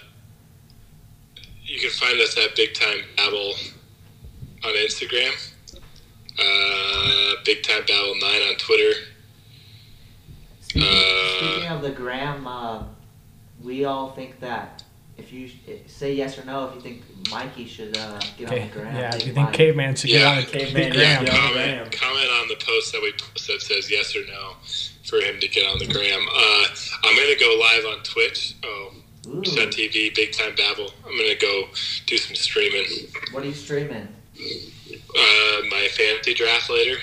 [SPEAKER 3] you can find us at Big Time Babble on Instagram, uh, Big Time Babble Nine on Twitter.
[SPEAKER 8] Speaking,
[SPEAKER 3] Uh,
[SPEAKER 8] speaking of the gram, uh, we all think that if you sh- eh, say yes or no, if you think Mikey should uh, get on
[SPEAKER 4] Okay.
[SPEAKER 8] the gram,
[SPEAKER 4] Yeah,
[SPEAKER 8] big
[SPEAKER 4] if you think
[SPEAKER 8] Mike.
[SPEAKER 4] caveman should get
[SPEAKER 3] Yeah.
[SPEAKER 4] on a
[SPEAKER 5] Caveman,
[SPEAKER 4] caveman gram.
[SPEAKER 5] yeah. Yeah.
[SPEAKER 3] comment, comment on the post that we post that says yes or no for him to get on the gram. Uh, I'm gonna go live on Twitch. Oh,
[SPEAKER 8] Ooh,
[SPEAKER 3] Twitch TV, Big Time Babble. I'm gonna go do some streaming.
[SPEAKER 8] what are you streaming?
[SPEAKER 3] Uh, my fantasy draft later.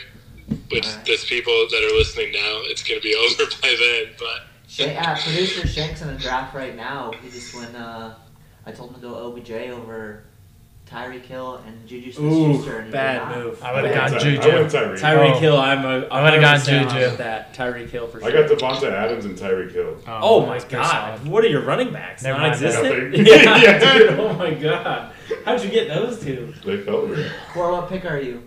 [SPEAKER 3] Which
[SPEAKER 8] All right.
[SPEAKER 3] there's people that are listening now. It's gonna be over by then, but.
[SPEAKER 8] Sha- uh, producer Shank's in a draft right now. He just went. Uh, I told him to go OBJ over Tyreek Hill and Juju
[SPEAKER 5] Ooh,
[SPEAKER 8] Smith-Schuster. and he did
[SPEAKER 5] bad
[SPEAKER 8] not.
[SPEAKER 5] move.
[SPEAKER 4] I would've
[SPEAKER 6] I went
[SPEAKER 4] gone
[SPEAKER 6] Ty-
[SPEAKER 4] Juju.
[SPEAKER 6] I went Tyreek.
[SPEAKER 5] Tyreek
[SPEAKER 4] Oh.
[SPEAKER 5] Hill. I'm a.
[SPEAKER 4] I would've gone
[SPEAKER 5] 100% on
[SPEAKER 4] Juju.
[SPEAKER 5] with That Tyreek Hill for sure.
[SPEAKER 6] I got Devonta Adams and Tyreek Hill.
[SPEAKER 5] Oh my
[SPEAKER 4] that's pretty
[SPEAKER 5] god!
[SPEAKER 4] solid.
[SPEAKER 5] What are your running backs?
[SPEAKER 4] Never mind,
[SPEAKER 5] Non-existent.
[SPEAKER 6] nothing.
[SPEAKER 5] yeah,
[SPEAKER 6] Yeah,
[SPEAKER 5] dude.
[SPEAKER 6] dude.
[SPEAKER 5] Oh my god! How'd you get those two?
[SPEAKER 6] They felt weird.
[SPEAKER 8] Cor, what pick are you?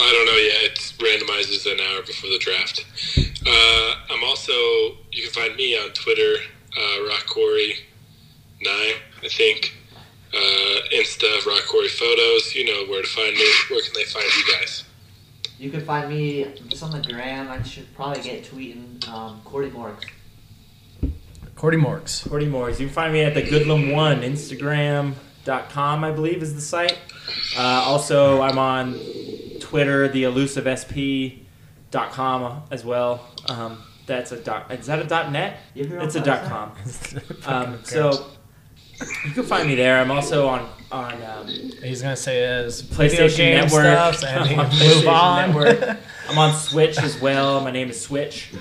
[SPEAKER 3] I don't know yet. It randomizes an hour before the draft. Uh, I'm also, you can find me on Twitter, uh, RockCorey9, I think. Uh, Insta, RockCorey Photos. You know where to find me. Where can they find you guys?
[SPEAKER 8] You can find me just on the gram. I should probably get tweeting um, Cordy Morgs.
[SPEAKER 4] Cordy Morks.
[SPEAKER 5] Cordy Morris. You can find me at the Goodlum One Instagram.com, I believe, is the site. Uh, also, I'm on Twitter, the elusive as well. Um, that's a dot. Is that a dot net?
[SPEAKER 8] You have your own
[SPEAKER 5] It's a dot
[SPEAKER 8] website?
[SPEAKER 5] com. Um, so you can find me there. I'm also on on um,
[SPEAKER 4] he's gonna say his
[SPEAKER 5] PlayStation Network.
[SPEAKER 4] stuff, and he
[SPEAKER 5] On
[SPEAKER 4] move
[SPEAKER 5] PlayStation
[SPEAKER 4] on.
[SPEAKER 5] Network. I'm on Switch as well. My name is Switch.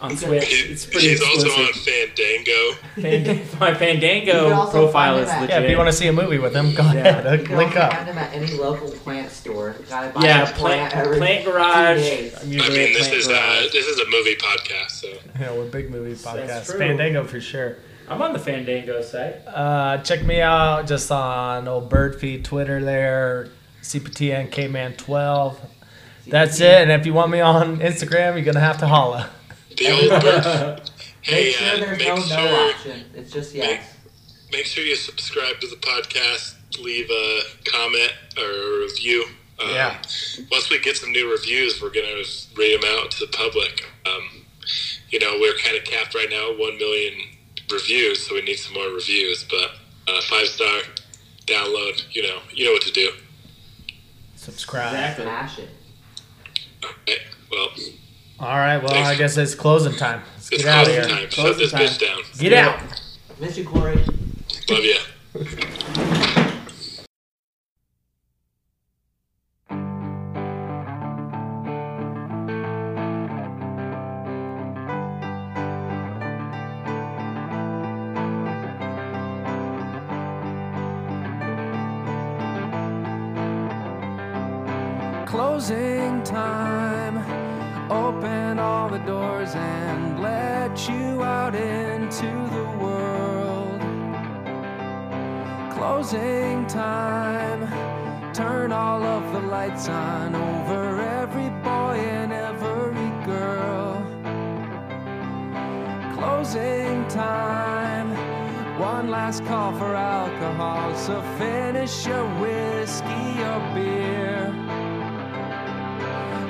[SPEAKER 5] On Switch, it's pretty
[SPEAKER 3] She's also on
[SPEAKER 5] exclusive.
[SPEAKER 3] Fandango.
[SPEAKER 5] Fand- my
[SPEAKER 8] You can
[SPEAKER 5] Fandango
[SPEAKER 8] also
[SPEAKER 5] profile
[SPEAKER 8] find
[SPEAKER 5] is
[SPEAKER 8] it at-
[SPEAKER 5] legit.
[SPEAKER 4] yeah, if you want to see a movie with him, go ahead.
[SPEAKER 8] You can
[SPEAKER 4] Uh, Link
[SPEAKER 8] also
[SPEAKER 4] up.
[SPEAKER 8] find them at any local plant store. Gotta buy
[SPEAKER 5] Yeah,
[SPEAKER 8] a
[SPEAKER 5] plant,
[SPEAKER 8] every
[SPEAKER 5] plant
[SPEAKER 8] two
[SPEAKER 5] garage.
[SPEAKER 8] days.
[SPEAKER 5] I'm
[SPEAKER 3] I
[SPEAKER 5] usually
[SPEAKER 3] mean,
[SPEAKER 5] at
[SPEAKER 3] this
[SPEAKER 5] plant
[SPEAKER 3] is uh, a,
[SPEAKER 5] garage.
[SPEAKER 3] this is a movie podcast, so
[SPEAKER 4] Yeah, we're big movie
[SPEAKER 5] That's
[SPEAKER 4] podcast.
[SPEAKER 5] true.
[SPEAKER 4] Fandango for sure.
[SPEAKER 5] I'm on the Fandango site.
[SPEAKER 4] Uh, check me out just on old Birdfeed Twitter there, CPTN Kman12. That's it. And if you want me on Instagram, you're gonna have to holla.
[SPEAKER 3] the old bird. Hey,
[SPEAKER 8] Make sure
[SPEAKER 3] uh,
[SPEAKER 8] there's
[SPEAKER 3] make
[SPEAKER 8] no no
[SPEAKER 3] sure
[SPEAKER 8] option. It's just yes.
[SPEAKER 3] make sure you subscribe to the podcast, leave a comment or a review. Um,
[SPEAKER 4] Yeah.
[SPEAKER 3] Once we get some new reviews, we're gonna read them out to the public. Um, you know, we're kind of capped right now at 1 million reviews, so we need some more reviews. But uh, five star download, you know, you know what to do.
[SPEAKER 4] Subscribe.
[SPEAKER 5] Exactly.
[SPEAKER 8] Smash it.
[SPEAKER 3] Okay, well,
[SPEAKER 4] All right. Well, I guess it's closing time. Let's
[SPEAKER 3] it's
[SPEAKER 4] get out of
[SPEAKER 3] closing
[SPEAKER 4] here.
[SPEAKER 3] time.
[SPEAKER 5] Closing
[SPEAKER 3] Shut this
[SPEAKER 5] time.
[SPEAKER 3] bitch down.
[SPEAKER 4] Get out.
[SPEAKER 8] Miss you, Corey.
[SPEAKER 3] Love ya.
[SPEAKER 10] closing time. Open all the doors and let you out into the world. Closing time. Turn all of the lights on over every boy and every girl. Closing time. One last call for alcohol, so finish your whiskey or beer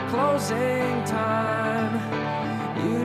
[SPEAKER 10] closing time. You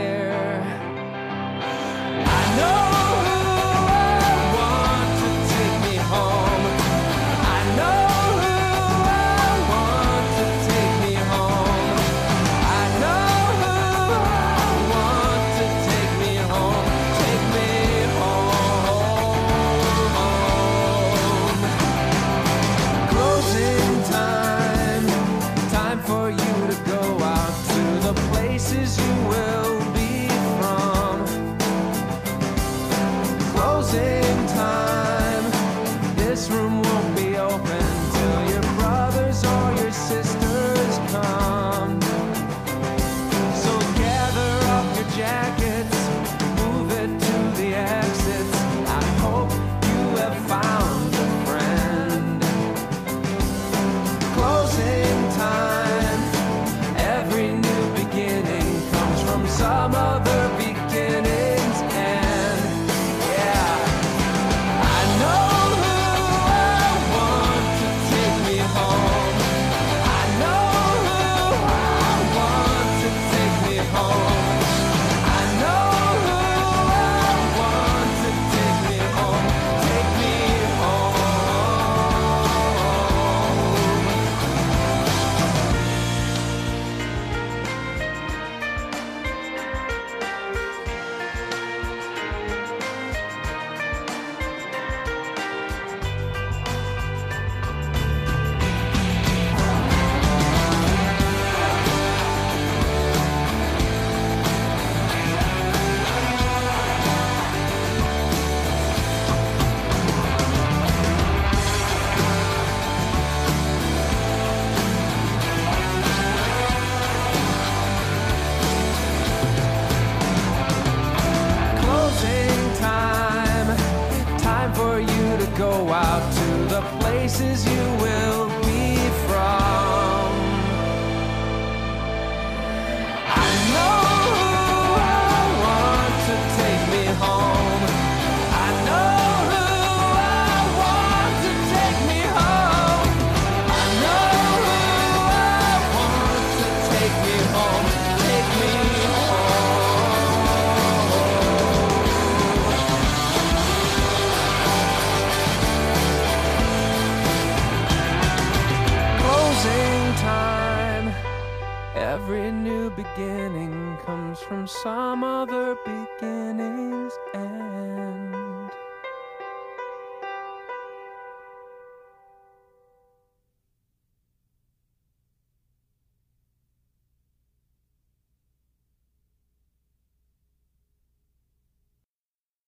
[SPEAKER 10] I know who I want to take me home. I know who I want to take me home. I know who I want to take me home. Take me home. Closing time. Time for you to go out to the places you will be from. Closing time. This room won't be open till your brothers or your sisters come. So gather up your jackets, move it to the exits. I hope you have found a friend closing time. Every new beginning comes from some other beginning's end. Yeah. I know who I want to take me home. I know who I want to take me home. I know who I want to take me home. Take me home. closing time. Time for you to go out to the places you will be from.